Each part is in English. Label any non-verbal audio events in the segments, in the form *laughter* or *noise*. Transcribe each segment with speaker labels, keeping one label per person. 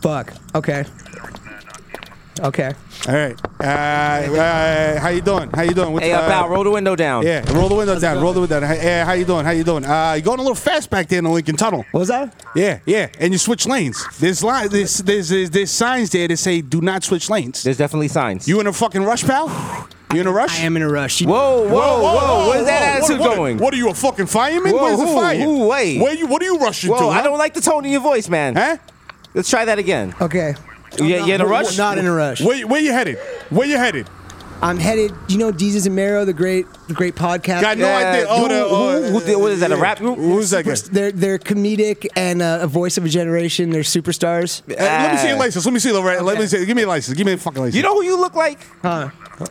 Speaker 1: Fuck. Okay. Okay.
Speaker 2: All right. Uh, uh, how you doing? How you doing? What's,
Speaker 3: Hey,
Speaker 2: uh,
Speaker 3: up out. Roll the window down.
Speaker 2: Yeah, roll the window down. Roll the window down. Hey, how you doing? How you doing? Uh, you're going a little fast back there in the Lincoln Tunnel.
Speaker 1: What was that?
Speaker 2: Yeah, yeah. And you switch lanes. There's li- there's, there's, there's, there's signs there that say do not switch lanes.
Speaker 3: There's definitely signs.
Speaker 2: You in a fucking rush, pal? You in a rush?
Speaker 4: I am in a rush. You-
Speaker 3: whoa, whoa, whoa, Where's
Speaker 2: whoa.
Speaker 3: that attitude
Speaker 2: What- what-
Speaker 3: going?
Speaker 2: What are you, a fucking fireman?
Speaker 3: Whoa,
Speaker 2: Where's the
Speaker 3: who-
Speaker 2: fire?
Speaker 3: who- wait.
Speaker 2: Where you, what are you rushing
Speaker 3: whoa,
Speaker 2: to?
Speaker 3: I
Speaker 2: huh?
Speaker 3: don't like the tone in your voice, man.
Speaker 2: Huh?
Speaker 3: Let's try that again.
Speaker 1: Okay.
Speaker 3: Yeah, you in a rush?
Speaker 4: Not in a rush.
Speaker 2: Where, you- where you headed? Where you headed?
Speaker 1: I'm headed. You know, Jesus and Mero, the great, the great podcast.
Speaker 2: Got no
Speaker 3: Yeah.
Speaker 2: idea. Oh,
Speaker 3: Who-
Speaker 2: the, oh,
Speaker 3: who- who did- what is that, a
Speaker 2: yeah.
Speaker 3: rap group?
Speaker 2: Who's that guy?
Speaker 1: They're they're comedic and uh, a voice of a generation. They're superstars.
Speaker 2: Uh, let me see your
Speaker 3: Ah.
Speaker 2: license. Let me see the. Ra- Let me see. Give me a license. Give me a fucking license.
Speaker 3: You know who you look like?
Speaker 1: Huh.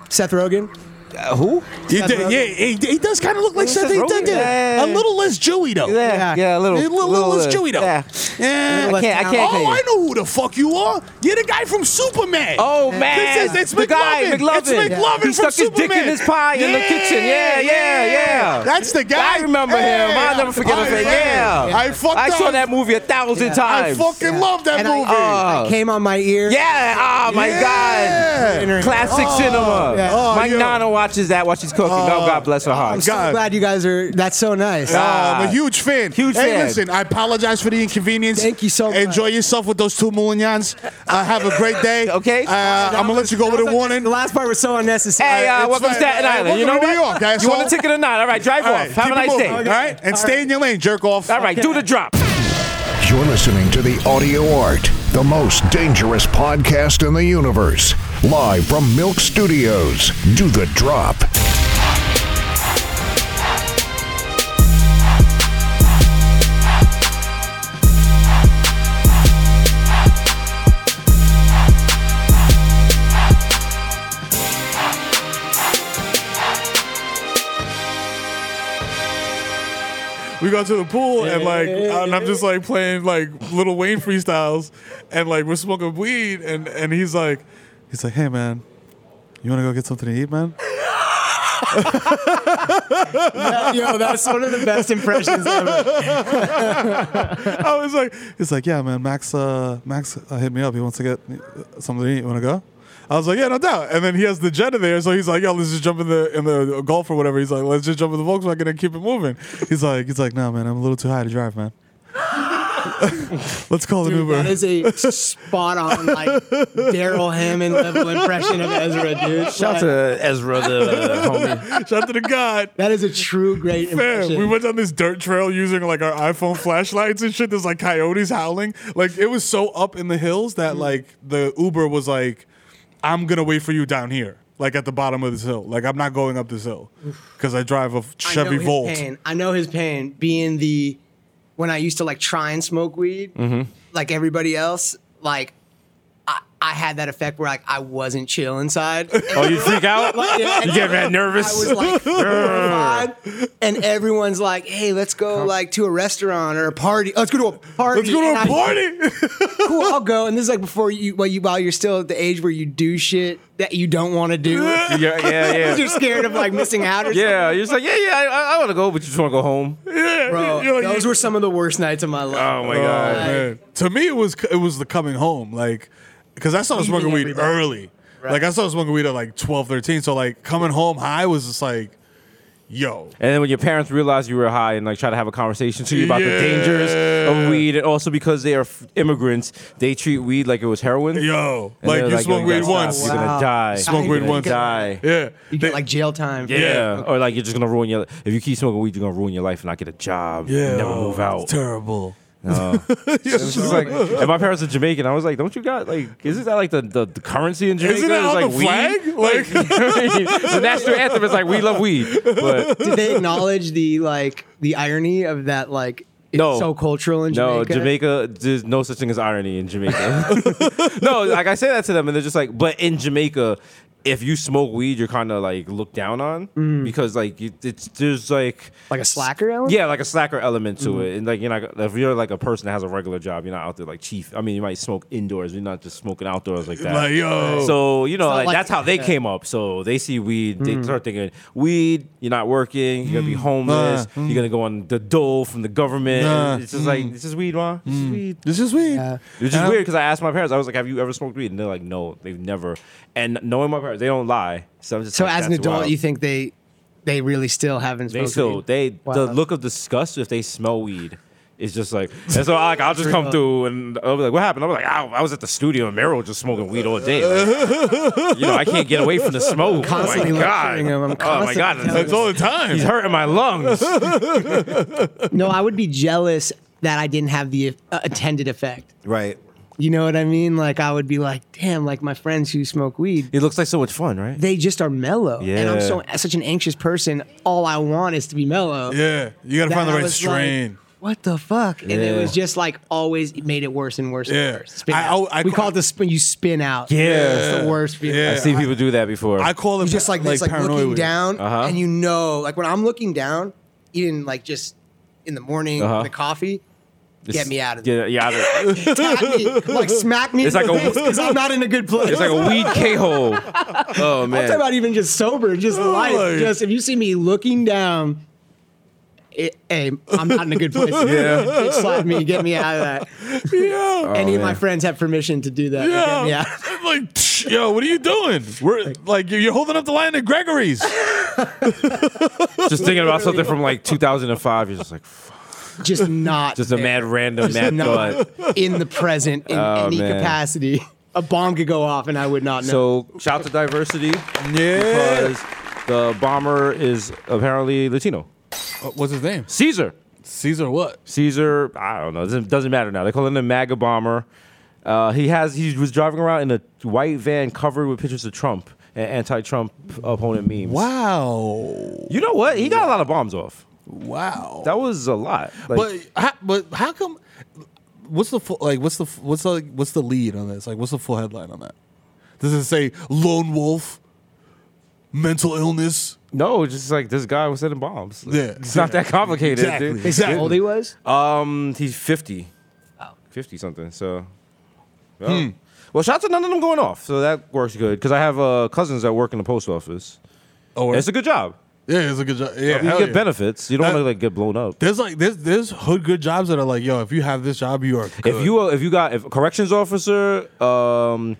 Speaker 1: Seth Rogen.
Speaker 3: Uh, who?
Speaker 2: You did-
Speaker 1: Rogen.
Speaker 2: yeah, he, he does kind of look like
Speaker 3: Who's
Speaker 2: Seth.
Speaker 3: Seth
Speaker 2: He
Speaker 3: Rogen?
Speaker 2: did, yeah.
Speaker 3: Yeah.
Speaker 2: A little less Jewy though.
Speaker 3: Yeah, yeah, a little,
Speaker 2: A little, little less
Speaker 3: uh,
Speaker 2: Jewy though.
Speaker 3: Yeah.
Speaker 2: Yeah.
Speaker 3: I can't, I
Speaker 2: oh,
Speaker 3: can't. claim
Speaker 2: I
Speaker 3: it.
Speaker 2: know who the fuck you are. You're the guy from Superman.
Speaker 3: Oh man,
Speaker 2: This is, it's
Speaker 3: the guy McLovin.
Speaker 2: It's McLovin
Speaker 3: He
Speaker 2: from
Speaker 3: stuck his dick in
Speaker 2: Superman.
Speaker 3: his pie in the kitchen. Yeah, yeah, yeah.
Speaker 2: That's the guy.
Speaker 3: I remember him. I'll never forget him.
Speaker 2: I-
Speaker 3: Yeah.
Speaker 2: Oh, I fucked
Speaker 3: I saw
Speaker 2: up.
Speaker 3: that movie a thousand
Speaker 2: I
Speaker 3: times.
Speaker 2: fucking love that
Speaker 1: And I- uh,
Speaker 2: movie.
Speaker 3: Oh.
Speaker 1: Came on my ear.
Speaker 3: yeah. Oh my
Speaker 2: Yeah.
Speaker 3: God. Classic cinema.
Speaker 2: yeah. Oh,
Speaker 3: my
Speaker 2: yeah.
Speaker 3: nana watches that while she's cooking. oh, God bless her heart.
Speaker 1: I'm so
Speaker 2: God.
Speaker 1: glad you guys are. That's so nice.
Speaker 2: Uh, I'm a
Speaker 3: Ah.
Speaker 2: huge fan.
Speaker 3: Huge
Speaker 2: hey,
Speaker 3: fan.
Speaker 2: listen, I apologize for the inconvenience.
Speaker 1: Thank you so much.
Speaker 2: Enjoy yourself with those two Moulinans. Uh, have a great day.
Speaker 3: *laughs* Okay.
Speaker 2: Uh, I'm going to let you go with a warning.
Speaker 1: The last part was so unnecessary.
Speaker 3: Hey,
Speaker 2: All right,
Speaker 3: uh,
Speaker 2: it's
Speaker 3: welcome to
Speaker 2: fine.
Speaker 3: Staten
Speaker 2: All right,
Speaker 3: Island. You know
Speaker 2: welcome to New York,
Speaker 3: what? you want a
Speaker 2: asshole.
Speaker 3: ticket or not? All right, drive
Speaker 2: All
Speaker 3: off.
Speaker 2: right,
Speaker 3: Have
Speaker 2: keep
Speaker 3: a
Speaker 2: it
Speaker 3: nice
Speaker 2: moving,
Speaker 3: day.
Speaker 2: All right. And stay in your lane, jerk off.
Speaker 3: All right, do the drop.
Speaker 5: You're listening to the Audio Art, the most dangerous podcast in the universe. Live from Milk Studios, do the drop.
Speaker 6: we got to the pool and like and I'm just like playing like little Wayne freestyles and like we're smoking weed and and he's like he's like hey man you want to go get something to eat man
Speaker 4: Yo, that's one of the best impressions ever.
Speaker 6: *laughs* I was like he's like yeah man Max uh Max uh, hit me up he wants to get uh, something to eat you want to go I was like, yeah, no doubt. And then he has the jet in there, so he's like, yo, let's just jump in the in the golf or whatever. He's like, let's just jump in the Volkswagen and keep it moving. He's like, he's like, no, man, I'm a little too high to drive, man. *laughs* let's call an
Speaker 4: Dude,
Speaker 6: Uber.
Speaker 4: that is a spot on, like Daryl Hammond level impression of Ezra, dude.
Speaker 3: Shout out
Speaker 4: Like,
Speaker 3: to Ezra, *laughs* the homie.
Speaker 6: *laughs* Shout out to the God.
Speaker 4: that is a true
Speaker 6: *laughs*
Speaker 4: great
Speaker 6: Man,
Speaker 4: impression.
Speaker 6: we went down this dirt trail using like our iPhone flashlights and shit. There's like coyotes howling. Like it was so up in the hills that
Speaker 4: Mm-hmm.
Speaker 6: like the Uber was like, I'm gonna wait for you down here, like at the bottom of this hill. Like I'm not going up this hill because I drive a Chevy
Speaker 4: his
Speaker 6: Volt.
Speaker 4: Pain. I know his pain being the when I used to like try and smoke weed
Speaker 6: Mm-hmm.
Speaker 4: like everybody else, like I, I had that effect where like I wasn't chill inside.
Speaker 6: *laughs*
Speaker 7: Oh, you
Speaker 4: *laughs*
Speaker 7: freak out? you get mad nervous?
Speaker 4: I was like horrified. and everyone's like, "Hey, let's go like to a restaurant or a party. Let's go to a party.
Speaker 6: Let's go
Speaker 4: And
Speaker 6: to a
Speaker 4: I-
Speaker 6: party.
Speaker 4: cool, I'll go." And this is like before you, while you while you're still at the age where you do shit that *laughs* you don't want to
Speaker 6: *laughs*
Speaker 4: do.
Speaker 7: yeah, yeah, yeah.
Speaker 4: 'Cause You're scared of like missing out or
Speaker 7: *laughs* yeah,
Speaker 3: You're just like, yeah, yeah, I, I want to go, but you just want to go home.
Speaker 4: something, bro.
Speaker 6: You're like-
Speaker 4: Those were some of the worst nights of my life.
Speaker 7: Oh my god.
Speaker 6: Man, to me, it was it was the coming home, like because I started smoking weed
Speaker 4: everybody.
Speaker 6: early. Like I started smoking weed at like 12, 13. So like coming home high was just like, yo,
Speaker 7: And then when your parents realize you were high and like try to have a conversation to you about the
Speaker 6: Yeah.
Speaker 7: dangers of weed, and also because they are f- immigrants, they treat weed like it was heroin.
Speaker 6: yo,
Speaker 7: And
Speaker 6: like
Speaker 7: they're
Speaker 6: you smoke
Speaker 7: "Yo,
Speaker 6: weed
Speaker 7: guys,
Speaker 6: once,
Speaker 7: you're
Speaker 1: Wow.
Speaker 7: gonna die.
Speaker 6: Smoke
Speaker 7: You're
Speaker 6: weed
Speaker 7: gonna
Speaker 6: once.
Speaker 7: Die.
Speaker 6: yeah.
Speaker 4: You
Speaker 6: They-
Speaker 4: get like jail time.
Speaker 7: Yeah. Or like you're just gonna ruin your. If you keep smoking weed, you're gonna ruin your life and not get a job. and never move out.
Speaker 6: terrible.
Speaker 7: It's just like, and my parents are Jamaican. I was like, don't you got like, isn't that like the, the, the currency in Jamaica?
Speaker 6: Isn't it
Speaker 7: It's
Speaker 6: on
Speaker 7: like
Speaker 6: the
Speaker 7: weed? *laughs*
Speaker 6: flag? Like,
Speaker 7: the national anthem is like we love weed, but
Speaker 4: Did
Speaker 7: *laughs*
Speaker 4: they acknowledge the like the irony of that like it's
Speaker 7: No.
Speaker 4: so cultural in Jamaica?
Speaker 7: no, Jamaica. There's no *laughs* such thing as irony in Jamaica. no, like I say that to them, and they're just like, but in Jamaica, if you smoke weed, you're kind of like looked down on because like you, it's there's like
Speaker 4: Like a slacker element?
Speaker 7: yeah, like a slacker element to it, and like you're not if you're like a person that has a regular job, you're not out there like chief. I mean, you might smoke indoors, you're not just smoking outdoors like that.
Speaker 6: Like, yo.
Speaker 7: so you know,
Speaker 4: not
Speaker 7: like,
Speaker 4: like-
Speaker 7: that's how they came up. So they see weed, they start thinking weed. You're not working, you're gonna be homeless,
Speaker 6: Nah. Mm.
Speaker 7: you're gonna go on the dole from the government.
Speaker 6: Nah.
Speaker 7: It's just like this is weed, ma. This is weed.
Speaker 6: This is weed.
Speaker 7: Which is weird because I asked my parents. I was like, "Have you ever smoked weed?" And they're like, "No, they've never." And knowing my parents, they don't lie. So I'm just
Speaker 4: So
Speaker 7: like,
Speaker 4: as an
Speaker 7: that's
Speaker 4: adult,
Speaker 7: wild.
Speaker 4: you think they they really still haven't
Speaker 7: they
Speaker 4: smoked
Speaker 7: still
Speaker 4: weed?
Speaker 7: they the
Speaker 4: Wow.
Speaker 7: look of disgust if they smell weed. is just
Speaker 4: *laughs*
Speaker 7: like, and so I, like, I'll just come through and I'll be like, what happened? I'm like, "Ow, I was at the studio and Meryl was just smoking weed all day.
Speaker 4: *laughs*
Speaker 7: Like, you know, I can't get away from the smoke.
Speaker 4: Constantly
Speaker 7: oh my God.
Speaker 4: lecturing him. I'm
Speaker 7: oh my
Speaker 4: constantly
Speaker 7: God.
Speaker 4: telling
Speaker 6: That's all the time.
Speaker 7: He's hurting
Speaker 4: *laughs*
Speaker 7: my lungs.
Speaker 4: No, I would be jealous that I didn't have the uh, attended effect.
Speaker 7: right.
Speaker 4: You know what I mean? Like I would be like, damn, like my friends who smoke weed,
Speaker 7: It looks like so much fun, right?
Speaker 4: they just are mellow. And I'm
Speaker 7: Yeah.
Speaker 4: so such an anxious person. All I want is to be mellow.
Speaker 6: Yeah, you gotta
Speaker 4: that
Speaker 6: find the
Speaker 4: I
Speaker 6: right
Speaker 4: was
Speaker 6: strain.
Speaker 4: Like, what the fuck? And it
Speaker 7: Yeah.
Speaker 4: was just like always it made it worse and worse
Speaker 6: Yeah.
Speaker 4: and worse. Spin
Speaker 6: I-
Speaker 4: out.
Speaker 6: I- I
Speaker 4: we
Speaker 6: ca-
Speaker 4: call it the spin. You spin out.
Speaker 7: Yeah.
Speaker 4: it's the worst feeling.
Speaker 6: Yeah.
Speaker 7: I've seen people do that before.
Speaker 6: I call it
Speaker 4: You just like this, like,
Speaker 6: paranoia
Speaker 4: looking
Speaker 6: weed.
Speaker 4: down,
Speaker 7: Uh-huh.
Speaker 4: and you know, like when I'm looking down, even like just in the morning,
Speaker 7: Uh-huh.
Speaker 4: the coffee, get me out of there. *laughs*
Speaker 7: yeah, yeah. I don't-
Speaker 4: Tap me, like smack me.
Speaker 7: It's
Speaker 4: in
Speaker 7: like
Speaker 4: the
Speaker 7: a- *laughs*
Speaker 4: face 'cause I'm not in a good place.
Speaker 7: It's like a weed K hole. Oh
Speaker 4: I'm talking
Speaker 7: man.
Speaker 4: about even just sober, just life.
Speaker 6: like-
Speaker 4: Just if you see me looking down, it, hey, I'm not in a good place.
Speaker 7: *laughs* Yeah.
Speaker 4: Bitch slap me, get me out of that.
Speaker 6: Yeah.
Speaker 4: Any of my
Speaker 7: Oh, man.
Speaker 4: friends have permission to do that. to
Speaker 6: Yeah.
Speaker 4: Get
Speaker 7: um,
Speaker 4: me out.
Speaker 6: *laughs* Like, tch, yo, what are you doing? We're like, you're you're holding up the line at
Speaker 7: *laughs*
Speaker 6: Gregory's.
Speaker 7: Just thinking about something
Speaker 4: *laughs*
Speaker 7: from like 2005. You're just like, fuck.
Speaker 4: *laughs* Just not.
Speaker 7: just a
Speaker 4: there.
Speaker 7: mad random mad
Speaker 4: not
Speaker 7: thought.
Speaker 4: in the present
Speaker 7: *laughs*
Speaker 4: in any
Speaker 7: Oh, man.
Speaker 4: capacity. A bomb could go off and I would not know.
Speaker 7: So shout to diversity
Speaker 6: Yeah.
Speaker 7: because the bomber is apparently Latino.
Speaker 6: Uh, What's his name?
Speaker 7: Caesar.
Speaker 6: Caesar what?
Speaker 7: Caesar. I don't know. Doesn't, doesn't matter now. They call him the MAGA bomber. Uh, he has. He was driving around in a white van covered with pictures of Trump and anti-Trump opponent memes.
Speaker 6: Wow.
Speaker 7: You know what? He got a lot of bombs off.
Speaker 6: Wow.
Speaker 7: That was a lot. Like,
Speaker 6: but how, but how come? What's the full, like? What's the f- what's the, like? What's the lead on this? Like, what's the full headline on that? Does it say lone wolf, mental illness?
Speaker 7: No, it's just like this guy was sending bombs. Like,
Speaker 6: Yeah.
Speaker 7: It's not that complicated.
Speaker 6: Exactly.
Speaker 7: dude.
Speaker 6: Exactly.
Speaker 4: how old he was?
Speaker 7: Um, he's 50. 50 something. So,
Speaker 6: Hmm.
Speaker 7: well, well, shots of none of them going off. So that works good because I have uh, cousins that work in the post office.
Speaker 6: Oh,
Speaker 7: And it's a good job.
Speaker 6: yeah, it's a good job. Yeah,
Speaker 7: you
Speaker 6: hell
Speaker 7: get
Speaker 6: yeah.
Speaker 7: benefits. You don't
Speaker 6: That-
Speaker 7: want to like get blown up.
Speaker 6: There's like there's there's hood good jobs that are like, yo, if you have this job, you are. Good.
Speaker 7: If you uh, if you got if corrections officer, um,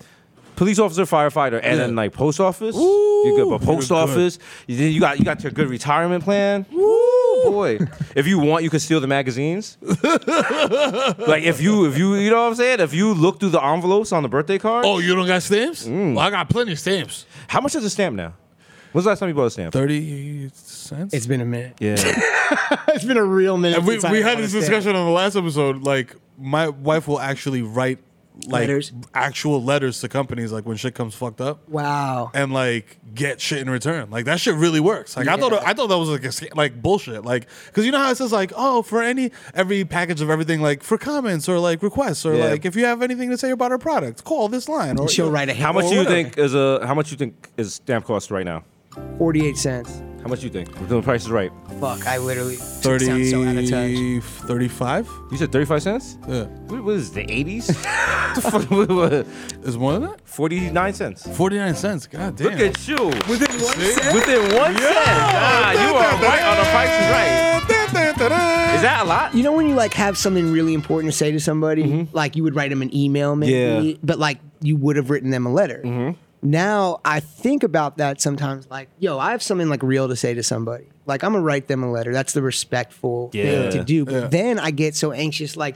Speaker 7: police officer, firefighter, and
Speaker 6: Yeah.
Speaker 7: then like post office, you good. But
Speaker 6: you're
Speaker 7: post
Speaker 6: good.
Speaker 7: office, you, then you got you got your good retirement plan. Woo Oh, boy! if you want, you can steal
Speaker 6: *laughs*
Speaker 7: the magazines. like if you if you you know what I'm saying. If you look through the envelopes on the birthday card,
Speaker 6: oh, you don't got stamps? Well, I got plenty of stamps.
Speaker 7: how much is a stamp now? When's the last time you bought a stamp?
Speaker 6: Thirty cents.
Speaker 4: It's been a minute. *laughs*
Speaker 7: Yeah,
Speaker 6: *laughs*
Speaker 4: It's been a real minute.
Speaker 6: And we,
Speaker 4: since I
Speaker 6: we had this
Speaker 4: understand.
Speaker 6: discussion on the last episode. Like, my wife will actually write like
Speaker 4: Letters?
Speaker 6: actual letters to companies, like when shit comes fucked up,
Speaker 4: Wow.
Speaker 6: and like get shit in return. Like that shit really works. Like I thought, I thought that was like a, sca- like bullshit. Like because you know how it says like, oh, for any every package of everything, like for comments or like requests or
Speaker 7: Yeah.
Speaker 6: like if you have anything to say about our product, call this line. Or
Speaker 4: She'll write a
Speaker 7: how much
Speaker 6: Or
Speaker 7: do you
Speaker 6: whatever.
Speaker 7: think is a how much you think is stamp cost right now?
Speaker 4: 48 cents.
Speaker 7: How much do you think? We're doing Price is Right.
Speaker 4: Fuck, I literally sound
Speaker 6: 30,
Speaker 4: so out of touch.
Speaker 6: 35?
Speaker 7: You said thirty five cents.
Speaker 6: Yeah.
Speaker 7: What was the
Speaker 6: *laughs*
Speaker 7: eighties? the fuck? what- what-
Speaker 6: Is more than that?
Speaker 7: Forty nine cents.
Speaker 6: 49 cents. God damn.
Speaker 7: Look at you. Within
Speaker 6: one cent?
Speaker 7: one cent. Ah, you are right on the Price is Right. Is that a lot?
Speaker 4: You know when you like have something really important to say to somebody, like you would write them an email maybe,
Speaker 7: Mm-hmm. Yeah. Mm-hmm.
Speaker 4: but like you would have written them a letter. Now I think about that sometimes like, yo, I have something like real to say to somebody. Like I'm gonna write them a letter. That's the respectful
Speaker 7: Yeah.
Speaker 4: thing to do. But
Speaker 6: Yeah.
Speaker 4: then I get so anxious like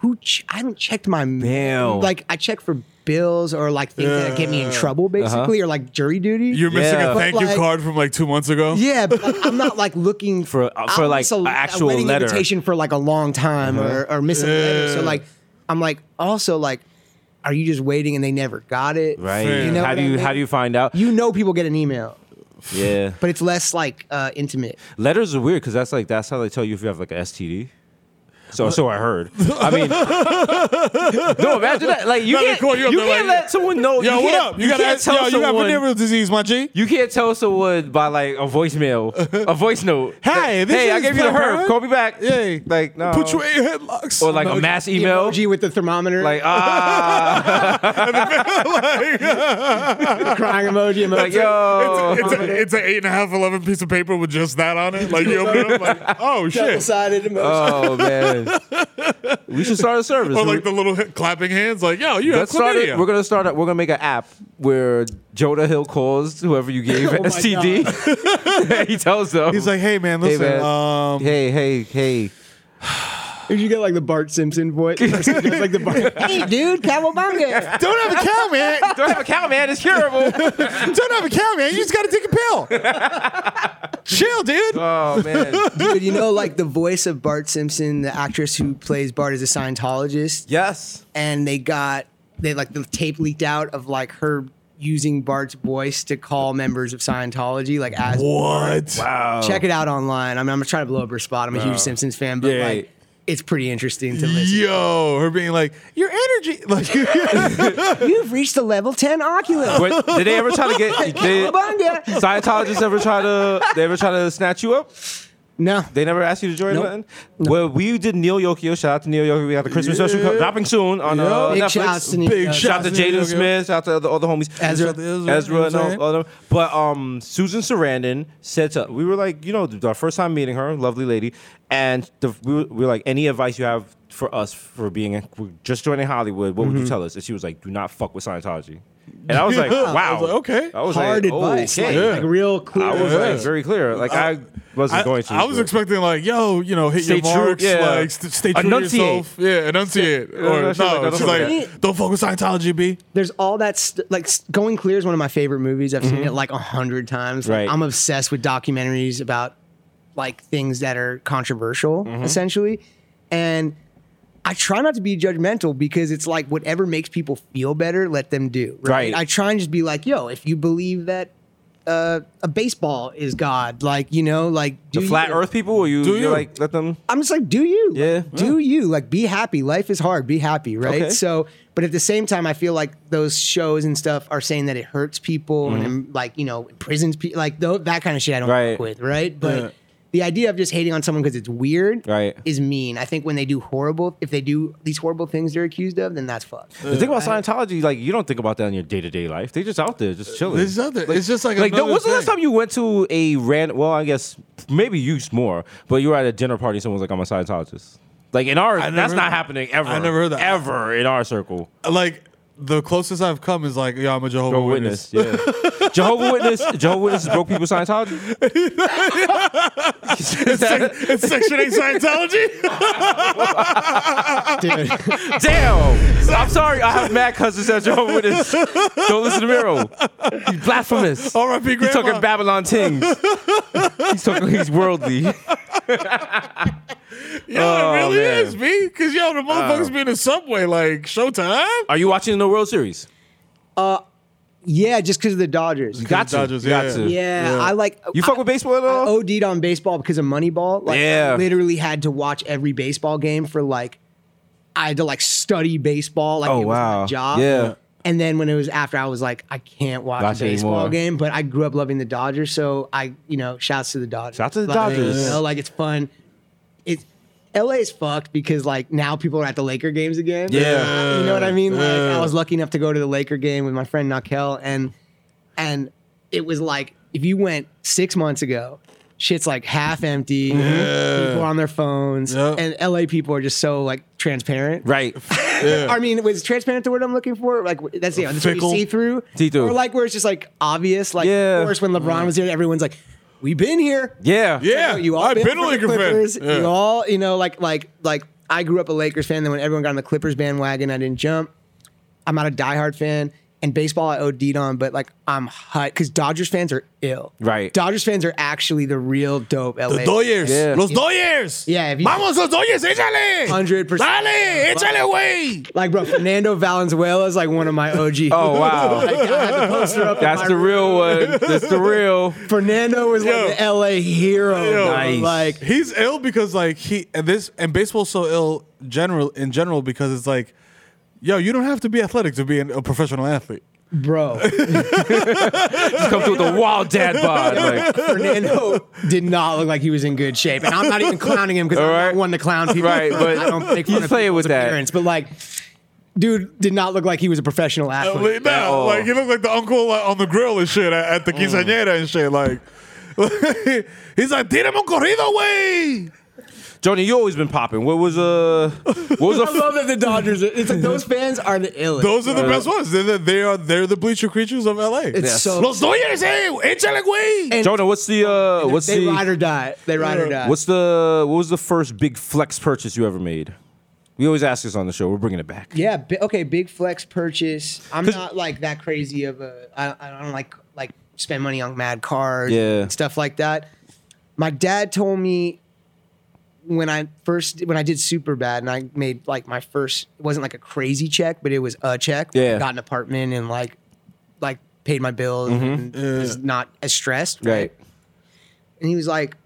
Speaker 4: who ch- I haven't checked my
Speaker 7: Damn.
Speaker 4: mail. Like I check for bills or like things that get me in
Speaker 6: Yeah.
Speaker 4: trouble
Speaker 7: Uh-huh.
Speaker 4: basically or like jury duty.
Speaker 6: You're missing
Speaker 7: Yeah.
Speaker 6: a thank you
Speaker 4: But, like-
Speaker 6: card from like two months ago.
Speaker 4: Yeah, but like, I'm not like looking
Speaker 7: For- uh, for,
Speaker 4: I'll
Speaker 7: like,
Speaker 4: miss
Speaker 7: a actual
Speaker 4: wedding
Speaker 7: letter. Uh-huh.
Speaker 4: invitation for like a long time or or miss a letter. So
Speaker 6: Yeah.
Speaker 4: like I'm like also like, are you just waiting and they never got it?
Speaker 7: Right.
Speaker 6: You know
Speaker 7: how
Speaker 4: what
Speaker 7: do
Speaker 4: I
Speaker 7: you how
Speaker 4: mean?
Speaker 7: do you find out?
Speaker 4: You know people get an email,
Speaker 7: yeah.
Speaker 4: but it's less like uh, intimate.
Speaker 7: Letters are weird because that's like that's how they tell you if you have like an STD. So, so I heard. I
Speaker 6: *laughs*
Speaker 7: mean, *laughs* no, imagine that. Like you
Speaker 6: Now they
Speaker 7: can't,
Speaker 6: call you
Speaker 7: you
Speaker 6: up, they're
Speaker 7: can't
Speaker 6: like,
Speaker 7: let someone know.
Speaker 6: Yo,
Speaker 7: you
Speaker 6: what
Speaker 7: can't-
Speaker 6: up? You, got
Speaker 7: can't
Speaker 6: to
Speaker 7: tell
Speaker 6: yo, you got
Speaker 7: someone.
Speaker 6: venereal disease, my G.
Speaker 7: You can't tell someone by like a voicemail, a voice note.
Speaker 6: *laughs* Hey,
Speaker 7: that,
Speaker 6: this
Speaker 7: hey, I
Speaker 6: is
Speaker 7: gave you the
Speaker 6: Planned
Speaker 7: herb.
Speaker 6: Parenthood.
Speaker 7: Call me back.
Speaker 6: Hey,
Speaker 7: like no.
Speaker 6: Put you in headlocks.
Speaker 7: or like a mass email.
Speaker 4: emoji with the thermometer,
Speaker 7: Like
Speaker 6: *laughs*
Speaker 7: ah,
Speaker 4: crying emoji, emoji.
Speaker 7: *laughs*
Speaker 4: *laughs*
Speaker 7: like yo.
Speaker 6: It's, a, it's an eight and a half, eleven piece of paper with just that on it. Like you open it up, *laughs* like oh
Speaker 4: double
Speaker 6: shit,
Speaker 4: sided emoji.
Speaker 7: Oh man, we should start a service.
Speaker 6: or like the little hit, clapping hands, like yo, you have
Speaker 7: Let's start it.
Speaker 6: chlamydia.
Speaker 7: We're gonna start. A, we're gonna make an app where Jonah Hill calls whoever you *laughs* gave
Speaker 4: my
Speaker 7: *laughs* STD. he tells them.
Speaker 6: He's like, hey man,
Speaker 7: hey
Speaker 6: listen,
Speaker 7: man,
Speaker 6: um, *laughs*
Speaker 7: hey, hey, hey. Uh,
Speaker 4: Did you get like the Bart Simpson
Speaker 7: *laughs*
Speaker 4: voice? like the Bart. hey, dude, *laughs* Cowabunga.
Speaker 6: don't have a cow, man.
Speaker 7: Don't have a cow, man. It's *laughs* curable.
Speaker 6: don't have a cow, man. You just gotta take a
Speaker 7: *laughs*
Speaker 6: pill. Chill, dude.
Speaker 7: oh man.
Speaker 4: Dude, you know, like the voice of Bart Simpson, the actress who plays Bart, is a Scientologist,
Speaker 7: Yes.
Speaker 4: and they got they like the tape leaked out of like her using Bart's voice to call members of Scientology, like as
Speaker 6: What?
Speaker 4: check it out online. I mean, I'm gonna try to blow up her spot. I'm a huge Simpsons fan, but
Speaker 7: Yeah.
Speaker 4: like, it's pretty interesting to
Speaker 7: *laughs*
Speaker 4: listen.
Speaker 6: Yo, her being like, your energy, *laughs* like,
Speaker 4: You've reached the level 10 Oculus.
Speaker 7: But did they ever try to
Speaker 4: *laughs*
Speaker 7: *laughs* get? Did
Speaker 4: Cowabunga.
Speaker 7: Scientologists ever try to? They ever try to snatch you up?
Speaker 4: No,
Speaker 7: They never asked you to join nothing. Well, we did Neil Yokio. Shout out to Neil Yokio. We got the Christmas special co- dropping soon on uh,
Speaker 4: big
Speaker 7: Netflix.
Speaker 4: shouts to Nick.
Speaker 6: big
Speaker 4: Yost.
Speaker 7: Shout out to
Speaker 6: Shout out to
Speaker 7: Jaden
Speaker 6: Neil Young.
Speaker 7: Smith. Shout out to the other homies.
Speaker 4: Ezra.
Speaker 6: Shout out to Ezra, you know
Speaker 7: Ezra
Speaker 6: what
Speaker 7: and
Speaker 6: I'm
Speaker 7: all,
Speaker 6: saying?
Speaker 7: all them. But um, Susan Sarandon said to we were like, you know, our first time meeting her, lovely lady, and the, we, were, we were like, any advice you have for us for being we're just joining Hollywood? What would you tell us? And she was like, do not fuck with Scientology. And I was like,
Speaker 6: Mm-hmm. *laughs* I was
Speaker 7: wow,
Speaker 6: like, okay.
Speaker 7: I was
Speaker 4: hard
Speaker 7: like,
Speaker 4: advice.
Speaker 7: Oh, okay.
Speaker 4: Like, like real clear.
Speaker 7: I was
Speaker 6: Yeah.
Speaker 7: like very clear. Like I, wasn't
Speaker 6: I,
Speaker 7: going to.
Speaker 6: I was
Speaker 7: but-
Speaker 6: expecting like, yo, you know, hit
Speaker 7: Stay
Speaker 6: your
Speaker 7: true,
Speaker 6: marks,
Speaker 7: yeah.
Speaker 6: like st- stay true
Speaker 7: Enunciate.
Speaker 6: to yourself, yeah, enunciate, or
Speaker 7: no,
Speaker 6: no,
Speaker 7: she's like, "No,
Speaker 6: she's
Speaker 7: don't
Speaker 6: like,
Speaker 7: do
Speaker 6: don't fuck with Scientology, b.
Speaker 4: There's all that, st- like, s- Going Clear is one of my favorite movies. I've seen it like a hundred times. Like,
Speaker 7: Mm-hmm. Right.
Speaker 4: I'm obsessed with documentaries about like things that are controversial,
Speaker 7: Mm-hmm.
Speaker 4: essentially. And I try not to be judgmental because it's like whatever makes people feel better, let them do.
Speaker 7: Right.
Speaker 4: I try and just be like, yo, if you believe that uh, a baseball is God, like, you know, like
Speaker 7: the
Speaker 4: do
Speaker 7: flat
Speaker 4: you-
Speaker 7: Earth people. Or you,
Speaker 6: Do
Speaker 7: you
Speaker 6: you?
Speaker 7: like let them?
Speaker 4: I'm just like, do you? Like,
Speaker 7: Yeah.
Speaker 4: do you? Like, be happy. Life is hard. Be happy, right?
Speaker 7: Okay.
Speaker 4: So, but at the same time, I feel like those shows and stuff are saying that it hurts people and like you know prisons, pe- like tho- that kind of shit. I don't
Speaker 7: Mm-hmm. Right.
Speaker 4: fuck with, right? But
Speaker 6: Yeah.
Speaker 4: the idea of just hating on someone because it's weird,
Speaker 7: Right.
Speaker 4: is mean. I think when they do horrible, if they do these horrible things they're accused of, then that's fucked.
Speaker 7: The thing about Scientology, like you don't think about that in your day to day life. They just out there, just chilling.
Speaker 6: This is out there. It's just like,
Speaker 7: like,
Speaker 6: another
Speaker 7: what's the last
Speaker 6: thing.
Speaker 7: time you went to a random? Well, I guess maybe you more, but you were at a dinner party. Someone's like, "I'm a Scientologist." Like in our,
Speaker 6: I never
Speaker 7: that's
Speaker 6: heard
Speaker 7: not
Speaker 6: that.
Speaker 7: happening ever.
Speaker 6: I never heard that.
Speaker 7: ever in our circle.
Speaker 6: like the closest I've come is like, yo, I'm a Jehovah
Speaker 7: Jehovah
Speaker 6: Witness.
Speaker 7: Witness,
Speaker 6: *laughs*
Speaker 7: yeah. Jehovah Witness, Jehovah Witness is broke people Scientology.
Speaker 6: it's Section
Speaker 7: *laughs*
Speaker 6: Eight Scientology.
Speaker 7: Damn, I'm sorry, I have mad cousins at Jehovah Witness. Don't listen to Miro. He's blasphemous.
Speaker 6: R.I.P.
Speaker 7: He's
Speaker 6: Grandma.
Speaker 7: talking Babylon things. he's talking. He's worldly.
Speaker 6: yo,
Speaker 7: Oh,
Speaker 6: it really
Speaker 7: man. Oh.
Speaker 6: is, b. Because yo, the motherfuckers be in the subway, like Showtime.
Speaker 7: Are you watching the World Series?
Speaker 4: Yeah, just because of the Dodgers.
Speaker 7: You got
Speaker 6: the
Speaker 7: to.
Speaker 6: Dodgers,
Speaker 7: you got
Speaker 6: yeah.
Speaker 7: to.
Speaker 4: Yeah, I like
Speaker 7: You fuck with baseball at all?
Speaker 4: I OD'd on baseball because of Moneyball. Like,
Speaker 7: Yeah.
Speaker 4: I literally had to watch every baseball game for like, I had to like study baseball. Like,
Speaker 7: Oh,
Speaker 4: it
Speaker 7: wow.
Speaker 4: was my job.
Speaker 7: Yeah.
Speaker 4: And then when it was after, I was like, I can't watch
Speaker 7: Watch
Speaker 4: a baseball
Speaker 7: anymore.
Speaker 4: game. But I grew up loving the Dodgers, so I, you know, shouts to the Dodgers.
Speaker 7: Shout to the
Speaker 4: Like,
Speaker 7: Dodgers.
Speaker 4: You know, like it's fun. It's LA is fucked because like now people are at the Laker games again.
Speaker 7: Yeah.
Speaker 4: you know what I mean. Like I
Speaker 6: Uh.
Speaker 4: was lucky enough to go to the Laker game with my friend Nakel, and and it was like if you went six months ago, shit's like half empty. People are on their phones,
Speaker 6: Yep.
Speaker 4: and LA people are just so like transparent.
Speaker 7: Right.
Speaker 4: I mean, was transparent the word I'm looking for? Like that's you know, that's what you
Speaker 6: Fickle.
Speaker 4: see through,
Speaker 7: See-through.
Speaker 4: or like where it's just like obvious. Like
Speaker 7: Yeah.
Speaker 4: of course, when LeBron was here, everyone's like, "We've been here."
Speaker 7: Yeah.
Speaker 6: Yeah,
Speaker 4: you all
Speaker 6: I've been
Speaker 4: for
Speaker 6: a
Speaker 4: the
Speaker 6: Laker fan.
Speaker 4: Clippers.
Speaker 6: Yeah.
Speaker 4: You all, you know, like like like I grew up a Lakers fan. Then when everyone got on the Clippers bandwagon, I didn't jump. I'm not a diehard fan. and baseball I OD'd on, but like I'm hot because Dodgers fans are ill.
Speaker 7: Right.
Speaker 4: Dodgers fans are actually the real dope LA.
Speaker 2: Los Doyers.
Speaker 7: Yeah.
Speaker 2: Los Doyers.
Speaker 4: Yeah, if you-
Speaker 2: Vamos, los Doyers. Échale.
Speaker 4: 100%.
Speaker 2: Dale. Échale, güey.
Speaker 4: Like, bro, Fernando Valenzuela is like one of my OG.
Speaker 7: *laughs* Oh wow,
Speaker 4: I had the poster up in
Speaker 7: that's
Speaker 4: my
Speaker 7: the
Speaker 4: room.
Speaker 7: real one. That's the real.
Speaker 4: Fernando was like the LA hero. bro.
Speaker 7: Nice.
Speaker 4: Like,
Speaker 6: He's ill because like he and this and baseball's so ill general in general because it's like, yo, you don't have to be athletic to be an, a professional athlete.
Speaker 4: bro,
Speaker 7: Just come through with a wild dad bod. Like, *laughs*
Speaker 4: Fernando did not look like he was in good shape, and I'm not even clowning him because I'm
Speaker 7: Alright.
Speaker 4: not one to clown people.
Speaker 7: Right, but
Speaker 4: I don't make
Speaker 7: he's
Speaker 4: fun of
Speaker 7: playing with
Speaker 4: people's
Speaker 7: that.
Speaker 4: appearance, but like, dude did not look like he was a professional athlete.
Speaker 6: Like, no, like he looked like the uncle like, on the grill and shit at, at the quinceañera and shit. Like, *laughs* he's like, tírame un corrido, way.
Speaker 7: Joni, you always been popping. What was uh, what was
Speaker 4: I
Speaker 7: a
Speaker 4: love that the Dodgers. Are, it's like those fans are the illest.
Speaker 6: Those are the best ones. They're the, they are they're the bleacher creatures of LA.
Speaker 4: it's so
Speaker 2: Los Doyers, eh. Échale, güey.
Speaker 7: Jonah? What's the uh, what's
Speaker 4: they ride
Speaker 7: the
Speaker 4: or die. They ride or die.
Speaker 7: what's the what was the first big flex purchase you ever made? We always ask this on the show. We're bringing it back.
Speaker 4: yeah. Bi- okay. Big flex purchase. I'm not like that crazy of a. I, I don't like like spend money on mad cars.
Speaker 7: Yeah.
Speaker 4: And stuff like that. My dad told me when I first when I did super bad and I made like my first. It wasn't like a crazy check, but it was a check.
Speaker 7: Yeah.
Speaker 4: Got an apartment and like like paid my bills and was not as stressed.
Speaker 7: Mm-hmm. Right.
Speaker 4: and he was like,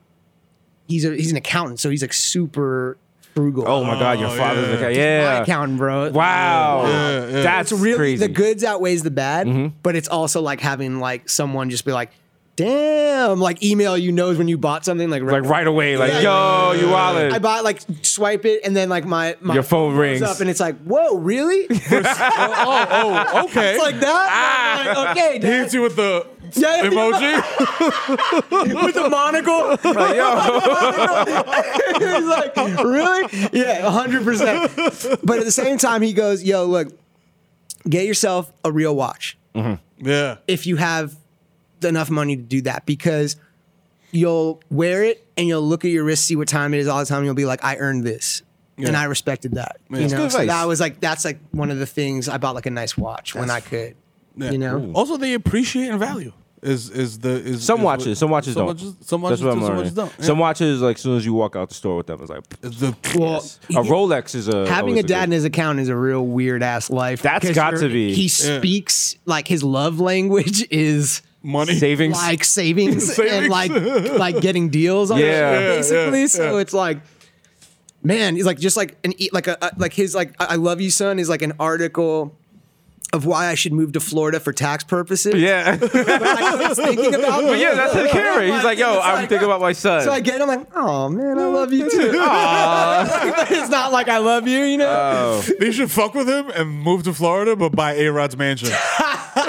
Speaker 4: he's a he's an accountant, so he's like super frugal.
Speaker 7: Oh my God, your father's like,
Speaker 4: my
Speaker 7: yeah.
Speaker 4: accountant, bro.
Speaker 7: Wow, that's
Speaker 4: it's really
Speaker 7: crazy.
Speaker 4: the goods outweighs the bad, but it's also like having like someone just be like, damn, like email you knows when you bought something like
Speaker 7: like right away, like
Speaker 4: Yeah.
Speaker 7: yo, you wildin'.
Speaker 4: I bought like swipe it and then like my, my
Speaker 7: Your phone
Speaker 4: goes
Speaker 7: rings.
Speaker 4: up and it's like whoa really it's
Speaker 6: oh, oh, okay.
Speaker 4: like that I'm like, okay
Speaker 6: he
Speaker 4: dad.
Speaker 6: hits you with *laughs* the
Speaker 4: Yeah, yeah.
Speaker 6: emoji.
Speaker 4: with the monocle. *laughs* Like, yo. He's like, really? Yeah, 100%. But at the same time, he goes, yo, look, get yourself a real watch
Speaker 6: yeah.
Speaker 4: if you have enough money to do that because you'll wear it and you'll look at your wrist, see what time it is all the time. And you'll be like, I earned this. And I respected that. You
Speaker 7: That's
Speaker 4: know,
Speaker 7: good
Speaker 4: so
Speaker 7: advice.
Speaker 4: that was like that's like one of the things I bought like a nice watch when I could. You know?
Speaker 6: Also, they appreciate and value. Is is the is
Speaker 7: Some
Speaker 6: is what-
Speaker 7: watches, some watches
Speaker 6: some
Speaker 7: don't.
Speaker 6: Watches, some watches,
Speaker 7: That's
Speaker 6: do,
Speaker 7: what I'm
Speaker 6: some
Speaker 7: learning.
Speaker 6: watches don't. Yeah.
Speaker 7: Some watches, like as soon as you walk out the store with them, it's like
Speaker 6: It's the
Speaker 4: Well,
Speaker 7: a Rolex is a
Speaker 4: having
Speaker 7: always
Speaker 4: a dad in
Speaker 7: good-
Speaker 4: his account is a real weird ass life.
Speaker 7: That's
Speaker 4: because
Speaker 7: got to
Speaker 4: you're-
Speaker 7: be.
Speaker 4: He
Speaker 7: Yeah.
Speaker 4: speaks like his love language *laughs* is
Speaker 6: money.
Speaker 7: savings.
Speaker 4: like savings, and
Speaker 6: Savings.
Speaker 4: like like getting deals. On
Speaker 7: Yeah.
Speaker 4: yeah,
Speaker 7: Yeah, yeah,
Speaker 4: basically. so
Speaker 6: yeah.
Speaker 4: it's like. Man, he's like just like an e- like a a- like his like I I love you son is like an article of why I should move to Florida for tax purposes.
Speaker 7: Yeah, *laughs*
Speaker 4: but like, I was thinking about but
Speaker 7: yeah, that's his carry. He's like, yo, I'm thinking about my son.
Speaker 4: so I get it, I'm like, oh man, I love you too. But *laughs* it's not like I love you, you know.
Speaker 6: *laughs*
Speaker 7: Uh.
Speaker 6: They should fuck with him and move to Florida, but buy A Rod's
Speaker 7: *laughs*
Speaker 6: mansion.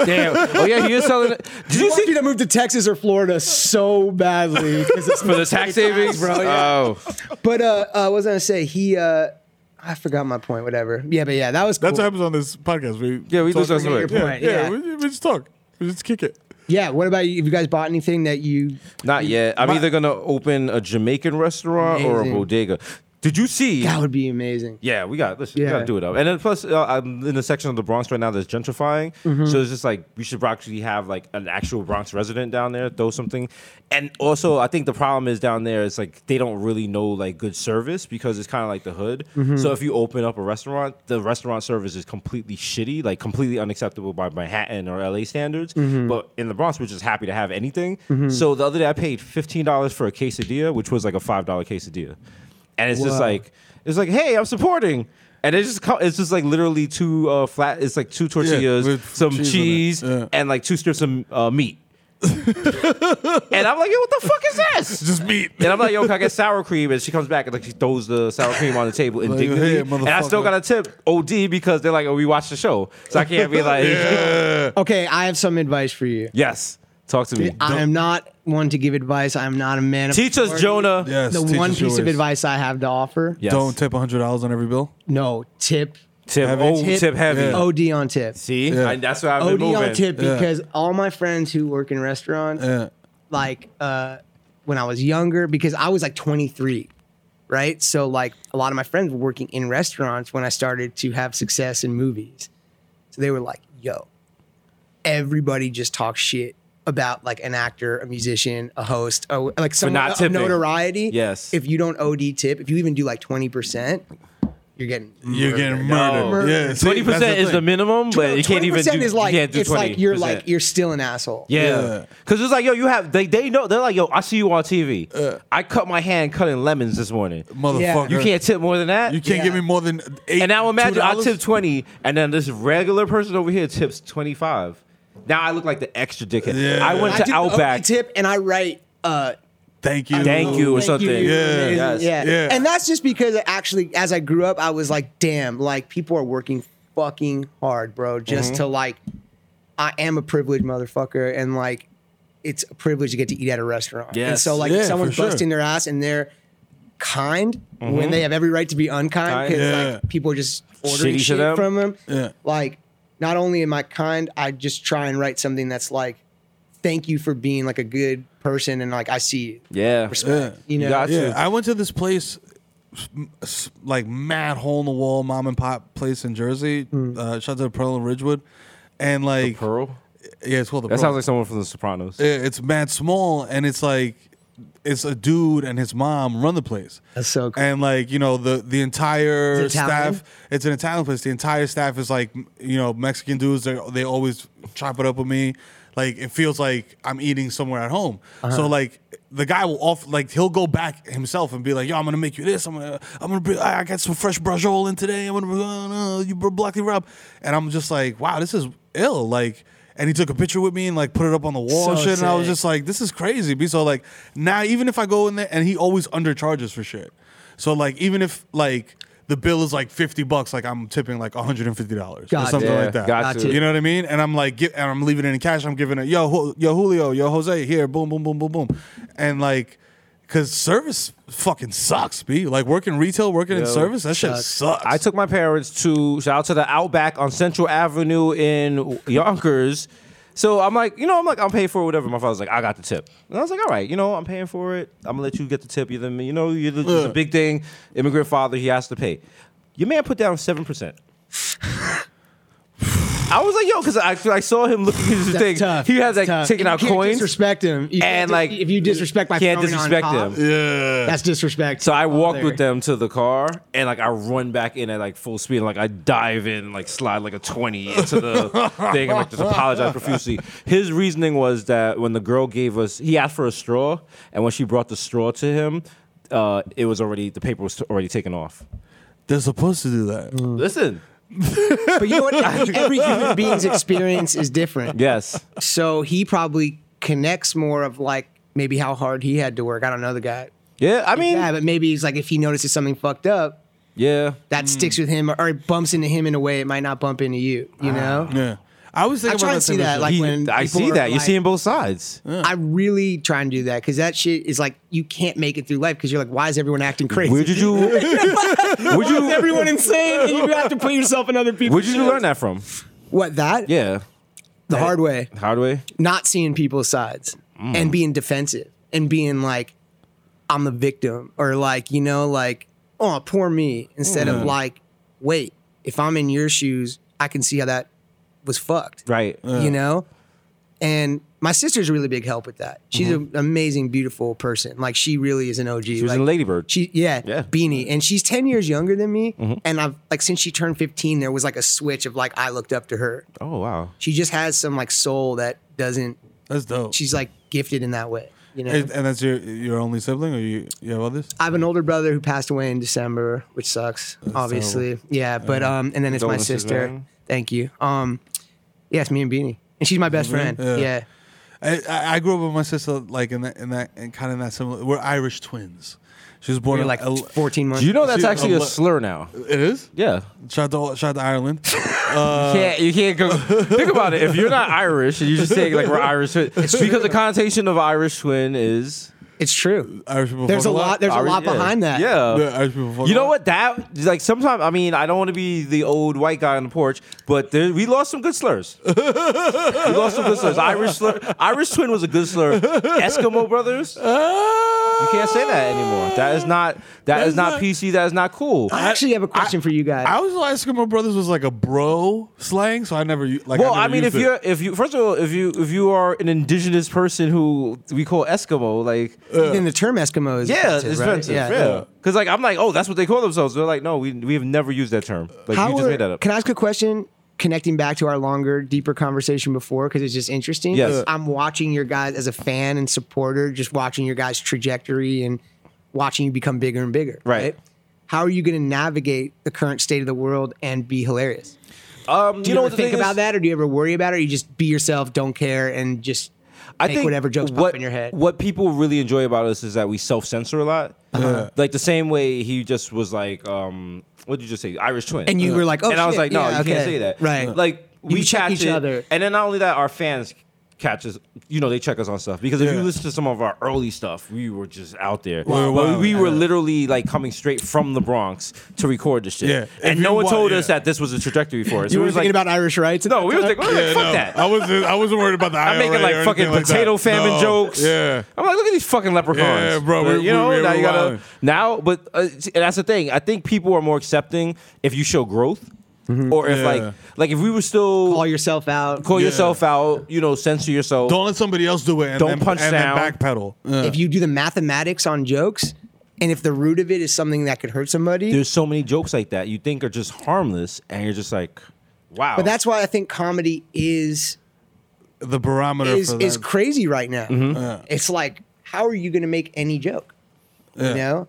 Speaker 7: Damn. Oh yeah, he is selling. *laughs* It. Did
Speaker 4: I
Speaker 7: you
Speaker 4: want
Speaker 7: see
Speaker 4: you to move to Texas or Florida so
Speaker 7: *laughs*
Speaker 4: badly because it's
Speaker 7: for the tax savings,
Speaker 4: bro,
Speaker 7: Oh,
Speaker 4: But uh, uh, what was I gonna say? He, uh, I forgot my point. Whatever. Yeah, but yeah, that was cool.
Speaker 6: That's what happens on this podcast. We
Speaker 7: Yeah, we
Speaker 6: talk-
Speaker 7: discuss it.
Speaker 4: Your
Speaker 7: Yeah,
Speaker 4: point,
Speaker 6: Yeah,
Speaker 4: Yeah,
Speaker 6: We, we just talk. We just kick it. *laughs*
Speaker 4: Yeah, What about you? Have you guys bought anything that you?
Speaker 7: not yet. I'm either gonna open a Jamaican restaurant or a
Speaker 4: Amazing.
Speaker 7: bodega. Did you see?
Speaker 4: That would be amazing.
Speaker 7: Yeah, we got listen, we
Speaker 4: Yeah.
Speaker 7: gotta do it up. And then plus, uh, I'm in a section of the Bronx right now that's gentrifying, so it's just like we should actually have like an actual Bronx resident down there, throw something. And also, I think the problem is down there is like they don't really know like good service because it's kind of like the hood. So if you open up a restaurant, the restaurant service is completely shitty, like completely unacceptable by Manhattan or LA standards. But in the Bronx, we're just happy to have anything. So the other day, I paid fifteen dollars for a quesadilla, which was like a five dollar quesadilla and it's just like it's like hey i'm supporting and it's just co- it's just like literally two uh, flat it's like two tortillas
Speaker 6: with
Speaker 7: some
Speaker 6: cheese
Speaker 7: cheese,
Speaker 6: on it. Yeah.
Speaker 7: and like two strips of uh, meat and i'm like yo what the fuck is this
Speaker 6: Just meet.
Speaker 7: and I'm like, yo, can I get sour cream? And she comes back and like she throws the sour cream on the table indignantly.
Speaker 6: "Hey,
Speaker 7: and I still
Speaker 6: motherfucker."
Speaker 7: got a tip OD because they're like, oh, we watched the show. So I can't
Speaker 6: *laughs*
Speaker 7: be like,
Speaker 4: Okay, I have some advice for you.
Speaker 7: yes, talk to me.
Speaker 4: I am not one to give advice. I am not a man. Of
Speaker 7: Teach us,
Speaker 4: authority.
Speaker 7: Jonah.
Speaker 6: Yes.
Speaker 4: The
Speaker 6: teach
Speaker 4: one
Speaker 6: us your
Speaker 4: piece of
Speaker 6: ways.
Speaker 4: advice I have to offer:
Speaker 7: Yes.
Speaker 6: Don't tip hundred dollars on every bill.
Speaker 4: no tip,
Speaker 7: tip.
Speaker 6: Heavy.
Speaker 7: Oh, tip, heavy.
Speaker 6: Yeah.
Speaker 4: OD on tip,
Speaker 7: See,
Speaker 6: Yeah.
Speaker 7: I- that's what I've been
Speaker 4: OD
Speaker 7: moving.
Speaker 4: on tip,
Speaker 6: Yeah.
Speaker 4: because all my friends who work in restaurants,
Speaker 6: Yeah.
Speaker 4: like uh when I was younger because I was like 23, right? So like a lot of my friends were working in restaurants when I started to have success in movies. So they were like, "Yo, everybody just talks shit about like an actor, a musician, a host, or like some
Speaker 7: not
Speaker 4: of
Speaker 7: tipping.
Speaker 4: notoriety.
Speaker 7: Yes.
Speaker 4: If you don't OD tip, if you even do like twenty percent, you're getting
Speaker 6: You're getting
Speaker 4: Oh,
Speaker 6: murdered.
Speaker 4: No.
Speaker 6: Yeah, see,
Speaker 7: Twenty
Speaker 6: that's
Speaker 7: percent is the
Speaker 6: thing.
Speaker 7: minimum, but you can't even do.
Speaker 4: 20% is like
Speaker 7: you can't do
Speaker 4: it's like you're like
Speaker 7: 20%.
Speaker 4: you're still an asshole.
Speaker 7: Yeah.
Speaker 6: Yeah.
Speaker 7: Cause it's like, yo, you have they they know they're like, yo, I see you on TV. I cut my hand cutting lemons this morning.
Speaker 6: motherfucker.
Speaker 7: You can't tip more than that.
Speaker 6: You can't give me more than eight.
Speaker 7: and now imagine I
Speaker 6: $2?
Speaker 7: tip twenty, and then this regular person over here tips twenty five. Now I look like the extra dickhead.
Speaker 6: Yeah.
Speaker 7: I went
Speaker 4: I
Speaker 7: to
Speaker 4: do the
Speaker 7: Outback.
Speaker 4: OD tip and I write uh
Speaker 6: Thank you.
Speaker 7: Thank you or something.
Speaker 6: Yeah.
Speaker 4: amazing.
Speaker 7: Yes.
Speaker 4: yeah.
Speaker 6: Yeah.
Speaker 4: And that's just because actually, as I grew up, I was like, damn, like people are working fucking hard, bro, just to like, I am a privileged motherfucker, and like, it's a privilege to get to eat at a restaurant. And
Speaker 7: Yes.
Speaker 4: so like,
Speaker 6: Yeah,
Speaker 4: if someone's
Speaker 6: for sure.
Speaker 4: busting their ass and they're kind when they have every right to be unkind because
Speaker 6: Yeah.
Speaker 4: like people are just ordering
Speaker 7: Shitty to
Speaker 4: shit
Speaker 7: them.
Speaker 4: from them.
Speaker 6: Yeah.
Speaker 4: Like, not only am I kind, I just try and write something that's like. Thank you for being like a good person, and like I see you.
Speaker 7: Yeah.
Speaker 4: Respect, you know.
Speaker 7: got
Speaker 6: Yeah,
Speaker 7: to.
Speaker 6: I went to this place, s- like mad hole in the wall mom and pop place in Jersey. Uh, shout out to the Pearl and Ridgewood, and like
Speaker 7: Hmm. Pearl.
Speaker 6: yeah, it's called the
Speaker 7: That
Speaker 6: Pearl.
Speaker 7: sounds like someone from The Sopranos.
Speaker 6: Yeah, it's mad small, and it's like it's a dude and his mom run the place.
Speaker 4: That's so cool.
Speaker 6: And like you know the the entire
Speaker 4: It's Italian?
Speaker 6: staff, it's an Italian place. The entire staff is like m- you know Mexican dudes. They they always chop it up with me. Like it feels like I'm eating somewhere at home.
Speaker 4: Uh-huh.
Speaker 6: So like the guy will off like he'll go back himself and be like, "Yo, I'm gonna make you this. I'm gonna I'm gonna bring, I I got some fresh brajol in today. I'm gonna uh, you bro- block it up." And I'm just like, "Wow, this is ill." Like. And he took a picture with me and like put it up on the wall and
Speaker 4: So
Speaker 6: shit. And I was
Speaker 4: sick.
Speaker 6: just like, this is crazy. B. So like now, even if I go in there and he always undercharges for shit. So like even if like the bill is like fifty bucks, like I'm tipping like hundred and fifty dollars or
Speaker 4: Gotcha.
Speaker 6: something
Speaker 7: Yeah,
Speaker 6: like that.
Speaker 7: got
Speaker 4: to.
Speaker 6: You know what I mean? And I'm like, gi- and I'm leaving it in cash. I'm giving it, yo, Ju- yo, Julio, yo, Jose, here, boom, boom, boom, boom, boom, and like. Cause service fucking sucks, b. Like working retail, working in service, that shit sucks.
Speaker 7: I took my parents to shout out to the Outback on Central Avenue in Yonkers. So I'm like, you know, I'm like, I'm paying for it, whatever. My father's like, I got the tip. And I was like, all right, you know, I'm paying for it. I'm gonna let you get the tip. You're the, you know, you're the, it's a big thing. Immigrant father, he has to pay. Your man put down seven percent. I was like, yo, because I, I saw him looking at his thing.
Speaker 4: tough.
Speaker 7: He has
Speaker 4: That's
Speaker 7: like
Speaker 4: tough.
Speaker 7: taking
Speaker 4: You
Speaker 7: out
Speaker 4: can't
Speaker 7: coins.
Speaker 4: Disrespect him, You can't
Speaker 7: and
Speaker 4: dis-
Speaker 7: like
Speaker 4: if you disrespect by
Speaker 7: can't
Speaker 4: throwing
Speaker 7: disrespect
Speaker 4: on
Speaker 7: them.
Speaker 4: top, that's disrespect.
Speaker 7: So I walked
Speaker 4: Oh, there.
Speaker 7: with them to the car, and like I run back in at like full speed, and, like I dive in, like slide like a twenty
Speaker 4: *laughs*
Speaker 7: into the thing, and like just apologize profusely. His reasoning was that when the girl gave us, he asked for a straw, and when she brought the straw to him, uh, it was already the paper was already taken off.
Speaker 6: They're supposed to do that.
Speaker 4: Mm.
Speaker 7: Listen,
Speaker 4: but you know
Speaker 7: *laughs*
Speaker 4: what? Every human being's *laughs* experience is different.
Speaker 7: yes,
Speaker 4: So he probably connects more of like maybe how hard he had to work. I don't know the guy.
Speaker 7: yeah. I mean,
Speaker 4: Yeah, but maybe he's like if he notices something fucked up,
Speaker 7: yeah.
Speaker 4: that sticks with him, or it bumps into him in a way it might not bump into you. You know.
Speaker 7: Ah,
Speaker 6: Yeah, I was
Speaker 4: I
Speaker 6: thinking
Speaker 4: try
Speaker 6: about
Speaker 4: and
Speaker 6: that
Speaker 4: see
Speaker 6: thing
Speaker 4: that,
Speaker 6: this
Speaker 4: like
Speaker 6: year.
Speaker 7: He-
Speaker 4: when
Speaker 7: I
Speaker 4: people
Speaker 7: see
Speaker 4: are,
Speaker 7: that you're
Speaker 4: like-
Speaker 7: seeing
Speaker 4: *laughs*
Speaker 7: both sides.
Speaker 4: I really try and do that because that shit is like you can't make it through life because you're like, why is everyone acting crazy?
Speaker 7: Where did *laughs* you? would
Speaker 4: *laughs*
Speaker 7: you?
Speaker 4: everyone insane, and you have to put yourself in other people's
Speaker 7: Where did you learn that from?
Speaker 4: What that?
Speaker 7: Yeah,
Speaker 4: the hard way.
Speaker 7: Hardway.
Speaker 4: Not seeing people's sides
Speaker 7: Mm.
Speaker 4: and being defensive and being like, I'm the victim or like, you know, like, oh, poor me. Instead
Speaker 7: Mm.
Speaker 4: of like, wait, if I'm in your shoes, I can see how that was fucked.
Speaker 7: Right.
Speaker 4: You know? And my sister's a really big help with that. She's an amazing, beautiful person. Like she really is an OG. She
Speaker 7: Mm-hmm. was in Ladybird.
Speaker 4: She yeah,
Speaker 7: Yeah. Mm-hmm.
Speaker 4: Beanie. And she's 10 years younger than me. And I've like since she turned 15, there was like a switch of like I looked up to her.
Speaker 7: Oh wow.
Speaker 4: She just has some like soul that doesn't
Speaker 6: That's dope.
Speaker 4: she's like gifted in that way. You know?
Speaker 6: And and that's your your only sibling, or you you have others?
Speaker 4: I have an older brother who passed away in December, which sucks, obviously. Yeah, but um, and then it's my
Speaker 7: Condolences,
Speaker 4: sister.
Speaker 7: man.
Speaker 4: Thank you. Um, yeah, it's me and Beanie, and she's my best
Speaker 7: Mm-hmm.
Speaker 4: friend.
Speaker 6: Yeah.
Speaker 4: yeah.
Speaker 6: I, I I grew up with my sister like in that in that and kind of that similar. We're Irish twins. She was born
Speaker 4: We're
Speaker 6: in
Speaker 4: like
Speaker 6: L-
Speaker 4: 14 months.
Speaker 7: Do you know that's
Speaker 6: See,
Speaker 7: actually a
Speaker 6: ele-
Speaker 7: slur now?
Speaker 6: It is.
Speaker 7: Yeah. Uh,
Speaker 6: Shout out to shout out to Ireland.
Speaker 7: can't, you can't go. think about *laughs* it. If you're not Irish and you just say like we're Irish, twin- because the connotation of Irish twin is
Speaker 4: It's true.
Speaker 6: Irish people
Speaker 4: There's a
Speaker 6: fuck
Speaker 4: lot. There's a
Speaker 7: Irish-
Speaker 4: lot
Speaker 7: yeah.
Speaker 4: behind that.
Speaker 7: Yeah.
Speaker 6: Yeah, Irish people fuck
Speaker 7: You
Speaker 6: a
Speaker 7: know
Speaker 6: lot.
Speaker 7: what? That like sometimes I mean I don't want to be the old white guy on the porch, but there, we lost some good slurs. we lost some good slurs. Irish slur, Irish twin was a good slur. Eskimo brothers, you can't say that anymore. That is not that is not PC. That is not cool.
Speaker 4: I actually have a question for you guys.
Speaker 6: I always thought Eskimo Brothers was like a bro slang, so I never u- like.
Speaker 7: Well,
Speaker 6: I,
Speaker 7: I
Speaker 6: never
Speaker 7: mean, if
Speaker 6: used it.
Speaker 7: you're if you first of all if you if you are an indigenous person who we call Eskimo, like
Speaker 4: Even the term Eskimo is
Speaker 7: yeah,
Speaker 4: offensive,
Speaker 7: it's
Speaker 4: Uh, right?
Speaker 7: offensive, yeah, because like I'm like oh that's what they call themselves. They're like no we we have never used that term. Like
Speaker 4: How
Speaker 7: you just
Speaker 4: are-
Speaker 7: made that up.
Speaker 4: Can I ask a question? Connecting back to our longer, deeper conversation before, because it's just interesting. Uh,
Speaker 7: Yes.
Speaker 4: I'm watching your guys as a fan and supporter, just watching your guys' trajectory and watching you become bigger and bigger.
Speaker 7: Right.
Speaker 4: How are you going to navigate the current state of the world and be hilarious?
Speaker 7: um,
Speaker 4: Do you, know
Speaker 7: the
Speaker 4: ever think
Speaker 7: thing is?
Speaker 4: about that, or do you ever worry about it? Or you just be yourself, don't care, and just
Speaker 7: I
Speaker 4: make whatever jokes pop in your head.
Speaker 7: What people really enjoy about us is that we self censor a lot.
Speaker 4: Uh-huh.
Speaker 7: Like the same way he just was like, um, what did you just say? Irish twin.
Speaker 4: And
Speaker 6: Uh-huh.
Speaker 4: you were like, oh,
Speaker 7: and I was
Speaker 4: shit,
Speaker 7: like, no,
Speaker 4: yeah,
Speaker 7: you can't
Speaker 4: okay.
Speaker 7: say that.
Speaker 4: Right.
Speaker 7: Like
Speaker 4: You
Speaker 7: we
Speaker 4: check
Speaker 7: catch
Speaker 4: each
Speaker 7: it,
Speaker 4: other.
Speaker 7: and then not only that, our fans catch us. You know, they check us on stuff because if you listen to some of our early stuff, we were just out there.
Speaker 6: were
Speaker 7: But
Speaker 6: wild.
Speaker 7: we were literally like coming straight from the Bronx to record this shit.
Speaker 6: Yeah. If
Speaker 7: And no
Speaker 6: you
Speaker 7: one
Speaker 6: wa-
Speaker 7: told
Speaker 6: yeah.
Speaker 7: us that this was a trajectory for us.
Speaker 4: you
Speaker 7: we
Speaker 4: were
Speaker 7: was
Speaker 4: thinking
Speaker 7: like,
Speaker 4: about Irish rights?
Speaker 7: no, we was like, we was like,
Speaker 6: Yeah,
Speaker 7: fuck
Speaker 6: no.
Speaker 7: that.
Speaker 6: I wasn't. I wasn't worried about the.
Speaker 7: *laughs* I'm making
Speaker 6: IRA or
Speaker 7: like fucking
Speaker 6: anything like that.
Speaker 7: potato famine
Speaker 6: No.
Speaker 7: jokes.
Speaker 6: Yeah.
Speaker 7: I'm like, look at these fucking leprechauns.
Speaker 6: Yeah, bro,
Speaker 7: But,
Speaker 6: we-
Speaker 7: you know,
Speaker 6: we- we-
Speaker 7: now
Speaker 6: we
Speaker 7: you gotta
Speaker 6: wildin'.
Speaker 7: now, but uh, see, and that's the thing. I think people are more accepting if you show growth, or if
Speaker 6: Yeah.
Speaker 7: like like if we were still
Speaker 4: Call
Speaker 7: call,
Speaker 4: yourself out.
Speaker 7: yourself out, you know, censor yourself.
Speaker 6: Don't let somebody else do it. And
Speaker 7: Don't
Speaker 6: then,
Speaker 7: punch
Speaker 6: and
Speaker 7: down.
Speaker 6: Then backpedal. Yeah.
Speaker 4: if you do the mathematics on jokes, and if the root of it is something that could hurt somebody,
Speaker 7: There's so many jokes like that you think are just harmless, and you're just like, wow.
Speaker 4: but that's why I think comedy is
Speaker 6: The barometer
Speaker 4: is
Speaker 6: for that.
Speaker 4: is crazy right now. It's like, how are you going to make any joke? You know,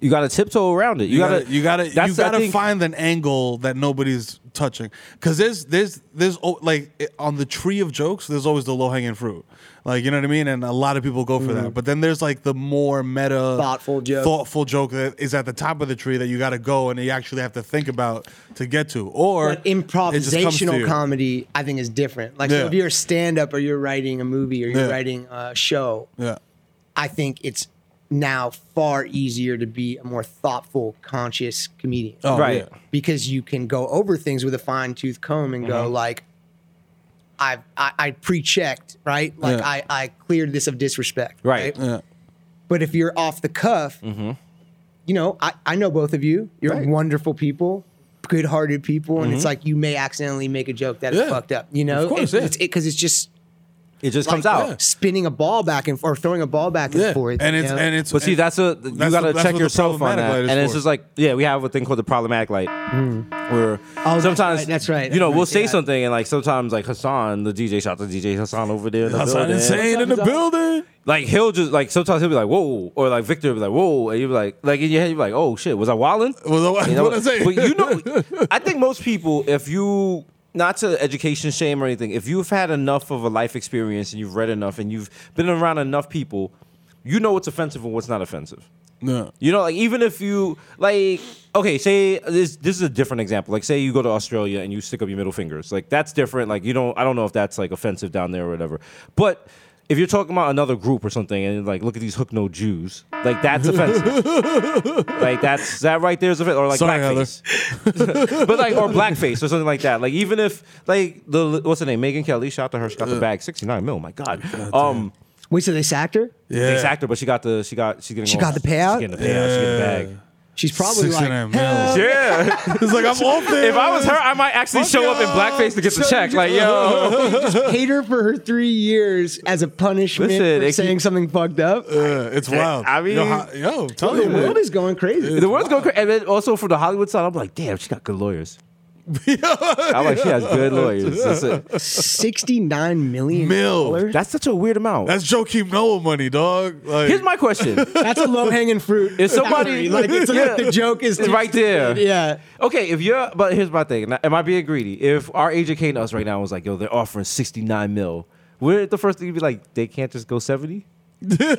Speaker 7: you got to tiptoe around it.
Speaker 6: You
Speaker 7: You, gotta,
Speaker 6: gotta, you gotta,
Speaker 7: that's
Speaker 6: you
Speaker 7: the
Speaker 6: gotta
Speaker 7: thing.
Speaker 6: find an angle that nobody's touching. Cause there's, there's, there's oh, like it- on the tree of jokes, there's always the low hanging fruit. Like you know what I mean, and a lot of people go for
Speaker 7: Mm.
Speaker 6: that. But then there's like the more meta,
Speaker 4: Thoughtful joke.
Speaker 6: thoughtful joke that is at the top of the tree that you gotta go and you actually have to think about to get to. Or
Speaker 4: but
Speaker 6: it just comes to
Speaker 4: improvisational
Speaker 6: you.
Speaker 4: comedy, I think, is different. Like,
Speaker 6: Yeah.
Speaker 4: so if you're a stand up or you're writing a movie or you're
Speaker 6: Yeah.
Speaker 4: writing a show,
Speaker 6: Yeah,
Speaker 4: I think it's now far easier to be a more thoughtful, conscious comedian.
Speaker 6: Oh,
Speaker 7: Right.
Speaker 6: yeah.
Speaker 4: because you can go over things with a fine tooth comb and go like, I've, I I pre-checked right, like
Speaker 6: Yeah.
Speaker 4: I I cleared this of disrespect,
Speaker 7: Right.
Speaker 6: Yeah.
Speaker 4: But if you're off the cuff, you know I I know both of you. You're wonderful people, good-hearted people, and it's like you may accidentally make a joke that is
Speaker 6: Yeah.
Speaker 4: fucked up. You know,
Speaker 6: Of course,
Speaker 4: It-
Speaker 6: yeah.
Speaker 4: it's because it's just
Speaker 7: It just comes
Speaker 4: like
Speaker 7: out.
Speaker 4: spinning a ball back and or throwing a ball back and
Speaker 6: Yeah.
Speaker 4: forth,
Speaker 6: and
Speaker 4: you
Speaker 6: it's
Speaker 4: know?
Speaker 6: and it's
Speaker 7: But see,
Speaker 6: and-
Speaker 7: that's a you
Speaker 6: that's
Speaker 7: gotta
Speaker 6: the- that's
Speaker 7: check
Speaker 6: what the
Speaker 7: yourself on
Speaker 6: problematic
Speaker 7: that,
Speaker 6: light is
Speaker 7: and it's
Speaker 6: for. Mm-hmm.
Speaker 7: just like yeah, we have a thing called the problematic light, where
Speaker 4: Oh, that's
Speaker 7: sometimes
Speaker 4: right, that's right,
Speaker 7: You know,
Speaker 4: that's
Speaker 7: we'll
Speaker 4: right,
Speaker 7: say
Speaker 4: yeah.
Speaker 7: something, and like sometimes like Hassan, the DJ, shout out to DJ Hassan over there, in the
Speaker 6: that's
Speaker 7: building.
Speaker 6: insane in the building.
Speaker 7: Like he'll just like sometimes he'll be like whoa, or like Victor will be like whoa, and you'll be like like in your head you're like oh shit, was I wilding?
Speaker 6: *laughs* Was I-
Speaker 7: You know,
Speaker 6: what'd I say?
Speaker 7: But
Speaker 6: *laughs*
Speaker 7: you know, I think most people, if you not to education shame or anything, if you've had enough of a life experience and you've read enough and you've been around enough people, you know what's offensive and what's not offensive.
Speaker 6: No.
Speaker 7: You know, like even if you like, okay, say this. This is a different example. Like, say you go to Australia and you stick up your middle fingers. Like that's different. Like you don't. I don't know if that's like offensive down there or whatever. But if you're talking about another group or something and like, look at these hook no Jews. Like
Speaker 4: *laughs*
Speaker 7: that's offensive. like that's that right there is offensive. Or like
Speaker 6: Sorry,
Speaker 7: blackface. *laughs* but like or blackface or something like that. Like even if like the what's her name Megan Kelly shot to her she got the bag sixty nine mil. My God. Um.
Speaker 4: wait, so they sacked her?
Speaker 6: Yeah.
Speaker 7: Ex actor, but she got the she got she getting
Speaker 4: She
Speaker 7: all-
Speaker 4: got the payout?
Speaker 7: She getting the payout. She getting the bag.
Speaker 4: She's probably like,
Speaker 6: 69 mil.
Speaker 7: Yeah.
Speaker 6: It's like I'm off there.
Speaker 7: If I was her, I might actually
Speaker 6: Fuck
Speaker 7: show up in
Speaker 6: y'all.
Speaker 7: blackface to get the check. Like, yo,
Speaker 4: hate her for her three years as a punishment
Speaker 7: Listen, it
Speaker 4: for
Speaker 7: keep-
Speaker 4: saying something fucked up.
Speaker 6: Uh, it's wild.
Speaker 7: I mean-
Speaker 6: yo, how- yo, tell
Speaker 4: the
Speaker 6: you,
Speaker 4: world is going crazy.
Speaker 2: Uh,
Speaker 7: the world's going crazy. And then also for the Hollywood side, I'm like, damn, she got good lawyers. I'm like, she has good lawyers. That's, it.
Speaker 4: Sixty-nine million
Speaker 6: Mil.
Speaker 4: dollars.
Speaker 7: That's such a weird amount.
Speaker 6: That's Joakim Noah money, dog. Like,
Speaker 7: Here's my question.
Speaker 4: That's a low-hanging fruit.
Speaker 7: If somebody-
Speaker 4: like, it's
Speaker 7: Yeah.
Speaker 4: like the joke is
Speaker 7: It's right there.
Speaker 4: Yeah,
Speaker 7: Okay, if you're, but here's my thing. Now, Am I being greedy? If our agent came to us right now and was like, yo, they're offering 69 mil, we're the first thing you'd be like, they can't just go 70?
Speaker 3: Like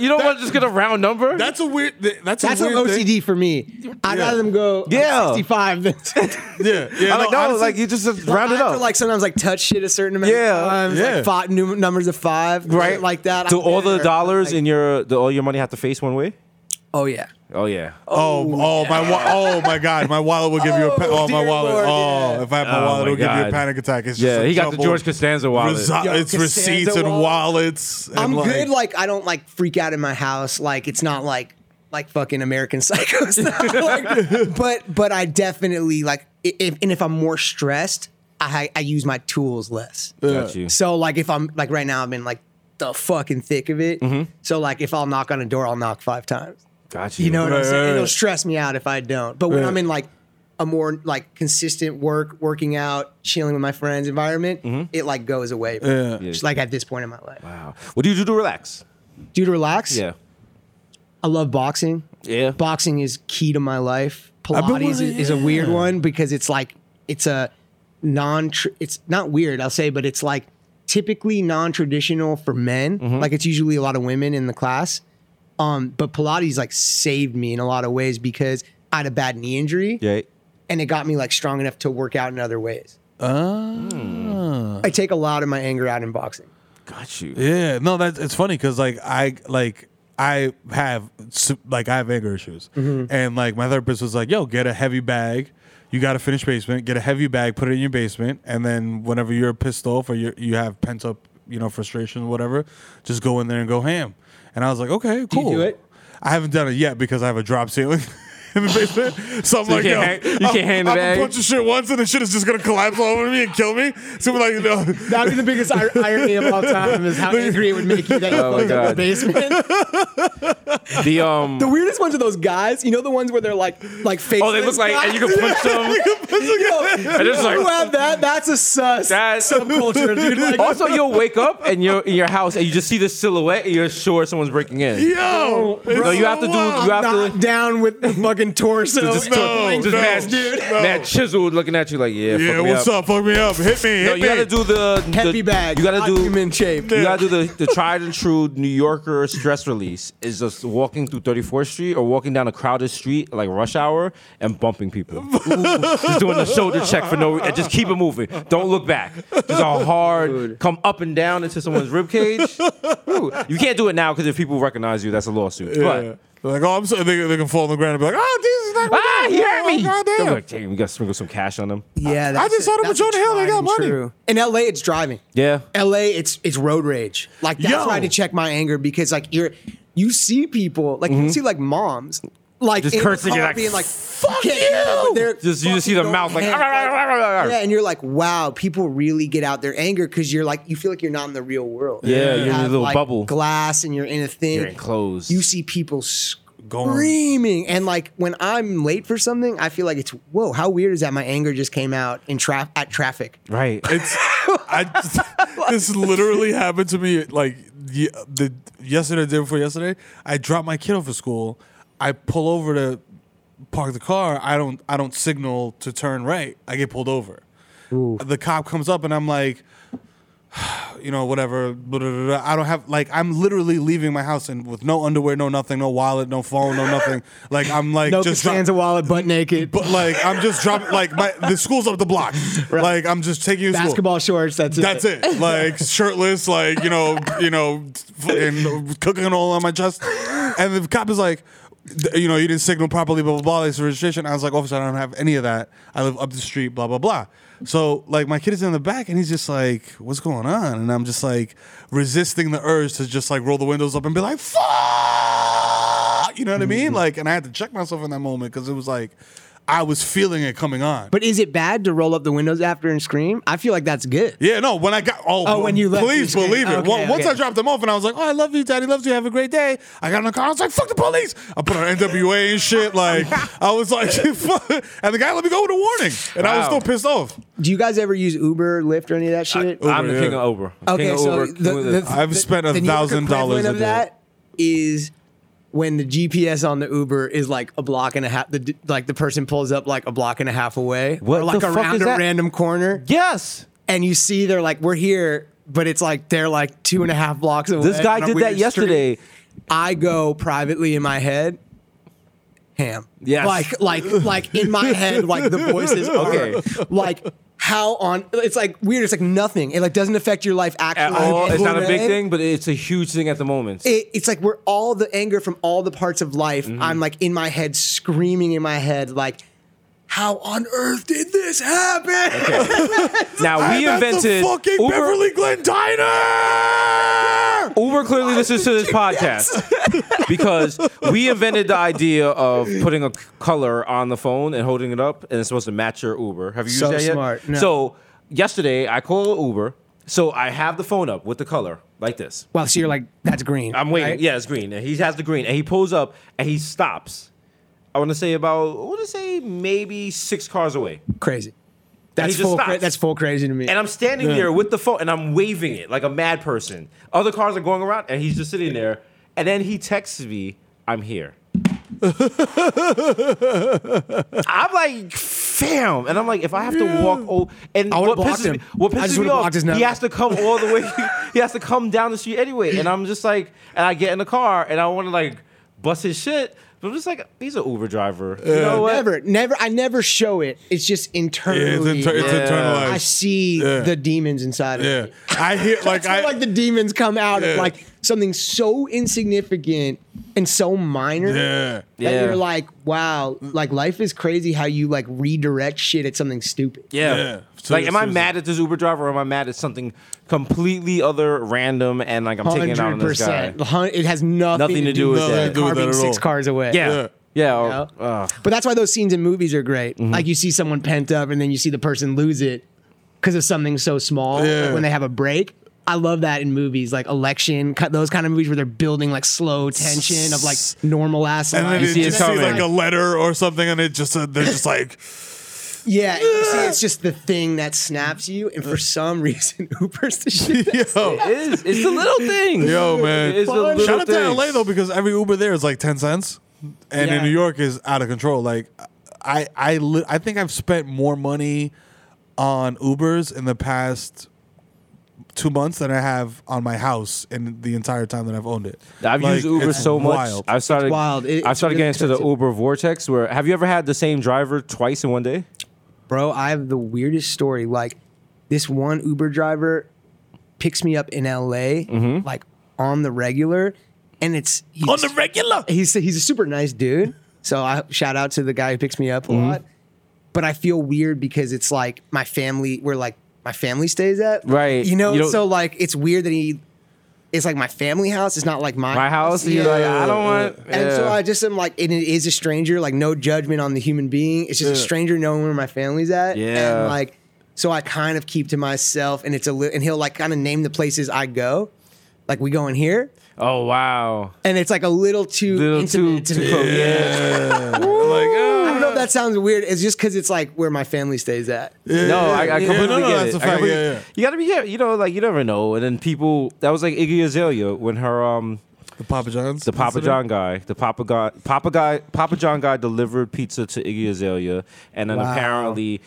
Speaker 3: you don't want to just get a round number.
Speaker 2: That's a weird. That's,
Speaker 4: That's
Speaker 2: a
Speaker 4: an
Speaker 2: weird thing.
Speaker 4: OCD for me. I'd
Speaker 2: Yeah.
Speaker 4: rather them go I'm
Speaker 7: Yeah.
Speaker 4: 65 than
Speaker 2: Yeah, yeah.
Speaker 7: I'm like, no,
Speaker 2: honestly,
Speaker 7: like you just uh,
Speaker 4: Well,
Speaker 7: *laughs* round
Speaker 4: I
Speaker 7: it
Speaker 4: have to,
Speaker 7: up.
Speaker 4: like sometimes like touch shit a certain amount
Speaker 7: Yeah.
Speaker 4: of times,
Speaker 2: Yeah.
Speaker 4: like five, num- numbers of five, right?
Speaker 7: right
Speaker 4: Like that.
Speaker 7: Do
Speaker 4: I'm
Speaker 7: all the
Speaker 4: there.
Speaker 7: dollars in your do all your money have to face one way?
Speaker 4: Oh yeah.
Speaker 7: Oh yeah.
Speaker 2: oh, oh my, wa- oh my God, my wallet will give you a. Pa-
Speaker 4: Oh,
Speaker 2: oh my
Speaker 4: dear
Speaker 2: wallet.
Speaker 4: Lord,
Speaker 2: oh,
Speaker 4: yeah.
Speaker 2: if I have my
Speaker 7: Oh,
Speaker 2: wallet,
Speaker 7: my
Speaker 2: it'll give you a
Speaker 7: God.
Speaker 2: panic attack. It's just
Speaker 7: Yeah,
Speaker 2: a
Speaker 7: he got the
Speaker 2: jumbled-
Speaker 7: George Costanza wallet.
Speaker 2: Resi-
Speaker 4: Yo,
Speaker 2: it's
Speaker 4: Costanza
Speaker 2: receipts and
Speaker 4: wallet.
Speaker 2: wallets. And
Speaker 4: I'm
Speaker 2: like,
Speaker 4: good. Like I don't like freak out in my house. Like it's not like like fucking American *laughs* Psycho style. like, but but I definitely like i- if and if I'm more stressed, I I use my tools less.
Speaker 7: Got you.
Speaker 4: So like if I'm like right now I'm in like the fucking thick of it.
Speaker 2: Mm-hmm.
Speaker 4: So like if I'll knock on a door, I'll knock five times.
Speaker 7: Got you.
Speaker 4: You know what I'm
Speaker 2: Right,
Speaker 4: saying?
Speaker 2: right,
Speaker 4: It'll
Speaker 2: right.
Speaker 4: stress me out if I don't. But when
Speaker 2: Right.
Speaker 4: I'm in like a more like consistent work, working out, chilling with my friends environment, it like goes away.
Speaker 2: Mm-hmm. Yeah.
Speaker 4: Just like at this point in my life.
Speaker 7: Wow. What do you do to relax?
Speaker 4: Dude, relax.
Speaker 7: Yeah.
Speaker 4: I love boxing.
Speaker 7: Yeah.
Speaker 4: Boxing is key to my life.
Speaker 2: I've been
Speaker 4: Pilates is,
Speaker 2: wanting-
Speaker 4: is a weird
Speaker 2: yeah.
Speaker 4: one because it's like it's a non it's not weird, I'll say, but it's like typically non-traditional for men. Like it's usually a lot of women in the class. Um, but Pilates like saved me in a lot of ways because I had a bad knee injury
Speaker 7: Yeah.
Speaker 4: and it got me like strong enough to work out in other ways. I take a lot of my anger out in boxing.
Speaker 7: Got you.
Speaker 6: Yeah, no, that's it's funny because like I like I have s- like I have anger issues, and like my therapist was like, "Yo, get a heavy bag. You got to finish basement. Get a heavy bag, put it in your basement, and then whenever you're pissed off or you you have pent up, you know, frustration, or whatever, just go in there and go ham." And I was like, "Okay, cool."
Speaker 4: do it?
Speaker 6: I haven't done it yet because I have a drop ceiling. *laughs* In the basement, so I'm like,
Speaker 3: can't
Speaker 6: yo,
Speaker 3: hang- you
Speaker 6: I'm-
Speaker 3: can't hang the
Speaker 6: I'm
Speaker 3: bag?
Speaker 6: gonna punch the shit once, and the shit is just gonna collapse all over me and kill me. So I'm like, no,
Speaker 4: That'd be the biggest ir- irony of all time is *laughs* how angry it would make you that you
Speaker 7: Oh my
Speaker 4: fucked up the
Speaker 7: God.
Speaker 4: basement.
Speaker 7: The um.
Speaker 4: The weirdest ones are those guys. You know the ones where they're like like face.
Speaker 3: Oh, they look like and you
Speaker 4: *laughs*
Speaker 3: can punch them.
Speaker 4: Yo,
Speaker 3: *laughs* And it's
Speaker 4: you
Speaker 3: like
Speaker 4: have that. That's a sus
Speaker 3: that's
Speaker 4: subculture, dude. *laughs* Like,
Speaker 7: also, you'll wake up and you're in your house and you just see the silhouette and you're sure someone's breaking in.
Speaker 6: yo, it's
Speaker 7: No, you
Speaker 6: so
Speaker 7: have to do.
Speaker 6: wild.
Speaker 7: You have
Speaker 4: not
Speaker 7: to.
Speaker 4: down with the fucking torso.
Speaker 7: Just,
Speaker 6: No,
Speaker 7: just
Speaker 6: no,
Speaker 7: mad, mad chiseled looking at you like, yeah, fuck
Speaker 6: Yeah,
Speaker 7: me
Speaker 6: what's
Speaker 7: up.
Speaker 6: up? Fuck me up. Hit me.
Speaker 7: No,
Speaker 6: Hit
Speaker 7: you
Speaker 6: me.
Speaker 7: gotta do the, the
Speaker 4: Heavy bag.
Speaker 7: You gotta
Speaker 4: not
Speaker 7: do
Speaker 4: human shape.
Speaker 7: You gotta do the, the tried and true New Yorker stress release is just walking through 34th Street or walking down a crowded street like rush hour and
Speaker 6: *laughs*
Speaker 7: bumping people. just doing the shoulder check for no and just keep it moving. Don't look back. Just a hard come up and down into someone's ribcage. Ooh, You can't do it now because if people recognize you, that's a lawsuit.
Speaker 6: Yeah.
Speaker 7: But
Speaker 6: They're Like, oh, I'm so they, they can fall on the ground and be like, oh, Jesus,
Speaker 7: ah, you heard me.
Speaker 6: God
Speaker 7: They'll be
Speaker 6: damn.
Speaker 7: like, damn, we gotta sprinkle some cash on them.
Speaker 4: Yeah,
Speaker 6: I just saw them with Jonah Hill. They got money.
Speaker 4: In LA, it's driving.
Speaker 7: Yeah.
Speaker 4: LA, it's it's road rage. Like that's
Speaker 6: Yo.
Speaker 4: why I had to check my anger because like you're you see people like
Speaker 7: Mm-hmm.
Speaker 4: you see like moms like
Speaker 7: Just
Speaker 4: in the
Speaker 7: cursing,
Speaker 4: car
Speaker 7: you're like,
Speaker 4: being like
Speaker 7: "Fuck
Speaker 4: "Can't hear them," but they're
Speaker 7: Just- you just see
Speaker 4: fucking
Speaker 7: the mouth, like,
Speaker 4: going
Speaker 7: "Arr, arr,
Speaker 4: ham."
Speaker 7: arr, arr, arr, arr."
Speaker 4: yeah, and you're like wow, people really get out their anger because you're like you feel like you're not in the real world.
Speaker 7: Yeah, you're in a
Speaker 4: have,
Speaker 7: little
Speaker 4: like,
Speaker 7: bubble.
Speaker 4: glass and you're in a thing.
Speaker 7: You're enclosed.
Speaker 4: You see people
Speaker 6: Going.
Speaker 4: screaming and like when I'm late for something, I feel like it's whoa, how weird is that? My anger just came out in traf at traffic.
Speaker 7: Right.
Speaker 6: It's
Speaker 7: *laughs*
Speaker 6: I just- this literally happened to me like ye- the yesterday, the day before yesterday. I dropped my kid off at school. I pull over to park the car. I don't I don't signal to turn right. I get pulled over. The cop comes up and I'm like, *sighs* you know, whatever. Blah, blah, blah, blah. I don't have like I'm literally leaving my house and with no underwear, no nothing, no wallet, no phone, no nothing. Like I'm like
Speaker 4: No
Speaker 6: just drop-
Speaker 4: Costanza wallet, butt naked,
Speaker 6: but like I'm just dropping like my the school's up the block. Like I'm just taking you to
Speaker 4: *laughs*
Speaker 6: school.
Speaker 4: basketball shorts. That's it.
Speaker 6: That's it. Like shirtless, like you know, you know, fucking cooking all on my chest. And the cop is like, th- you know, you didn't signal properly, blah blah blah. It's a registration. I was like, officer, I don't have any of that. I live up the street, blah blah blah. So like my kid is in the back, and he's just like, what's going on? And I'm just like resisting the urge to just like roll the windows up and be like, fuck. You know what I mean? Like, and I had to check myself in that moment because it was like. I was feeling it coming on.
Speaker 4: But is it bad to roll up the windows after and scream? I feel like that's good.
Speaker 6: Yeah, no. When I got oh,
Speaker 4: Oh, when you left,
Speaker 6: please
Speaker 4: you-
Speaker 6: believe it.
Speaker 4: okay,
Speaker 6: Well, Once
Speaker 4: okay.
Speaker 6: I dropped them off, and I was like, "Oh, I love you, Daddy loves you. Have a great day." I got in the car. I was like, "Fuck the police!" I put on NWA and shit. Like I was like, *laughs* fuck. and the guy let me go with a warning, and I was
Speaker 7: Wow.
Speaker 6: still pissed off.
Speaker 4: Do you guys ever use Uber, Lyft, or any of that shit?
Speaker 7: I'm the
Speaker 6: Uber,
Speaker 7: king
Speaker 6: yeah.
Speaker 7: of Uber. king
Speaker 4: okay,
Speaker 7: of
Speaker 4: so
Speaker 7: Uber,
Speaker 4: the,
Speaker 7: king of
Speaker 4: the,
Speaker 7: this.
Speaker 6: I've
Speaker 4: the-
Speaker 6: spent
Speaker 4: the New York
Speaker 6: $1,000
Speaker 4: equivalent
Speaker 6: a
Speaker 4: of
Speaker 6: day.
Speaker 4: that is when the GPS on the Uber is like a block and a half. The d- like the person pulls up like a block and a half away,
Speaker 7: What
Speaker 4: or like
Speaker 7: the fuck
Speaker 4: around
Speaker 7: is
Speaker 4: a
Speaker 7: that?
Speaker 4: random corner,
Speaker 7: yes.
Speaker 4: and you see they're like, "We're here." but it's like they're like two and a half blocks away.
Speaker 7: This guy
Speaker 4: on a
Speaker 7: did
Speaker 4: weird
Speaker 7: that yesterday.
Speaker 4: street. I go privately in my head, ham.
Speaker 7: Yes.
Speaker 4: Like like like in my head, like the voices.
Speaker 7: Okay.
Speaker 4: Are, like how on? It's like weird. It's like nothing. It like doesn't affect your life
Speaker 7: At
Speaker 4: actually.
Speaker 7: all, it's not a big
Speaker 4: Right?
Speaker 7: thing, but it's a huge thing at the moment.
Speaker 4: it, it's like we're all the anger from all the parts of life.
Speaker 7: Mm-hmm.
Speaker 4: I'm like in my head, screaming in my head, like, how on earth did this happen?
Speaker 7: now we
Speaker 6: That's
Speaker 7: invented
Speaker 6: the fucking
Speaker 7: Uber.
Speaker 6: Beverly Glen Diner.
Speaker 7: Uber clearly listens to
Speaker 4: *laughs*
Speaker 7: this podcast *laughs* because we invented the idea of putting a c- color on the phone and holding it up, and it's supposed to match your Uber. Have you used
Speaker 4: So
Speaker 7: that yet?
Speaker 4: smart. No.
Speaker 7: So yesterday I called Uber, so I have the phone up with the color like this.
Speaker 4: *laughs* Well, so you're like, that's green.
Speaker 7: I'm waiting.
Speaker 4: right?
Speaker 7: Yeah, it's green. And he has the green, and he pulls up and he stops. I want to say about I want to say maybe six cars away,
Speaker 4: Crazy.
Speaker 7: he
Speaker 4: That's
Speaker 7: just
Speaker 4: full. Cra-
Speaker 7: stops.
Speaker 4: that's full crazy to me.
Speaker 7: and I'm standing there with the phone and I'm waving it like a mad person. Other cars are going around, and he's just sitting there. And then he texts me,
Speaker 4: *laughs*
Speaker 7: "I'm here." I'm like, fam, and I'm like, if I have to walk over, and
Speaker 4: I would've
Speaker 7: what
Speaker 4: blocked
Speaker 7: pisses, me,
Speaker 4: him.
Speaker 7: what
Speaker 4: I just
Speaker 7: pisses me
Speaker 4: would've blocked his
Speaker 7: off,
Speaker 4: number.
Speaker 7: he has to come all
Speaker 4: *laughs*
Speaker 7: the way, *laughs* he has to come down the street anyway, and I'm just like, and I get in the car, and I want to like bust his shit, but I'm just like, he's an Uber driver, you know what?
Speaker 4: never, never. I never show it. It's just internally.
Speaker 6: inter- it's
Speaker 4: like,
Speaker 6: internalized.
Speaker 4: I see
Speaker 6: Yeah.
Speaker 4: the demons inside of
Speaker 6: Yeah,
Speaker 4: me.
Speaker 6: I hear like
Speaker 4: It's I,
Speaker 6: I
Speaker 4: like the demons come out of
Speaker 6: Yeah.
Speaker 4: like something so insignificant and so minor
Speaker 6: Yeah.
Speaker 4: that
Speaker 7: Yeah.
Speaker 4: you're like, wow, like life is crazy how you like redirect shit at something stupid.
Speaker 7: Yeah.
Speaker 6: Yeah.
Speaker 7: like, am I
Speaker 6: Seriously.
Speaker 7: mad at this Uber driver or am I mad at something completely other, random, and like I'm taking it out on this guy?
Speaker 4: Hun- It has nothing,
Speaker 7: Nothing to do with
Speaker 6: Nothing
Speaker 7: that.
Speaker 6: to do with
Speaker 4: carving
Speaker 6: that at
Speaker 4: six
Speaker 6: all.
Speaker 4: cars away.
Speaker 7: Yeah. Yeah. or-
Speaker 4: know?
Speaker 7: uh,
Speaker 4: But that's why those scenes in movies are great. Like you see someone pent up and then you see the person lose it because of something so small
Speaker 6: Yeah.
Speaker 4: like when they have a break. I love that in movies like Election, ki- those kind of movies where they're building like slow tension of like normal ass
Speaker 6: and then
Speaker 4: lives.
Speaker 6: you
Speaker 7: see it
Speaker 6: just see
Speaker 7: coming.
Speaker 6: like a letter or something, and it just uh, they're just like *laughs*
Speaker 4: Yeah, you see, it's just the thing that snaps you, and for some *laughs* reason, Uber's the shit.
Speaker 6: yo.
Speaker 7: it is. It's
Speaker 6: *laughs*
Speaker 7: the little things.
Speaker 6: Yo, man.
Speaker 7: It's the little
Speaker 6: Shout out
Speaker 7: things.
Speaker 6: to LA though, because every Uber there is like ten cents, and in
Speaker 4: Yeah.
Speaker 6: New York is out of control. Like, I I li- I think I've spent more money on Ubers in the past two months than I have on my house in the entire time that I've owned it.
Speaker 7: I've
Speaker 6: Like,
Speaker 7: used Uber
Speaker 6: it's
Speaker 7: so much.
Speaker 6: wild.
Speaker 7: I've started.
Speaker 4: It's wild. It-
Speaker 7: I've
Speaker 4: it's
Speaker 7: started
Speaker 4: really
Speaker 7: getting into the
Speaker 4: expensive.
Speaker 7: Uber vortex. Where have you ever had the same driver twice in one day?
Speaker 4: Bro, I have the weirdest story. Like, this one Uber driver picks me up in LA,
Speaker 7: Mm-hmm.
Speaker 4: like on the regular, and it's he's,
Speaker 6: on the regular.
Speaker 4: he's he's a super nice dude. So I shout out to the guy who picks me up a
Speaker 7: Mm-hmm.
Speaker 4: lot. But I feel weird because it's like my family, where like my family stays at,
Speaker 7: Right.
Speaker 4: You know,
Speaker 7: You don't-
Speaker 4: so like it's weird that he. It's like my family house. It's not like my
Speaker 7: My house. You're like, I don't want.
Speaker 4: And so
Speaker 7: yeah.
Speaker 4: I just am like, and it is a stranger, like no judgment on the human being. It's just a stranger knowing where my family's at.
Speaker 7: Yeah.
Speaker 4: And like, so I kind of keep to myself and it's a, li- and he'll like kind of name the places I go. Like we go in here
Speaker 7: oh wow.
Speaker 4: and it's like a little too
Speaker 7: Little too.
Speaker 4: intimate to
Speaker 7: too
Speaker 4: me.
Speaker 6: Yeah. like, oh.
Speaker 4: I don't know if that sounds weird. It's just because it's like where my family stays at.
Speaker 7: No, I, I
Speaker 6: yeah,
Speaker 7: completely
Speaker 6: no, no,
Speaker 7: get
Speaker 6: that's
Speaker 7: it.
Speaker 6: a
Speaker 7: I
Speaker 6: fact,
Speaker 7: completely-
Speaker 6: yeah, yeah.
Speaker 7: You gotta be, yeah, you know, like you never know. And then people, that was like Iggy Azalea when her, um,
Speaker 6: The Papa John's.
Speaker 7: the Papa John guy, the Papa guy, Papa guy, Papa John guy delivered pizza to Iggy Azalea, and then apparently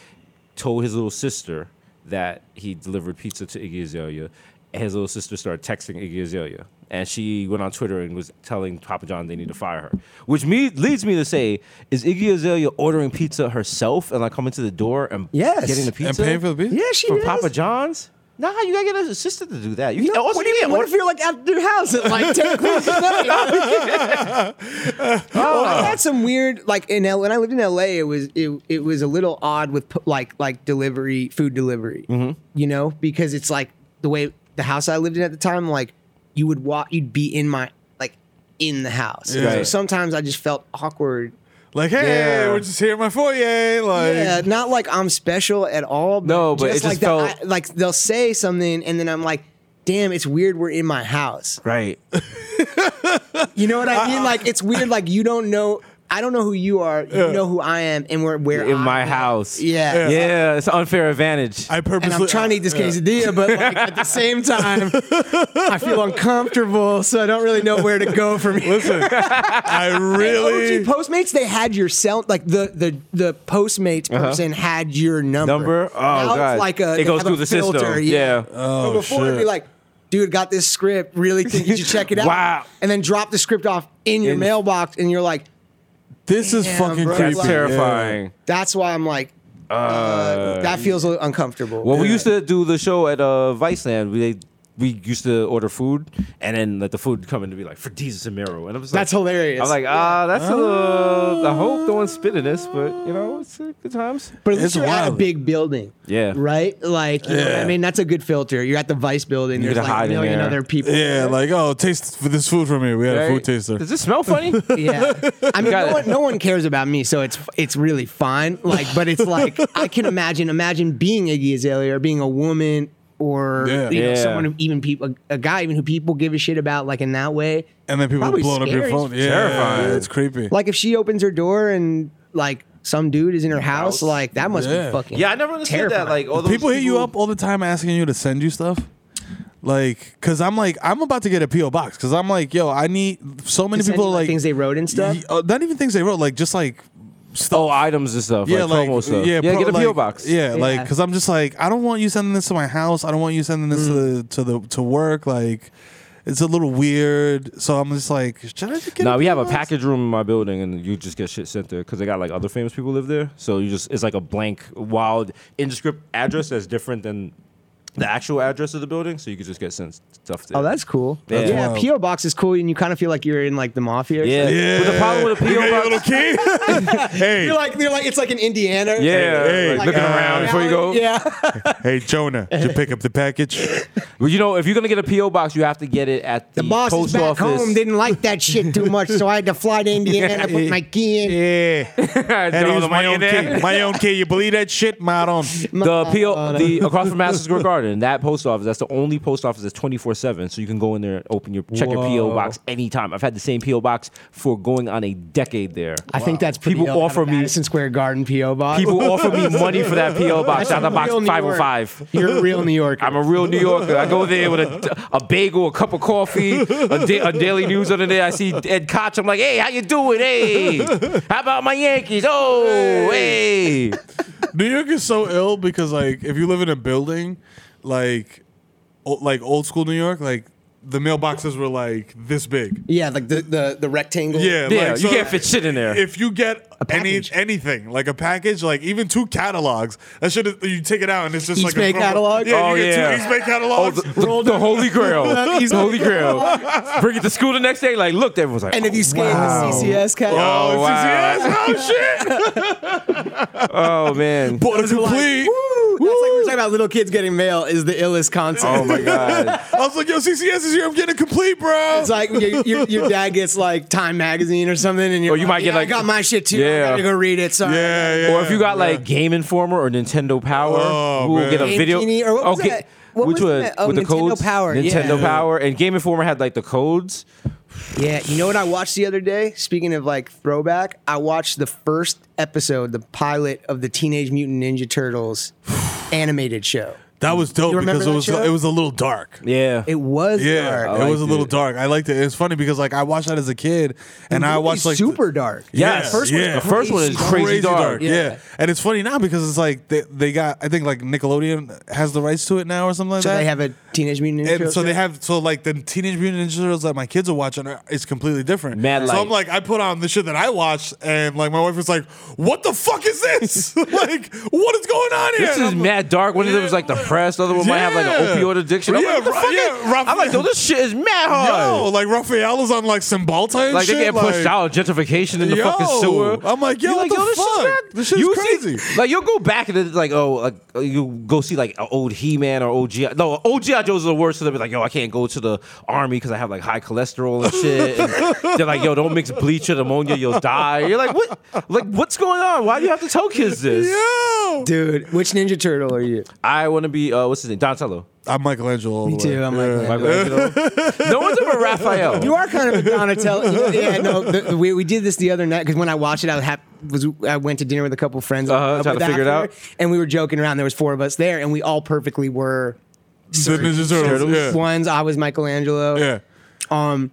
Speaker 7: told his little sister that he delivered pizza to Iggy Azalea. And his little sister started texting Iggy Azalea, and she went on Twitter and was telling Papa John they need to fire her. Which me leads me to say, is Iggy Azalea ordering pizza herself and like coming to the door and
Speaker 4: Yes.
Speaker 7: getting the pizza
Speaker 6: And paying for the pizza?
Speaker 4: Yeah, she
Speaker 7: from
Speaker 4: is.
Speaker 7: Papa John's. Nah, you gotta get an assistant to do that. You
Speaker 4: No,
Speaker 7: also
Speaker 4: what do you mean?
Speaker 7: can't
Speaker 4: What
Speaker 7: order-
Speaker 4: if you're like at their house at like 10 o'clock at night?
Speaker 7: *laughs*
Speaker 4: I
Speaker 7: Oh.
Speaker 4: had some weird like in L when I lived in LA it was it, it was a little odd with pu- like like delivery food delivery
Speaker 7: Mm-hmm.
Speaker 4: you know because it's like the way the house I lived in at the time like you would walk you'd be in my like in the house
Speaker 7: Yeah.
Speaker 4: so sometimes I just felt awkward
Speaker 6: Like, hey,
Speaker 7: Yeah.
Speaker 6: we're just here in my foyer. Like,
Speaker 4: yeah, not like I'm special at all. But
Speaker 7: No, but it just
Speaker 4: like that
Speaker 7: felt-
Speaker 4: I- like they'll say something, and then I'm like, "Damn, it's weird. We're in my house."
Speaker 7: Right.
Speaker 4: You know what I mean? Like it's weird. Like you don't know. I don't know who you are. You know who I am, and we're where
Speaker 7: in
Speaker 4: I'm
Speaker 7: my
Speaker 4: at.
Speaker 7: house.
Speaker 4: Yeah.
Speaker 7: yeah, it's an unfair advantage.
Speaker 6: I
Speaker 4: And
Speaker 6: purposely.
Speaker 4: I'm trying to eat this quesadilla, but like, at the same time, I feel uncomfortable, so I don't really know where to go from here.
Speaker 6: Listen,
Speaker 4: *laughs*
Speaker 6: I really.
Speaker 4: OG Postmates, they had your cell, like the the the Postmates person had your number.
Speaker 7: Uh-huh. Number? Oh,
Speaker 4: now
Speaker 7: God.
Speaker 4: it's like a
Speaker 7: It
Speaker 4: they
Speaker 7: goes
Speaker 4: have a
Speaker 7: through the system.
Speaker 4: filter,
Speaker 7: Yeah.
Speaker 4: Oh, but before it'd be
Speaker 6: shit.
Speaker 4: like, dude, got this script. Really think you should check it out.
Speaker 7: *laughs* Wow.
Speaker 4: And then drop the script off in your
Speaker 7: In-
Speaker 4: mailbox, and you're like,
Speaker 6: This is
Speaker 4: Damn,
Speaker 6: fucking
Speaker 4: bro,
Speaker 6: creepy.
Speaker 7: That's
Speaker 4: like-
Speaker 7: terrifying.
Speaker 4: that's why I'm like, uh, that feels a little uncomfortable.
Speaker 7: Well, we used to do the show at uh, Viceland. We we used to order food, and then let the food come in and be like for Jesus and Miro, and I was like,
Speaker 4: That's hilarious.
Speaker 7: I'm like, ah, that's a
Speaker 6: Ah.
Speaker 7: little. I hope no one's spitting this, but you know, it's uh, good times.
Speaker 4: But at least
Speaker 6: It's
Speaker 4: you're at a
Speaker 6: wild.
Speaker 4: big building.
Speaker 7: Yeah.
Speaker 4: Right? Like, you know what I mean, that's a good filter. You're at the Vice building.
Speaker 7: You
Speaker 4: There's
Speaker 7: gotta
Speaker 4: like
Speaker 7: hide
Speaker 4: a
Speaker 7: in
Speaker 4: million
Speaker 7: there.
Speaker 4: other people.
Speaker 6: Yeah, like oh, taste for this food from here. We had a food
Speaker 7: Right?
Speaker 6: taster.
Speaker 7: Does this smell
Speaker 6: *laughs*
Speaker 7: funny?
Speaker 4: Yeah. I mean,
Speaker 7: Got
Speaker 4: no
Speaker 7: it.
Speaker 4: one, no one cares about me, so it's it's really fine. Like, but it's
Speaker 7: *laughs*
Speaker 4: like I can imagine imagine being Iggy Azalea or being a woman or
Speaker 6: Yeah.
Speaker 4: you know
Speaker 7: Yeah.
Speaker 4: someone who even people a, a guy even who people give a shit about like in that way.
Speaker 6: And then people
Speaker 4: Probably
Speaker 6: blowing up your
Speaker 4: scary.
Speaker 6: phone. Yeah,
Speaker 7: Terrifying.
Speaker 6: It's creepy.
Speaker 4: Like if she opens her door and like some dude is in her house, like that must
Speaker 6: Yeah.
Speaker 4: be fucking
Speaker 7: yeah, I never understood
Speaker 4: terrifying.
Speaker 7: that. Like, all those
Speaker 6: people hit you up all the time asking you to send you stuff. Like, cause I'm like, I'm about to get a PO box. Cause I'm like, yo, I need so many
Speaker 4: To send
Speaker 6: people
Speaker 4: you, like,
Speaker 6: like
Speaker 4: things they wrote and stuff?
Speaker 6: Y- uh, not even things they wrote, like just like stuff.
Speaker 7: Oh, items and stuff. Yeah, like, promo stuff. Yeah,
Speaker 6: pro-
Speaker 7: get a PO
Speaker 6: like-
Speaker 7: box.
Speaker 6: Yeah, like
Speaker 4: Yeah.
Speaker 6: because I'm just like I don't want you sending this to my house. I don't want you sending this to the to the to work. Like it's a little weird. So I'm just like, should I just get?
Speaker 7: No, we have
Speaker 6: PO
Speaker 7: a
Speaker 6: box?"
Speaker 7: package room in my building, and you just get shit sent there because they got like other famous people live there. So you just it's like a blank, wild, indescript address that's different than the actual address of the building. So you could just get sent stuff there.
Speaker 4: Oh, that's cool.
Speaker 7: That's
Speaker 4: yeah,
Speaker 6: wild.
Speaker 4: PO box is cool, and you kind of feel like you're in like the mafia. or
Speaker 7: yeah.
Speaker 4: something.
Speaker 7: yeah. But the problem with a
Speaker 6: You
Speaker 7: PO
Speaker 6: got your little
Speaker 7: box,
Speaker 6: key. *laughs*
Speaker 7: *laughs*
Speaker 6: hey,
Speaker 4: You're like, you're like, it's like in Indiana.
Speaker 7: yeah,
Speaker 6: Hey,
Speaker 7: like,
Speaker 6: hey,
Speaker 7: looking
Speaker 6: uh,
Speaker 7: around before you go.
Speaker 4: *laughs* Yeah.
Speaker 6: hey, Jonah, did you pick up the package?
Speaker 7: Well, you know, if you're gonna get a PO box, you have to get it at the,
Speaker 4: The boss
Speaker 7: post
Speaker 4: is back
Speaker 7: office.
Speaker 4: home
Speaker 7: *laughs*
Speaker 4: didn't like that shit too much, so I had to fly to Indiana, put my key in.
Speaker 6: Yeah,
Speaker 7: Had
Speaker 6: and
Speaker 7: all
Speaker 6: he was
Speaker 7: the
Speaker 6: my
Speaker 7: money
Speaker 6: own
Speaker 7: in there.
Speaker 6: key. My own key. You believe that shit, my own.
Speaker 7: The PO, the across from
Speaker 4: *laughs*
Speaker 7: Madison Square Garden, that post office. That's the only post office that's twenty four seven. So you can go in there, and open your check your PO box anytime. I've had the same PO box for going on a decade there.
Speaker 4: I think that's pretty
Speaker 7: People
Speaker 4: dope,
Speaker 7: offer
Speaker 4: having
Speaker 7: me-
Speaker 4: Madison Square Garden PO box.
Speaker 7: People offer
Speaker 4: *laughs*
Speaker 7: me money for that PO box out of box
Speaker 4: Real New
Speaker 7: five hundred
Speaker 4: York.
Speaker 7: five.
Speaker 4: You're a real New Yorker.
Speaker 7: I'm a real New Yorker. I go there with a, a bagel, a cup of coffee, a, da- a daily news under there. I see Ed Koch. I'm like, hey, how you doing? Hey, how about my Yankees? Oh, hey.
Speaker 6: New York is so ill because like if you live in a building, like o- like old school New York, like the mailboxes were like this big.
Speaker 4: yeah, like the, the, the rectangle.
Speaker 6: Yeah,
Speaker 7: Yeah,
Speaker 6: like,
Speaker 7: you
Speaker 6: so
Speaker 7: can't fit shit in there.
Speaker 6: If you get any
Speaker 4: package.
Speaker 6: anything like a package, like even two catalogs, that should you take it out and it's just
Speaker 4: East
Speaker 6: like
Speaker 4: Bay
Speaker 6: a crumble-
Speaker 4: catalog?
Speaker 6: Yeah,
Speaker 7: Oh,
Speaker 6: you get
Speaker 7: yeah.
Speaker 6: two East Bay
Speaker 7: Oh,
Speaker 6: catalogs.
Speaker 7: the, the, the Holy Grail. the Holy Grail. Bring it to school the next day. Like, look, everyone's like,
Speaker 4: And if you scan the CCS cat,
Speaker 6: Oh,
Speaker 7: Oh, wow.
Speaker 6: CCS? *laughs* Oh shit!
Speaker 7: oh man,
Speaker 6: Bought a complete.
Speaker 4: Woo, that's like we were talking about little kids getting mail is the illest concept.
Speaker 7: oh
Speaker 6: *laughs*
Speaker 7: my god,
Speaker 6: I was like, yo, CCS is here. I'm getting a complete, bro.
Speaker 4: *laughs* It's like your, your, your dad gets like Time magazine or something, and
Speaker 6: Oh,
Speaker 4: you're
Speaker 7: Or you might
Speaker 4: "Yeah,
Speaker 7: get, like-
Speaker 4: I got my shit too.
Speaker 7: Yeah.
Speaker 4: I gotta go read it. Sorry.
Speaker 6: yeah, yeah.
Speaker 7: or if you got like Game Informer or Nintendo Power,
Speaker 6: Oh,
Speaker 7: we'll
Speaker 6: man.
Speaker 7: get a
Speaker 4: Game
Speaker 7: video.
Speaker 4: Genie, E or what was that? What
Speaker 7: which
Speaker 4: was
Speaker 7: was
Speaker 4: that? Oh,
Speaker 7: with the
Speaker 4: Nintendo
Speaker 7: codes?
Speaker 4: Power, yeah.
Speaker 7: Nintendo Power and Game Informer had like the codes.
Speaker 4: Yeah, you know what I watched the other day? Speaking of like throwback, I watched the first episode, the pilot of the Teenage Mutant Ninja Turtles *sighs* animated show.
Speaker 6: that was dope
Speaker 4: You remember
Speaker 6: because it
Speaker 4: that
Speaker 6: was
Speaker 4: show?
Speaker 6: it was a little dark.
Speaker 7: Yeah,
Speaker 4: It was
Speaker 6: Yeah,
Speaker 4: dark.
Speaker 6: it
Speaker 7: I
Speaker 6: was a
Speaker 7: liked
Speaker 6: little
Speaker 7: it.
Speaker 6: dark. I liked it. It's funny because like I watched that as a kid, and I
Speaker 4: Really
Speaker 6: watched like
Speaker 4: super dark.
Speaker 7: Yes.
Speaker 6: first
Speaker 7: The
Speaker 6: yeah.
Speaker 7: first one is crazy, dark.
Speaker 6: Yeah.
Speaker 4: Yeah.
Speaker 6: and it's funny now because it's like they, they got I think like Nickelodeon has the rights to it now or something like
Speaker 4: So
Speaker 6: that.
Speaker 4: they have a Teenage Mutant Ninja
Speaker 6: and
Speaker 4: Turtles.
Speaker 6: so they
Speaker 4: show?
Speaker 6: have so like the Teenage Mutant Ninja Turtles that my kids are watching are, is completely different.
Speaker 7: Mad
Speaker 6: so
Speaker 7: light.
Speaker 6: I'm like I put on the shit that I watched and like my wife was like, "What the fuck is this? *laughs* like what is going on here?"
Speaker 7: This
Speaker 6: And
Speaker 7: is
Speaker 6: I'm like-
Speaker 7: mad dark. One of them is like depressed. The other one might have like an
Speaker 6: Yeah.
Speaker 7: opioid addiction. I'm
Speaker 6: Yeah,
Speaker 7: like, what the
Speaker 6: Ra-
Speaker 7: fuck
Speaker 6: yeah,
Speaker 7: is-
Speaker 6: Ralph-
Speaker 7: I'm like, yo, this shit is mad hard.
Speaker 6: *laughs* Yo, like Raphael is on like Cymbalta and
Speaker 7: Like
Speaker 6: shit.
Speaker 7: they get pushed out, gentrification in the
Speaker 6: Yo,
Speaker 7: fucking sewer.
Speaker 6: I'm like, yo,
Speaker 7: You're
Speaker 6: what the
Speaker 7: this shit's
Speaker 6: fuck?
Speaker 7: not-
Speaker 6: This shit's
Speaker 7: you
Speaker 6: crazy.
Speaker 7: See, like you'll go back and it's like, oh, like you go see like an old He Man or old GI. No, old GI Joes are the worst. So they'll be like, yo, I can't go to the army because I have like high cholesterol and shit.
Speaker 6: *laughs*
Speaker 7: And they're like, yo, don't mix bleach with ammonia, you'll die. You're like, what? Like, what's going on? Why do you have to tell kids this?
Speaker 6: Yo,
Speaker 4: Dude, which Ninja Turtle are you?
Speaker 6: *laughs*
Speaker 7: I want to be uh, what's his name, Donatello.
Speaker 6: I'm Michelangelo. all
Speaker 4: Me
Speaker 6: the way.
Speaker 4: too, I'm Michelangelo.
Speaker 3: no one's ever Raphael.
Speaker 4: You are kind of a
Speaker 3: *laughs*
Speaker 4: Donatello. You know, yeah, no, the, the- we, we did this the other night because when I watched it, I hap- was I went to dinner with a couple of friends,
Speaker 3: Uh-huh, trying to figure it out.
Speaker 4: and we were joking around. There was four of us there, and we all perfectly were.
Speaker 6: The Ninja Turtles. Yeah.
Speaker 4: Ones I was Michelangelo.
Speaker 6: yeah.
Speaker 4: Um,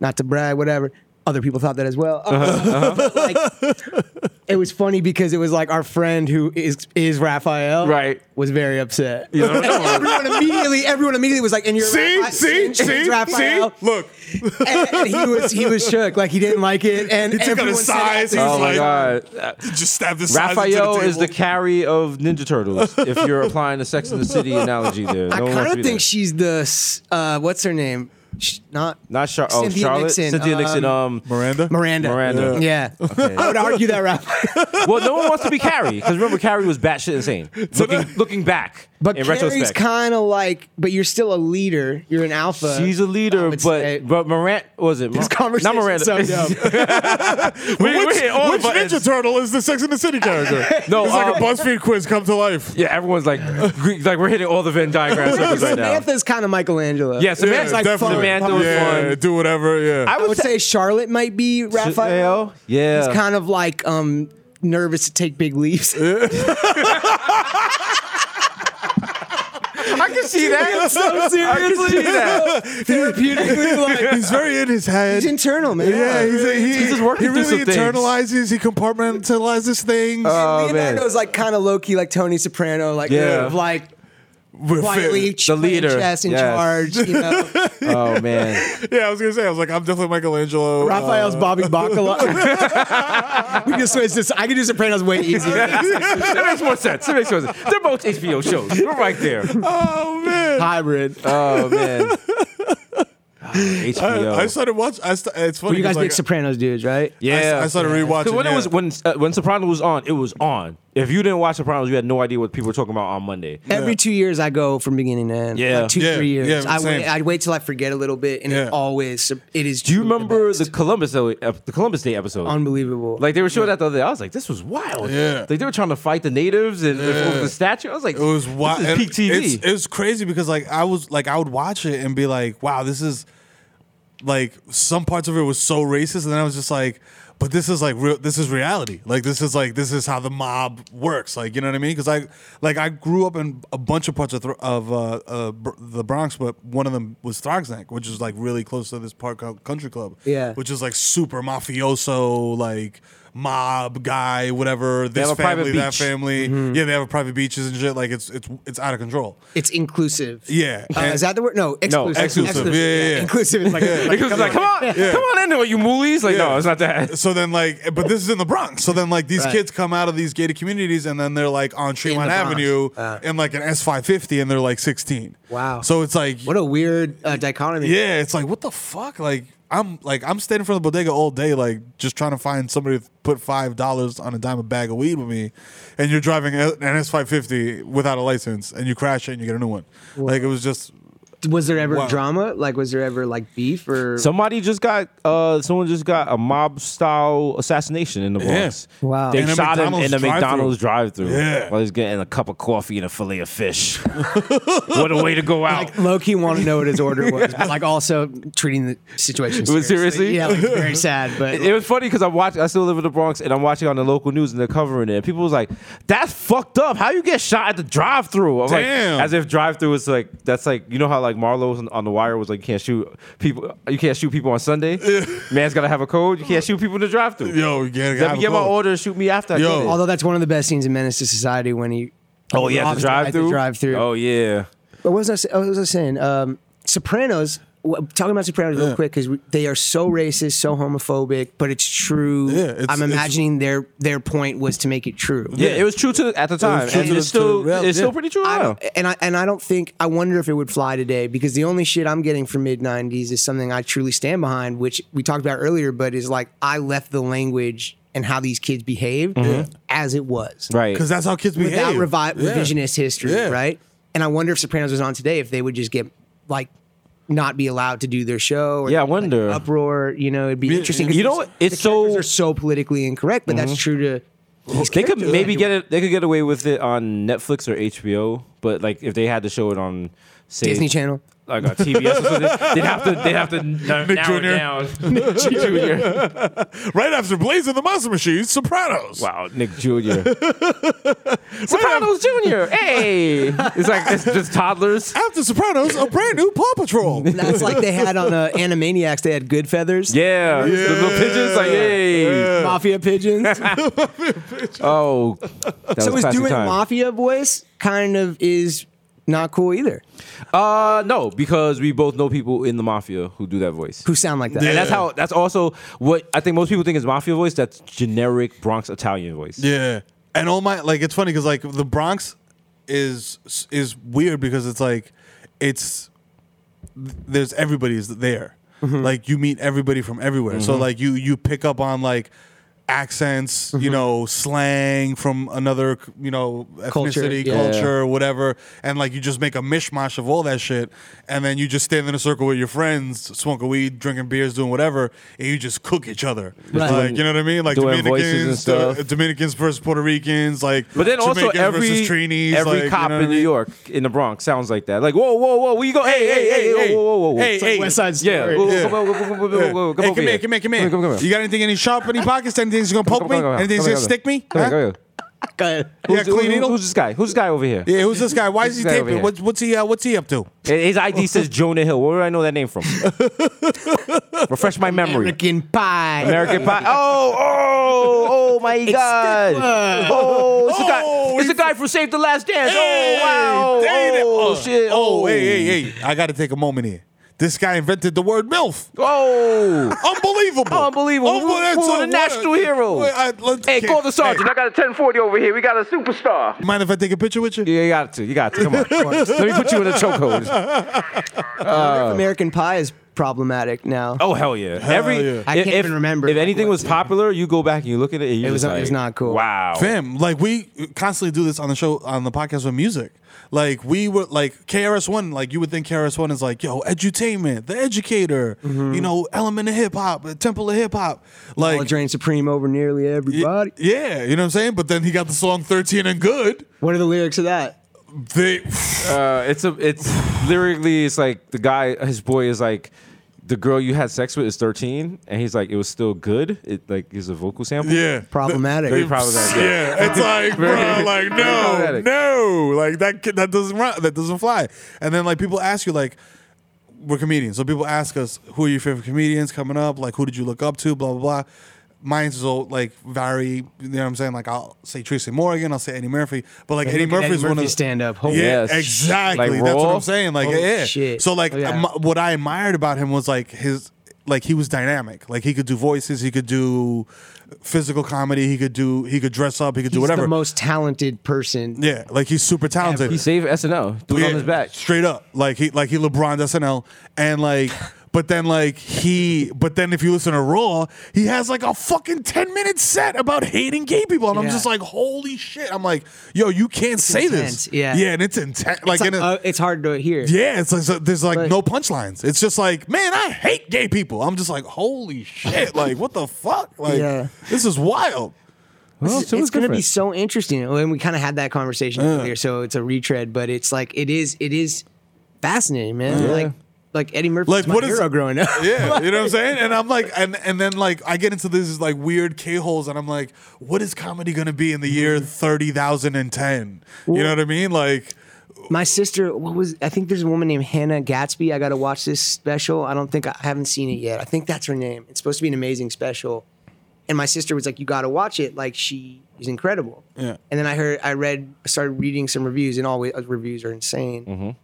Speaker 4: not to brag, whatever. Other people thought that as well.
Speaker 3: Uh-huh,
Speaker 4: Um, *laughs* But, like, it was funny because it was like our friend who is is Raphael,
Speaker 3: Right.
Speaker 4: was very upset. And *laughs* everyone immediately, everyone immediately was like, "And you're
Speaker 6: See,
Speaker 4: Raphael,
Speaker 6: see,
Speaker 4: it's
Speaker 6: see, see.
Speaker 4: Raphael."
Speaker 6: Look,
Speaker 4: and, and he was he was shook, like he didn't like it, and
Speaker 6: He took out his
Speaker 4: everyone said
Speaker 6: sides,
Speaker 4: it.
Speaker 6: he was
Speaker 3: Oh my
Speaker 6: like-
Speaker 3: god. Uh,
Speaker 6: he just stabbed his sides into
Speaker 3: Raphael is the
Speaker 6: table.
Speaker 7: Carrie of Ninja
Speaker 3: *laughs*
Speaker 7: Turtles. if you're applying the Sex in the City analogy there,
Speaker 4: I
Speaker 7: no one wants
Speaker 4: kind
Speaker 7: to be
Speaker 4: of
Speaker 7: there.
Speaker 4: think she's the s- uh, what's her name? Sh- not
Speaker 7: not Char- oh,
Speaker 4: Cynthia
Speaker 7: Charlotte,
Speaker 4: Nixon,
Speaker 7: Cynthia Nixon. Um,
Speaker 6: Miranda.
Speaker 4: Miranda.
Speaker 7: Miranda.
Speaker 4: Yeah, *laughs* I would argue that Raphael.
Speaker 7: *laughs* well, no one wants to be Carrie because remember Carrie was
Speaker 3: *laughs*
Speaker 7: batshit insane. Looking, looking back,
Speaker 4: But
Speaker 7: in
Speaker 4: Carrie's
Speaker 7: retrospect,
Speaker 4: kind of like, but you're still a leader. You're an alpha.
Speaker 7: she's a
Speaker 4: I
Speaker 7: leader.
Speaker 4: would
Speaker 7: But
Speaker 4: say.
Speaker 7: but Miranda was
Speaker 4: *laughs*
Speaker 7: it?
Speaker 4: this conversation
Speaker 7: not Miranda. *laughs*
Speaker 4: summed up.
Speaker 3: we, we
Speaker 6: Which,
Speaker 3: hit all the
Speaker 6: which
Speaker 3: buttons.
Speaker 6: Ninja Turtle is the Sex in the City character?
Speaker 3: No,
Speaker 6: it's like
Speaker 3: um,
Speaker 6: a BuzzFeed quiz come to life.
Speaker 3: Yeah, everyone's like, Greek- like we're hitting all the Venn diagrams right now.
Speaker 4: *laughs* Samantha's kind of Michelangelo.
Speaker 3: Yeah, Samantha's like,
Speaker 6: definitely.
Speaker 3: Samantha was
Speaker 6: yeah,
Speaker 3: one.
Speaker 6: do whatever. Yeah,
Speaker 4: I would say Charlotte might be Raphael.
Speaker 7: Yeah.
Speaker 4: He's kind of like um nervous to take big leaps.
Speaker 3: I can see that.
Speaker 4: *laughs*
Speaker 3: so I can see
Speaker 7: *laughs*
Speaker 3: that.
Speaker 6: *laughs*
Speaker 4: Therapeutically, like
Speaker 6: he's very in his head.
Speaker 4: he's internal, man.
Speaker 6: yeah, he's, a, he,
Speaker 3: He's just working
Speaker 6: he
Speaker 3: through
Speaker 6: really
Speaker 3: some things.
Speaker 6: internalizes. He compartmentalizes things.
Speaker 7: Uh, Oh,
Speaker 4: Leonardo's like kind of low key, like Tony Soprano, like
Speaker 7: Yeah.
Speaker 4: kind of like
Speaker 6: We're
Speaker 4: quietly
Speaker 6: fit.
Speaker 4: playing
Speaker 7: leader.
Speaker 4: chess in
Speaker 7: Yes.
Speaker 4: charge. You know,
Speaker 6: *laughs*
Speaker 7: oh man,
Speaker 6: Yeah, I was gonna say. I was like, I'm definitely Michelangelo.
Speaker 4: Raphael's
Speaker 6: uh,
Speaker 4: Bobby Bacala. *laughs* we can switch this. I can do Sopranos way easier.
Speaker 3: That makes more sense. That makes more sense. They're both HBO shows. We're right there.
Speaker 6: Oh
Speaker 4: *laughs*
Speaker 6: man.
Speaker 4: Hybrid.
Speaker 7: oh *laughs* man. Ah,
Speaker 6: I,
Speaker 7: HBO.
Speaker 6: I started watching. I st- it's funny.
Speaker 4: you guys
Speaker 6: 'cause, like,
Speaker 4: big Sopranos dudes, right?
Speaker 6: I,
Speaker 7: yeah,
Speaker 6: I started
Speaker 7: So
Speaker 6: rewatching.
Speaker 7: when
Speaker 6: yeah.
Speaker 7: it was when uh, when Sopranos was on, it was on. If you didn't watch Sopranos, you had no idea what people were talking about on Monday.
Speaker 4: Every two years, I go from beginning to end.
Speaker 7: Yeah.
Speaker 4: like two
Speaker 6: Yeah,
Speaker 4: three years.
Speaker 6: yeah,
Speaker 4: I
Speaker 6: same.
Speaker 4: wait. I wait till I forget a little bit, and
Speaker 6: Yeah.
Speaker 4: it always it is.
Speaker 7: Do you
Speaker 4: truly the
Speaker 7: remember
Speaker 4: best.
Speaker 7: the Columbus Day- uh, the Columbus Day episode?
Speaker 4: unbelievable?
Speaker 7: like they were showing that the other day. I was like, this was wild.
Speaker 6: Yeah.
Speaker 7: Like they were trying to fight the natives and over the statue. I was like,
Speaker 6: It was
Speaker 7: wild.
Speaker 6: wild.
Speaker 7: This is peak TV.
Speaker 6: It's, it was crazy because like I was like I would watch it and be like, wow, this is like some parts of it was so racist, and then I was just like, but this is like real. This is reality. Like this is like this is how the mob works. Like you know what I mean? Because I like I grew up in a bunch of parts of, Thr- of uh, uh, Br- the Bronx, but one of them was Throgsneck, which is like really close to this park called country club.
Speaker 4: Yeah.
Speaker 6: which is like super mafioso like. Mob guy, whatever. This
Speaker 7: have a private
Speaker 6: family, that
Speaker 7: beach. Mm-hmm.
Speaker 6: family. Yeah, they have a private beaches and shit. Like it's it's it's out of control.
Speaker 4: It's inclusive.
Speaker 6: Yeah.
Speaker 4: Uh, is that the word? No, exclusive.
Speaker 6: exclusive. Yeah, yeah, yeah.
Speaker 4: Inclusive is like, like,
Speaker 3: Because it's like, come on, come on in there, you moolies. Like, no, it's not that.
Speaker 6: so then like but this is in the Bronx. So then like these
Speaker 4: Right.
Speaker 6: kids come out of these gated communities and then they're like on Tremont
Speaker 4: the Bronx.
Speaker 6: Avenue
Speaker 4: Ah.
Speaker 6: in like an S five fifty and they're like sixteen.
Speaker 4: Wow.
Speaker 6: So it's like
Speaker 4: what a weird uh, dichotomy.
Speaker 6: Yeah, it's like what the fuck? Like I'm like I'm standing in front of the bodega all day, like just trying to find somebody to put five dollars on a dime a bag of weed with me, and you're driving an S five fifty without a license and you crash it and you get a new one. Like it was just
Speaker 4: Was there ever
Speaker 6: Wow.
Speaker 4: drama? Like, was there ever like beef or?
Speaker 7: Somebody just got uh someone just got a mob style assassination in the Bronx.
Speaker 6: Yeah.
Speaker 4: Wow.
Speaker 7: They
Speaker 6: In a
Speaker 7: shot him
Speaker 6: McDonald's
Speaker 7: in the
Speaker 6: drive-thru.
Speaker 7: McDonald's drive thru
Speaker 6: Yeah.
Speaker 7: while he's getting a cup of coffee and a fillet
Speaker 6: *laughs*
Speaker 7: of fish. what a way to go out.
Speaker 4: like low key want to know what his
Speaker 6: *laughs*
Speaker 4: order was, but like also treating the situation seriously.
Speaker 3: Was seriously?
Speaker 4: yeah, like, very sad. But
Speaker 7: *laughs* It was funny because I watch. I still live in the Bronx, and I'm watching on the local news, and they're covering it. And people was like, "That's fucked up. How you get shot at the drive-through?" I'm
Speaker 6: Damn.
Speaker 7: like, as if drive-through is like that's like you know how like Marlo was on, on the wire was like you can't shoot people. You can't shoot people on Sunday. Man's gotta have a code. You can't shoot people in the drive-through.
Speaker 6: yo, you gotta
Speaker 7: Let
Speaker 6: have
Speaker 7: me
Speaker 6: a
Speaker 7: get my
Speaker 6: call.
Speaker 7: order. Shoot me after. I
Speaker 6: Yo.
Speaker 7: get it.
Speaker 4: although that's one of the best scenes in Menace to Society when he.
Speaker 7: oh yeah, the
Speaker 4: Officer at
Speaker 7: drive-through.
Speaker 4: drive-thru.
Speaker 7: Oh yeah.
Speaker 4: But what was I, sa- what was I saying? Um, Sopranos. w- Talking about Sopranos real quick because they are so racist, so homophobic, but it's true.
Speaker 6: Yeah, it's-
Speaker 4: I'm
Speaker 6: it's-
Speaker 4: imagining their their point was to make it true.
Speaker 7: Yeah, it was true to at the time.
Speaker 6: true
Speaker 7: and
Speaker 6: to
Speaker 7: it's
Speaker 6: the- to
Speaker 7: still
Speaker 6: the real-
Speaker 7: it's
Speaker 6: yeah.
Speaker 7: still pretty true.
Speaker 4: I
Speaker 7: now.
Speaker 4: don't, and I and I don't think I wonder if it would fly today because the only shit I'm getting from mid '90s is something I truly stand behind, which we talked about earlier, but is like I left the language and how these kids behaved
Speaker 6: Mm-hmm.
Speaker 4: as it was,
Speaker 7: Right.
Speaker 6: Because that's how kids behave.
Speaker 4: Without revi-
Speaker 6: Yeah.
Speaker 4: revisionist history,
Speaker 6: Yeah.
Speaker 4: right? And I wonder if Sopranos was on today if they would just get like not be allowed to do their show. Or,
Speaker 7: Yeah, I
Speaker 4: like,
Speaker 7: wonder.
Speaker 4: uproar, you know, it'd be interesting. 'cause
Speaker 7: You know
Speaker 4: there's-
Speaker 7: what? It's
Speaker 4: the characters
Speaker 7: so
Speaker 4: are so Mm-hmm. politically incorrect, but that's true to. these
Speaker 7: They could
Speaker 4: characters.
Speaker 7: maybe get it. They could get away with it on Netflix or HBO, but like if they had to show it on say
Speaker 4: Disney Channel.
Speaker 7: like a TBS. or something, they'd have to they'd have to narrow
Speaker 6: Nick
Speaker 7: it
Speaker 6: Jr..
Speaker 7: down. Nick Jr.
Speaker 6: Right after Blaze and the Monster Machine, Sopranos.
Speaker 7: Wow, Nick Jr.
Speaker 3: Sopranos Junior. Hey, it's like it's just toddlers.
Speaker 6: After Sopranos, a brand new Paw Patrol.
Speaker 4: That's like they had on *laughs* uh, Animaniacs. They had good feathers.
Speaker 3: Yeah, the little pigeons. Like, hey.
Speaker 4: Mafia pigeons.
Speaker 6: *laughs*
Speaker 7: Oh, that
Speaker 4: so
Speaker 7: was
Speaker 4: is
Speaker 7: classic
Speaker 4: doing
Speaker 7: time.
Speaker 4: mafia voice kind of is not cool either.
Speaker 7: Uh, no, because we both know people in the mafia who do that voice.
Speaker 4: Who sound like that?
Speaker 7: And that's how. That's also what I think most people think is mafia voice. That's generic Bronx Italian voice.
Speaker 6: Yeah, and all my like it's funny because like the Bronx is is weird because it's like it's there's everybody's there.
Speaker 4: Mm-hmm.
Speaker 6: Like you meet everybody from everywhere, so like you you pick up on like accents,
Speaker 4: Mm-hmm.
Speaker 6: you know, slang from another you know
Speaker 4: Culture,
Speaker 6: ethnicity, culture,
Speaker 4: yeah.
Speaker 6: whatever, and like you just make a mishmash of all that shit, and then you just stand in a circle with your friends, smoking weed, drinking beers, doing whatever, and you just cook each other. like you know what I mean? Like
Speaker 7: doing voices and
Speaker 6: Dominicans,
Speaker 7: stuff.
Speaker 6: Dominicans versus Puerto Ricans, like
Speaker 7: But then also
Speaker 6: Jamaicans
Speaker 7: every
Speaker 6: versus Trinis,
Speaker 7: every
Speaker 6: like, you
Speaker 7: cop
Speaker 6: know what I
Speaker 7: in New
Speaker 6: mean?
Speaker 7: York in the Bronx sounds like that. Like whoa whoa whoa, where you go? Hey hey hey, hey whoa whoa whoa whoa.
Speaker 6: hey, hey,
Speaker 1: West Side Story.
Speaker 7: yeah, whoa, whoa, come on, whoa, whoa, whoa, whoa, whoa, come
Speaker 6: hey,
Speaker 7: over
Speaker 6: come here, come here, come here.
Speaker 7: Come here, come
Speaker 6: You
Speaker 7: here.
Speaker 6: got anything in your sharp, any pockets? Anything's gonna poke
Speaker 7: Come
Speaker 6: me?
Speaker 7: on, come on,
Speaker 6: Anything's
Speaker 7: come on,
Speaker 6: gonna
Speaker 7: come
Speaker 6: stick me?
Speaker 7: Come here,
Speaker 6: Huh?
Speaker 7: come here.
Speaker 4: *laughs*
Speaker 6: You got
Speaker 7: Who's-
Speaker 6: clean
Speaker 7: who's-
Speaker 6: needle?
Speaker 7: Who's this guy? Who's this guy over here?
Speaker 6: Yeah, who's this guy? Why is
Speaker 7: Who's
Speaker 6: he
Speaker 7: this guy over
Speaker 6: taping?
Speaker 7: here?
Speaker 6: What, what's he? Uh, what's he up to?
Speaker 7: His *laughs* ID says Jonah Hill. Where do I know that name *laughs* from? Refresh my memory.
Speaker 4: American Pie.
Speaker 7: American Pie. Oh, oh, oh my God. Oh, it's a guy. It's a guy from Save the Last Dance.
Speaker 6: Hey,
Speaker 7: oh wow.
Speaker 6: dang it.
Speaker 7: oh
Speaker 6: Uh,
Speaker 7: shit.
Speaker 6: Oh, hey, hey, hey! I got to take a moment here. This guy invented the word
Speaker 7: *laughs*
Speaker 6: milf.
Speaker 7: Oh.
Speaker 6: Unbelievable!
Speaker 7: Unbelievable. We-
Speaker 6: Unbelievable.
Speaker 7: we want a
Speaker 6: What
Speaker 7: national hero.
Speaker 6: Wait, I- let's-
Speaker 7: Hey, call the
Speaker 6: hey,
Speaker 7: sergeant. I got a 1040 over here. We got a superstar.
Speaker 6: Mind if I take a picture with you?
Speaker 7: Yeah, you got to. You got to. *laughs* Come on. Let me put you in a chokehold.
Speaker 6: Oh.
Speaker 4: American Pie is problematic now.
Speaker 7: Oh hell yeah! Every
Speaker 6: yeah.
Speaker 4: I can't even remember
Speaker 7: If
Speaker 4: what
Speaker 7: anything
Speaker 4: it
Speaker 7: was
Speaker 4: was.
Speaker 7: popular, you go back and you look at it. And you
Speaker 4: It was- it was not cool.
Speaker 7: Wow.
Speaker 6: Fam, like we constantly do this on the show on the podcast with music. Like we were like KRS One, like you would think KRS One is like, yo, edutainment, the educator, you know, element of hip hop, temple of hip hop. Like
Speaker 4: Olive Drain Supreme over nearly everybody.
Speaker 6: Yeah, you know what I'm saying? But then he got the song 13 and good.
Speaker 4: What are the lyrics of that?
Speaker 6: They
Speaker 7: Uh, it's a it's lyrically it's like the guy his boy is like the girl you had sex with is 13 and he's like it was still good it like is a vocal sample
Speaker 6: yeah.
Speaker 4: Problematic.
Speaker 7: very problematic yeah.
Speaker 6: Yeah, it's
Speaker 4: *laughs*
Speaker 6: like, bro, like no,
Speaker 7: problematic.
Speaker 6: no, like that ki- that doesn't run, that doesn't fly. And then like people ask you like, we're comedians, so people ask us who are your favorite comedians coming up, like who did you look up to, blah blah blah. My answers will like vary. You know what I'm saying? Like I'll say Tracy Morgan, I'll say Eddie Murphy, but like Eddie
Speaker 4: look at
Speaker 6: Murphy
Speaker 4: Eddie
Speaker 6: is one of
Speaker 4: Murphy's
Speaker 6: the
Speaker 4: stand-up. Holy-
Speaker 6: Yeah,
Speaker 7: Yes.
Speaker 6: exactly.
Speaker 7: Like,
Speaker 6: That's what
Speaker 7: raw?
Speaker 6: I'm saying. Like
Speaker 4: Holy
Speaker 6: yeah.
Speaker 4: shit.
Speaker 6: So like
Speaker 4: Oh, yeah.
Speaker 6: my- what I admired about him was like his like he was dynamic. Like he could do voices, he could do physical comedy, he could do he could dress up, he could do
Speaker 4: He's
Speaker 6: whatever.
Speaker 4: the most talented person.
Speaker 6: yeah, like he's super talented.
Speaker 7: he saved SNL do it
Speaker 6: Yeah,
Speaker 7: on his back
Speaker 6: Straight up. Like he like he LeBron SNL
Speaker 4: *laughs*
Speaker 6: and like but then like he but then if you listen to Raw, he has like a fucking 10 minute set about hating gay people and I'm
Speaker 4: Yeah.
Speaker 6: just like holy shit. I'm like, yo, you can't say
Speaker 4: intense,
Speaker 6: this.
Speaker 4: yeah.
Speaker 6: Yeah, and it's intense like
Speaker 4: It's,
Speaker 6: in a,
Speaker 4: uh, it's hard to hear.
Speaker 6: yeah, it's like so there's like
Speaker 4: Right.
Speaker 6: no punchlines. It's just like, man, I hate gay people. I'm just like, holy shit! Like, what the fuck? Like,
Speaker 4: Yeah.
Speaker 6: this is wild.
Speaker 7: well,
Speaker 4: it's, going to be so interesting. And we kind of had that conversation earlier, so it's a retread. But it's like it is, it is fascinating, man. Like, like Eddie Murphy,
Speaker 6: Like,
Speaker 4: like my
Speaker 6: what is-
Speaker 4: hero growing up.
Speaker 6: Yeah, you know what I'm saying? And I'm *laughs* like, and and then like I get into these like weird k holes, and I'm like, what is comedy gonna be in the year thirty thousand and ten? You know what I mean? Like,
Speaker 4: My sister, what was? I think there's a woman named Hannah Gatsby. I got to watch this special. I don't think I haven't seen it yet. I think that's her name. It's supposed to be an amazing special. And my sister was like, "You got to watch it. Like she is incredible."
Speaker 6: Yeah.
Speaker 4: And then I heard, I read, I started reading some reviews, and all uh, reviews are insane.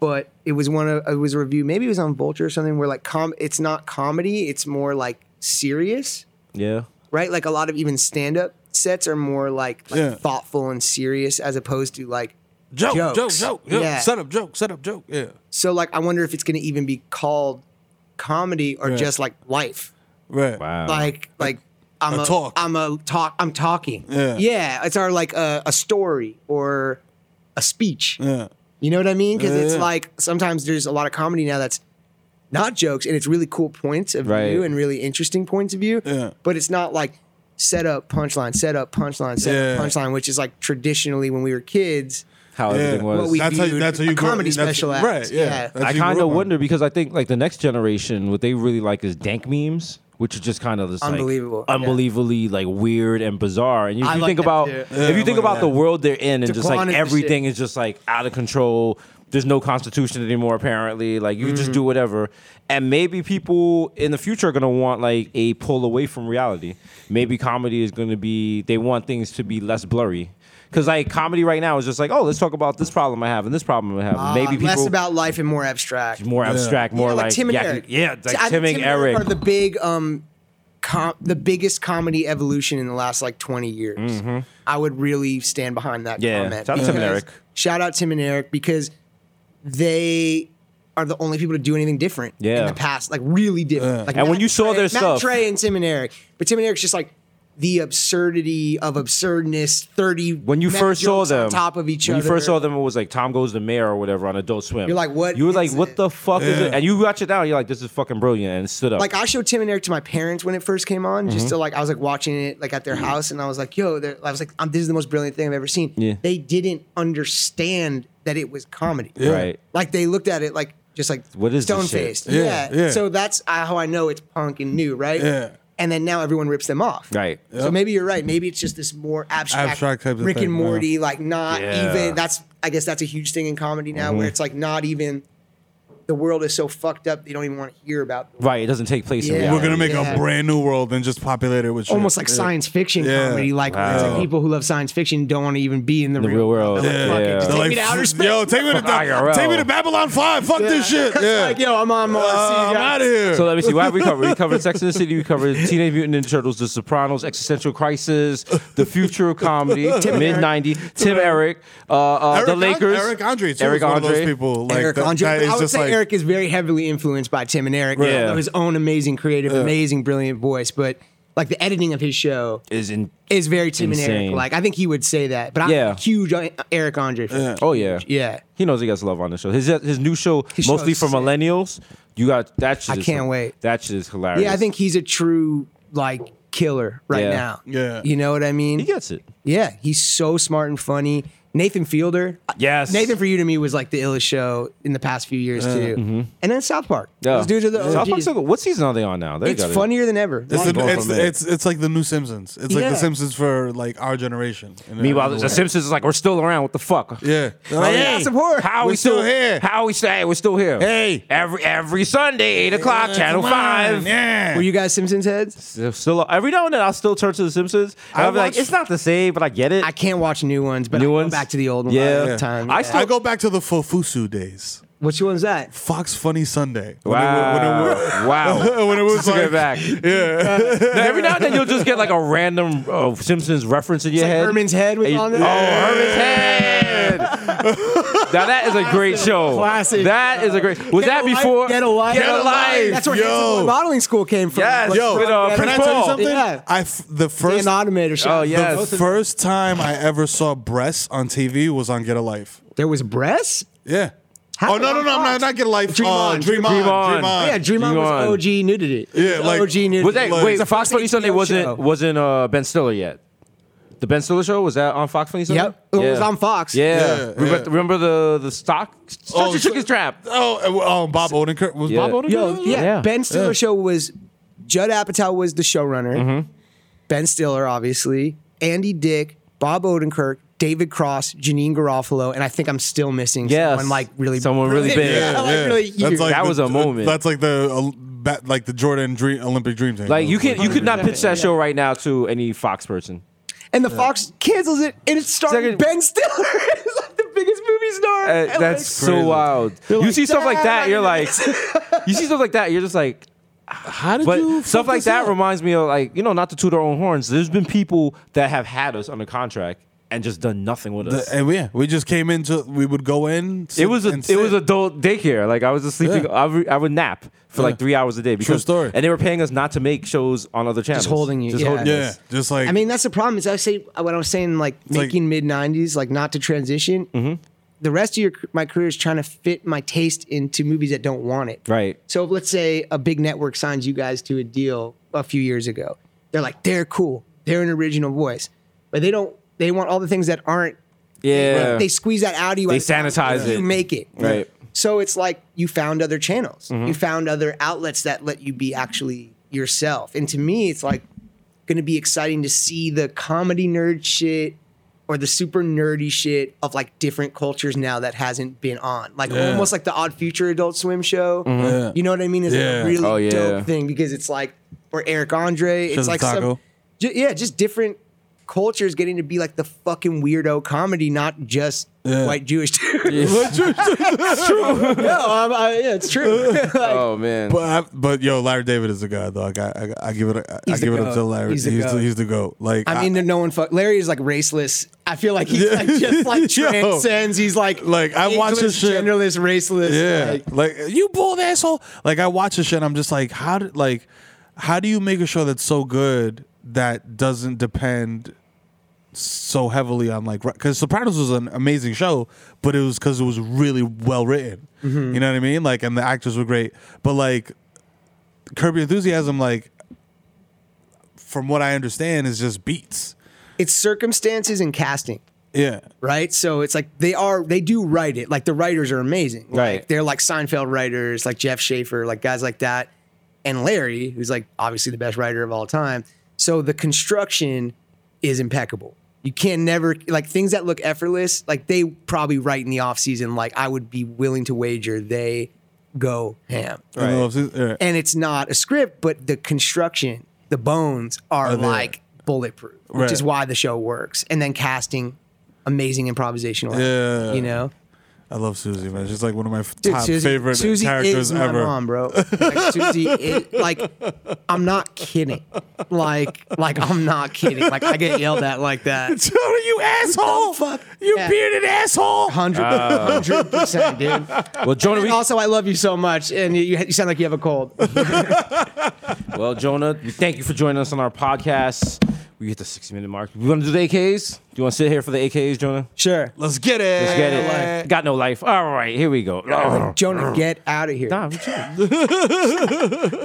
Speaker 4: But it was one of it was a review. Maybe it was on Vulture or something. Where like com, it's not comedy. It's more like serious
Speaker 7: yeah
Speaker 4: right? Like a lot of even stand up sets are more like, like
Speaker 6: Yeah.
Speaker 4: thoughtful and serious as opposed to like
Speaker 6: joke, joke,
Speaker 4: Jokes.
Speaker 6: joke, yeah.
Speaker 4: Yeah.
Speaker 6: set up, joke, set up, joke, yeah,
Speaker 4: so like I wonder if it's going to even be called comedy or just like life.
Speaker 6: right,
Speaker 7: wow
Speaker 4: Like like I'm
Speaker 6: A
Speaker 4: a,
Speaker 6: talk.
Speaker 4: I'm a talk I'm talking.
Speaker 6: Yeah.
Speaker 4: Yeah, it's our like a, a story or a speech.
Speaker 6: yeah,
Speaker 4: You know what I mean? Cuz
Speaker 6: Yeah,
Speaker 4: it's
Speaker 6: yeah.
Speaker 4: like sometimes there's a lot of comedy now that's not jokes and it's really cool points of
Speaker 7: Right.
Speaker 4: view and really interesting points of view.
Speaker 6: Yeah.
Speaker 4: But it's not like set up punchline, set up punchline, set up
Speaker 6: Yeah.
Speaker 4: punchline, which is like traditionally when we were kids,
Speaker 7: how everything was.
Speaker 4: What we
Speaker 6: That's how-
Speaker 4: viewed,
Speaker 6: that's how you
Speaker 4: a
Speaker 6: grow-
Speaker 4: comedy
Speaker 6: that's-
Speaker 4: special act.
Speaker 6: right, yeah. That's
Speaker 7: I
Speaker 6: what you
Speaker 7: kind
Speaker 6: grew
Speaker 7: of
Speaker 6: up on.
Speaker 7: wonder because I think like the next generation, what they really like is dank memes, which are just kind of just like,
Speaker 4: Unbelievable, yeah.
Speaker 7: unbelievably like weird and bizarre. And if
Speaker 4: I
Speaker 7: you
Speaker 4: like
Speaker 7: think
Speaker 4: that
Speaker 7: about
Speaker 4: too.
Speaker 6: Yeah,
Speaker 7: if you
Speaker 6: I'm
Speaker 7: think
Speaker 6: like
Speaker 7: about
Speaker 6: that.
Speaker 7: the world they're in, and just
Speaker 4: Daquan
Speaker 7: like
Speaker 4: is the
Speaker 7: everything is just like out of control. There's no constitution anymore. Apparently, like you just do
Speaker 4: Mm.
Speaker 7: whatever, and maybe people in the future are gonna want like a pull away from reality. Maybe comedy is gonna be they want things to be less blurry. Cause like comedy right now is just like oh let's talk about this problem I have and this problem I have maybe people
Speaker 4: Uh, less about life and more abstract.
Speaker 7: more abstract, more
Speaker 4: yeah,
Speaker 7: like,
Speaker 4: like, Tim and
Speaker 7: yeah,
Speaker 4: Eric.
Speaker 7: yeah, like
Speaker 4: I-
Speaker 7: Tim and Eric.
Speaker 4: are the big, um, com- the biggest comedy evolution in the last like twenty years. I would really stand behind that
Speaker 7: Mm-hmm. Yeah.
Speaker 4: comment.
Speaker 7: Shout out Tim and
Speaker 4: because-
Speaker 7: Eric.
Speaker 4: Shout out Tim and Eric because they are the only people to do anything different in
Speaker 7: Yeah.
Speaker 4: the past, like really different. Like
Speaker 7: And when
Speaker 4: Matt
Speaker 7: you saw
Speaker 4: Trey-
Speaker 7: their
Speaker 4: Matt
Speaker 7: stuff-
Speaker 4: Trey and Tim and Eric, but Tim and Eric's just like. The absurdity of absurdness. Thirty
Speaker 7: when you
Speaker 4: meta
Speaker 7: first saw
Speaker 4: jokes on
Speaker 7: them,
Speaker 4: top of each
Speaker 7: when
Speaker 4: other.
Speaker 7: you first saw them, it was like Tom Goes to Mayor or whatever on Adult Swim.
Speaker 4: You're like, what
Speaker 7: You were like,
Speaker 4: is
Speaker 7: what
Speaker 4: it?
Speaker 7: the fuck is it? And you watch it now, you're like, this is fucking brilliant, and it stood up.
Speaker 4: like I showed Tim and Eric to my parents when it first came on,
Speaker 6: Mm-hmm.
Speaker 4: just to like I was like watching it like at their house, and I was like, "Yo," they're- I was like, um, "This is the most brilliant thing I've ever seen."
Speaker 7: Yeah.
Speaker 4: They didn't understand that it was comedy,
Speaker 7: right?
Speaker 4: Like they looked at it like just like
Speaker 7: What is this
Speaker 4: stone
Speaker 7: shit?
Speaker 4: faced,
Speaker 6: Yeah, yeah.
Speaker 4: So that's uh, how I know it's punk and new, right?
Speaker 6: Yeah.
Speaker 4: And then now everyone rips them off,
Speaker 7: Right.
Speaker 4: So maybe you're right. Maybe it's just this more abstract,
Speaker 6: Abstract type of
Speaker 4: Rick
Speaker 6: thing,
Speaker 4: and
Speaker 6: yeah.
Speaker 4: Morty, like not
Speaker 7: Yeah.
Speaker 4: even. That's I guess that's a huge thing in comedy now,
Speaker 6: Mm-hmm.
Speaker 4: where it's like not even. The world is so fucked up; they don't even want to hear about
Speaker 7: Right, it doesn't take place in
Speaker 4: Yeah.
Speaker 7: reality.
Speaker 6: We're gonna make
Speaker 4: Yeah.
Speaker 6: a brand new world and just populate it with shit.
Speaker 4: almost like science fiction
Speaker 6: Yeah.
Speaker 4: comedy. Like,
Speaker 7: Wow.
Speaker 4: it's like people who love science fiction don't want to even be in the,
Speaker 7: the real world.
Speaker 4: They're like, fuck it,
Speaker 7: Yeah.
Speaker 4: just
Speaker 6: They're
Speaker 4: take
Speaker 6: like,
Speaker 4: me to outer
Speaker 6: "F-
Speaker 4: space.
Speaker 6: *laughs* Yo, take me to
Speaker 7: IRL.
Speaker 6: take me to Babylon Five.
Speaker 4: *laughs*
Speaker 6: Fuck this shit. Yeah,
Speaker 4: Like, yo, I'm on my
Speaker 6: Uh, I'm out of here.
Speaker 7: So let me see. What have
Speaker 6: *laughs*
Speaker 7: we covered? We covered Sex and the City. We covered Teenage Mutant Ninja Turtles, The Sopranos, Existential Crisis, the future
Speaker 4: *laughs*
Speaker 7: of comedy, mid '90s, Tim Eric, uh, uh,
Speaker 6: Eric
Speaker 7: the
Speaker 6: An-
Speaker 7: Lakers,
Speaker 6: Eric Andre too.
Speaker 7: Eric
Speaker 6: is one of those
Speaker 7: Andre.
Speaker 6: people like
Speaker 1: Eric
Speaker 6: that,
Speaker 1: Andre.
Speaker 6: that
Speaker 4: I
Speaker 6: is
Speaker 4: would
Speaker 6: just
Speaker 4: say
Speaker 6: like
Speaker 4: Eric is very heavily influenced by Tim and Eric.
Speaker 7: Yeah.
Speaker 4: although His own amazing creative, amazing, brilliant voice. But like the editing of his show
Speaker 7: is in.
Speaker 4: is very Tim and Eric.
Speaker 7: Insane.
Speaker 4: Like I think he would say that. But I'm
Speaker 7: Yeah.
Speaker 4: a huge uh, Eric Andre fan.
Speaker 7: Oh yeah,
Speaker 4: Yeah.
Speaker 7: He knows he gets love on the show. His his new show,
Speaker 4: His
Speaker 7: mostly
Speaker 4: show's
Speaker 7: for
Speaker 4: sick.
Speaker 7: millennials. You got that. Shit
Speaker 4: I
Speaker 7: is-
Speaker 4: can't wait.
Speaker 7: That shit is hilarious.
Speaker 4: Yeah, I think he's a true like killer right
Speaker 7: Yeah.
Speaker 4: now.
Speaker 6: Yeah.
Speaker 4: You know what I mean?
Speaker 7: he gets it.
Speaker 4: Yeah, he's so smart and funny. Nathan Fielder.
Speaker 7: Yes.
Speaker 4: Nathan for you to me was like the illest show in the past few years too. And then South Park.
Speaker 7: Mm-hmm. Yeah.
Speaker 4: Those dudes are the
Speaker 7: South
Speaker 4: OGs.
Speaker 7: Park's so good. What season are they on now? They
Speaker 4: It's
Speaker 7: got it.
Speaker 4: funnier than ever.
Speaker 6: it's,
Speaker 4: Like,
Speaker 6: the,
Speaker 7: Long
Speaker 6: it's,
Speaker 7: format.
Speaker 6: it's it's like the new Simpsons. It's like
Speaker 4: Yeah.
Speaker 6: the Simpsons for like our generation. in a-
Speaker 7: Meanwhile,
Speaker 6: in a
Speaker 7: the
Speaker 6: way.
Speaker 7: Simpsons is like, we're still around. What the fuck? Oh,
Speaker 6: Yeah, They're like,
Speaker 4: Oh, yeah, support.
Speaker 7: How
Speaker 6: We're
Speaker 7: we still,
Speaker 6: still here.
Speaker 7: How we say hey, we're still here?
Speaker 6: Hey.
Speaker 7: every every Sunday, eight o'clock,
Speaker 6: yeah,
Speaker 7: Channel
Speaker 6: come on,
Speaker 7: Five.
Speaker 6: Yeah,
Speaker 4: were you guys Simpsons heads?
Speaker 7: Still- Still, every now and then I'll still turn to the Simpsons. And
Speaker 6: I
Speaker 7: I'll be like,
Speaker 6: watch-
Speaker 7: it's not the same, but I get it.
Speaker 4: I can't watch new ones, but
Speaker 7: New
Speaker 4: I
Speaker 7: ones?
Speaker 4: go back to the old one
Speaker 7: Yeah.
Speaker 4: all the
Speaker 7: Yeah.
Speaker 4: time.
Speaker 7: I
Speaker 4: Yeah.
Speaker 7: still-
Speaker 6: I go back to the Fofusu days.
Speaker 4: Which one's that?
Speaker 6: Fox Funny Sunday. When it wa- when it wa-
Speaker 7: wow, wow.
Speaker 6: when it was
Speaker 7: Took it
Speaker 6: like
Speaker 7: back. Yeah.
Speaker 4: Uh,
Speaker 7: every now and then you'll just get like a random uh, Simpsons reference in your
Speaker 4: like
Speaker 7: head.
Speaker 4: Herman's head was
Speaker 7: And you-
Speaker 4: on there.
Speaker 7: Oh, Herman's head. now that is a great show.
Speaker 4: Oh. Classic.
Speaker 7: That is a great. Was that
Speaker 4: Life,
Speaker 7: before?
Speaker 4: Get a life.
Speaker 7: Get a life.
Speaker 4: That's where
Speaker 6: Yo.
Speaker 4: Handsome Boy modeling school came from.
Speaker 7: Yes.
Speaker 4: Was
Speaker 6: Yo,
Speaker 7: With, uh,
Speaker 6: can I
Speaker 7: Prince
Speaker 6: tell you
Speaker 7: Paul.
Speaker 6: something?
Speaker 4: Yeah.
Speaker 6: I f- the
Speaker 4: the
Speaker 6: first
Speaker 4: Anonymous show.
Speaker 7: Oh, yes.
Speaker 6: the first time I ever saw breasts on TV was on Get a Life.
Speaker 4: There was breasts?
Speaker 6: Yeah.
Speaker 4: How
Speaker 6: oh no
Speaker 4: did
Speaker 6: no
Speaker 4: I
Speaker 6: no!
Speaker 4: watch?
Speaker 6: Not, not Get a Life.
Speaker 4: Dream
Speaker 6: uh,
Speaker 4: On.
Speaker 6: Dream on.
Speaker 7: Dream On.
Speaker 4: Oh, yeah, Dream On
Speaker 7: Uh, Dream On.
Speaker 4: was OG nudity.
Speaker 6: Yeah,
Speaker 4: It was
Speaker 6: like-
Speaker 4: OG nudity.
Speaker 7: Was that
Speaker 6: Like-
Speaker 7: wait? Fox Funny
Speaker 4: HBO
Speaker 7: Sunday wasn't
Speaker 4: show.
Speaker 7: wasn't uh, Ben Stiller yet. The Ben Stiller show was that on Fox Funny Sunday?
Speaker 4: Yep. It was on Fox.
Speaker 7: Yeah.
Speaker 6: Yeah,
Speaker 7: remember,
Speaker 6: yeah.
Speaker 7: remember the the stock?
Speaker 6: Oh,
Speaker 7: Such a chicken
Speaker 6: so-
Speaker 7: trap.
Speaker 6: Oh, uh, well, um, Bob Odenkirk was
Speaker 7: Yeah.
Speaker 6: Bob Odenkirk.
Speaker 4: Yo, yeah.
Speaker 7: Yeah. Mm-hmm.
Speaker 4: Ben Stiller show was Judd Apatow was the showrunner. Ben Stiller, obviously. Andy Dick, Bob Odenkirk, David Cross, Janine Garofalo, and I think I'm still missing
Speaker 7: Yes.
Speaker 4: someone like really
Speaker 7: Someone really big.
Speaker 4: Yeah, *laughs* like really huge.
Speaker 6: That's like
Speaker 7: That
Speaker 6: the-
Speaker 7: was a moment.
Speaker 6: That's like the uh, ba- like the Jordan dream, Olympic dream thing.
Speaker 7: Like you can you could not pitch that
Speaker 4: Yeah.
Speaker 7: show right now to any Fox person.
Speaker 4: and the Fox cancels it, and it started
Speaker 7: Second-
Speaker 4: Ben Stiller. *laughs* is like the biggest movie star.
Speaker 7: Uh,
Speaker 4: And,
Speaker 7: that's
Speaker 4: like,
Speaker 7: so wild.
Speaker 4: They're
Speaker 7: you
Speaker 4: like,
Speaker 7: see stuff like that, you're like, *laughs* you see stuff like that, you're just like,
Speaker 6: How did
Speaker 7: but stuff like that
Speaker 6: reminds
Speaker 7: reminds me of like you know not to toot our own horns. There's been people that have had us under contract and just done nothing with us.
Speaker 6: Uh, and yeah, we just came into. We would go in. sit
Speaker 7: It was a
Speaker 6: and
Speaker 7: it was
Speaker 6: sit.
Speaker 7: adult daycare. Like I was just sleeping.
Speaker 6: Yeah.
Speaker 7: I, would, I would nap for like
Speaker 6: Yeah.
Speaker 7: three hours a day. Because,
Speaker 6: story.
Speaker 7: And they were paying us not to make shows on other channels.
Speaker 4: holding you,
Speaker 7: Just
Speaker 4: yeah.
Speaker 7: holding
Speaker 6: Yeah,
Speaker 7: us.
Speaker 6: just like
Speaker 4: I mean, that's the problem. Is I say when I was saying like
Speaker 6: like-
Speaker 4: making mid '90s, like not to transition.
Speaker 7: Mm-hmm.
Speaker 4: The rest of your my career is trying to fit my taste into movies that don't want it.
Speaker 7: Right.
Speaker 4: So if, let's say a big network signs you guys to a deal a few years ago. They're like, they're cool. They're an original voice, but they don't. They want all the things that aren't
Speaker 7: Yeah.
Speaker 4: They squeeze that out of you.
Speaker 7: They
Speaker 4: at a time,
Speaker 7: sanitize
Speaker 4: and
Speaker 7: it.
Speaker 4: You make it.
Speaker 7: Right. Mm-hmm.
Speaker 4: So it's like you found other channels. You found other outlets that let you be actually yourself. And to me, it's like going to be exciting to see the comedy nerd shit or the super nerdy shit of like different cultures now that hasn't been on. Like almost like the Odd Future Adult Swim show. You know what I mean? It's
Speaker 6: Yeah.
Speaker 4: a really
Speaker 7: Oh, Mm-hmm. yeah.
Speaker 4: dope thing because it's like, or Eric Andre. It's
Speaker 6: Just a
Speaker 4: like
Speaker 6: taco.
Speaker 4: some, ju- yeah, just different cultures getting to be like the fucking weirdo comedy, not just white Jewish.
Speaker 6: *laughs*
Speaker 4: dudes. *laughs* no, I'm, I, yeah, it's true. *laughs* Like,
Speaker 7: Oh man.
Speaker 6: But I, but yo, Larry David is a god, dog. I I, I give it a, I I
Speaker 4: He's the
Speaker 6: give it up
Speaker 4: goat.
Speaker 6: to Larry. He's
Speaker 4: He's the
Speaker 6: the he's the,
Speaker 4: goat.
Speaker 6: goat. Like
Speaker 4: I mean, no one fuck. Larry is like raceless. I feel like he's
Speaker 6: Yeah.
Speaker 4: like, just like
Speaker 6: *laughs* Yo.
Speaker 4: transcends. He's like
Speaker 6: Like, I watch
Speaker 4: English,
Speaker 6: his shit.
Speaker 4: genderless, raceless.
Speaker 6: Yeah,
Speaker 4: like-
Speaker 6: like, you bald asshole. Like I watch this shit, and I'm just like, how did like, how do you make a show that's so good that doesn't depend so heavily on like because Sopranos was an amazing show, but it was because it was really well written.
Speaker 4: Mm-hmm.
Speaker 6: You know what I mean? Like, and the actors were great, but like, Curb Your Enthusiasm, like, from what I understand, is just beats.
Speaker 4: it's circumstances and casting.
Speaker 6: Yeah,
Speaker 4: Right, so it's like they are they do write it. Like the writers are amazing. Like,
Speaker 7: Right.
Speaker 4: they're like Seinfeld writers, like Jeff Schaefer, like guys like that, and Larry, who's like obviously the best writer of all time. So the construction is impeccable. You can never like things that look effortless. Like they probably write in the off season. Like I would be willing to wager they go ham.
Speaker 6: I don't know if it's- yeah.
Speaker 4: and it's not a script, but the construction, the bones are
Speaker 6: Are there.
Speaker 4: like bulletproof, which
Speaker 6: Oh, Right.
Speaker 4: is why the show works. And then casting, amazing improvisational, acting,
Speaker 6: Yeah.
Speaker 4: you know,
Speaker 6: I love Susie, man. She's like one of my f-
Speaker 4: Dude,
Speaker 6: top
Speaker 4: Susie-
Speaker 6: favorite
Speaker 4: Susie
Speaker 6: characters
Speaker 4: is my
Speaker 6: ever.
Speaker 4: mom, bro. Like, Susie, is, like I'm not kidding. Like, like I'm not kidding. Like I get yelled at like that.
Speaker 6: Tony, you asshole! You
Speaker 4: Yeah.
Speaker 6: bearded asshole! Ah.
Speaker 4: Hundred percent,
Speaker 6: *laughs*
Speaker 4: dude.
Speaker 7: Well, Jonah,
Speaker 4: And
Speaker 7: we,
Speaker 4: also, I love you so much, and you, you sound like you have a cold.
Speaker 7: well, Jonah, we thank you for joining us on our podcast. We hit the 60 minute mark. We want to do the AKs? Do you want to sit here for the AKs, Jonah?
Speaker 4: Sure,
Speaker 6: Let's get it.
Speaker 7: Let's get it. Got no life. All right, here we go.
Speaker 4: Jonah, get out of here.
Speaker 7: Nah, we *laughs* chill.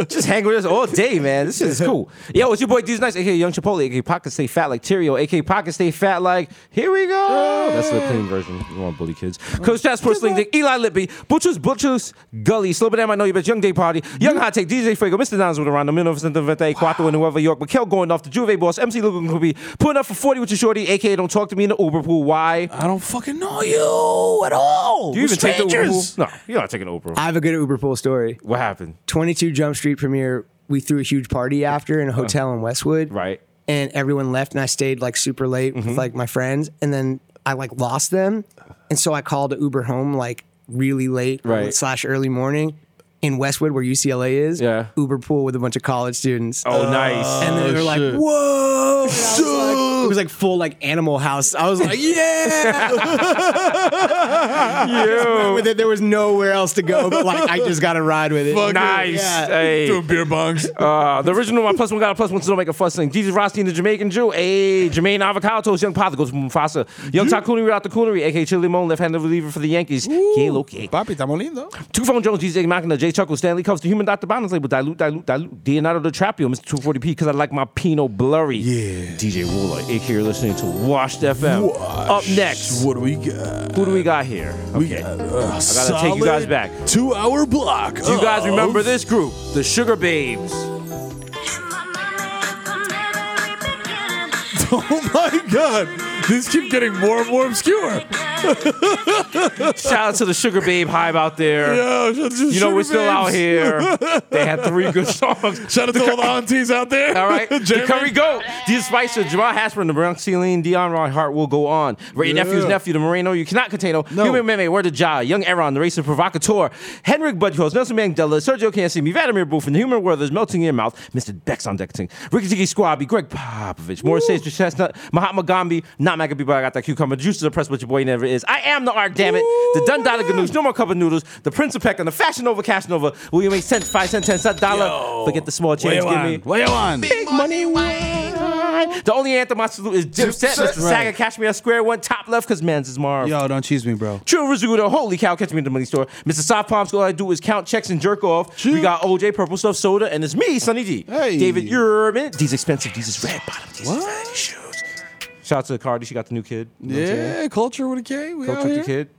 Speaker 7: just hang with us all day, man. This shit is cool. Yo, it's your boy D's Nice, aka Young Chipotle, aka Pocket Stay Fat Like Tyrio, aka Pocket Stay Fat Like. Here we go. That's the clean version. You want bully kids. Coach Chad Sports Link Dick, Eli Lippy, Butchers, Butchers, Gully, Slow Down, I Know You Bet, Young Day Party, Young Hot Take, DJ Fuego, Mr. Dons with around the middle of Santa Vente, Quattro, and whoever York, Mikel going off, the Juve boss, MC Lugan Kubi, putting up for 40 with your shorty, aka Don't Talk to Me in the Uber Pool. Why?
Speaker 6: I don't fucking know you at all.
Speaker 7: Do you even take the Uber Pool? No, you're not taking the Uber.
Speaker 4: I have a good Uber pool story.
Speaker 7: What happened?
Speaker 4: 22 Jump Street premiere, we threw a huge party after in a hotel in Westwood.
Speaker 7: Right. Mm-hmm.
Speaker 4: And everyone left and I stayed like super late with like my friends and then I like lost them. And so I called an Uber home like really late
Speaker 7: Right.
Speaker 4: slash early morning in Westwood where UCLA is.
Speaker 7: Yeah.
Speaker 4: Uber pool with a bunch of college students.
Speaker 7: Oh, nice.
Speaker 4: And they were like, whoa. And I was like- it was like full like animal house. I was like, yeah.
Speaker 7: *laughs*
Speaker 4: *laughs*
Speaker 7: Yo.
Speaker 4: With it, there was nowhere else to go, but like I just got to ride with it.
Speaker 7: Nice. Hey. *laughs*
Speaker 6: Doing beer bongs.
Speaker 7: Uh, the original one plus one got a plus one, so don't make a fuss thing. Jesus Rossi and the Jamaican Jew. Hey, Jermaine Avocado Toast, Young Pother goes from Mufasa. Young
Speaker 6: Mm-hmm.
Speaker 7: Takuni without the coonery, aka Chili Moan, left handed reliever for the Yankees. Que lo que.
Speaker 6: Papi, estamos lindo.
Speaker 7: Two Phone Jones, DJ Machina, J Chuckle, Stanley Cuffs, the human Dr. Bonds label, dilute, dilute, dilute. Leonardo DiCaprio, Mr. 240p, because I like my Pinot blurry. Yeah. DJ Ruler, aka you're listening to Washed FM. Up next,
Speaker 6: What do we got?
Speaker 7: who do we got here?
Speaker 6: We got a
Speaker 7: gotta take you guys back.
Speaker 6: Two hour block.
Speaker 7: Do you guys remember this group? The Sugar Babes.
Speaker 6: *laughs* Oh my god. These keep getting more and more obscure.
Speaker 7: Shout out to the Sugar Babe Hive out there.
Speaker 6: Yo, shout out to
Speaker 7: You know,
Speaker 6: Sugar
Speaker 7: we're still out
Speaker 6: Babes.
Speaker 7: here. They had three good songs.
Speaker 6: *laughs* Shout out to all the aunties out there.
Speaker 7: All
Speaker 6: *laughs*
Speaker 7: right. the
Speaker 6: Jeremy.
Speaker 7: Curry Goat, Jesus Spicer, Jamal Hasper, and the Bronx Celine, Dion Ron Hart will go on. Ray Nephew's nephew, the Moreno, you cannot contain. No. Human Meme, Word of Jah, Young Aaron, the racist provocateur, Henrik Budhos, Nelson Mandela, Sergio Cansimi, Vladimir Buffon, the human world is melting in your mouth, Mr. Bex on Decking, Ricky Tiki Squabby, Greg Popovich, Morris Sage, the Chestnut, Mahatma Gandhi, not Maccabee, but I got that cucumber. Juice is oppressed, but your boy never is. I am the art, damn it. The Dun Dada Ganoose, no more cup of noodles, the Prince of Peck, and the Fashion Nova Cash Nova, will you make cents, five cent, ten cent, dollar? Forget the small change, give me.
Speaker 6: Way on.
Speaker 7: The only anthem I salute is Dipset, Mr. Saga, Catch Me at Square One, top left, because man's is Marv.
Speaker 6: Yo, don't cheese me, bro.
Speaker 7: True Rizzuto, holy cow, catch me at the money store. Mr. Soft Palms, all I do is count checks and jerk off. We got OJ, Purple Stuff Soda, and it's me, Sunny D.
Speaker 6: Hey.
Speaker 7: David Urban. These expensive, these is red bottom, these is shiny shoes. Shout out to Cardi. She got the new kid. You know what I'm saying?
Speaker 6: Yeah, culture with a K. We
Speaker 7: Coach
Speaker 6: out
Speaker 7: with the
Speaker 6: here.
Speaker 7: kid.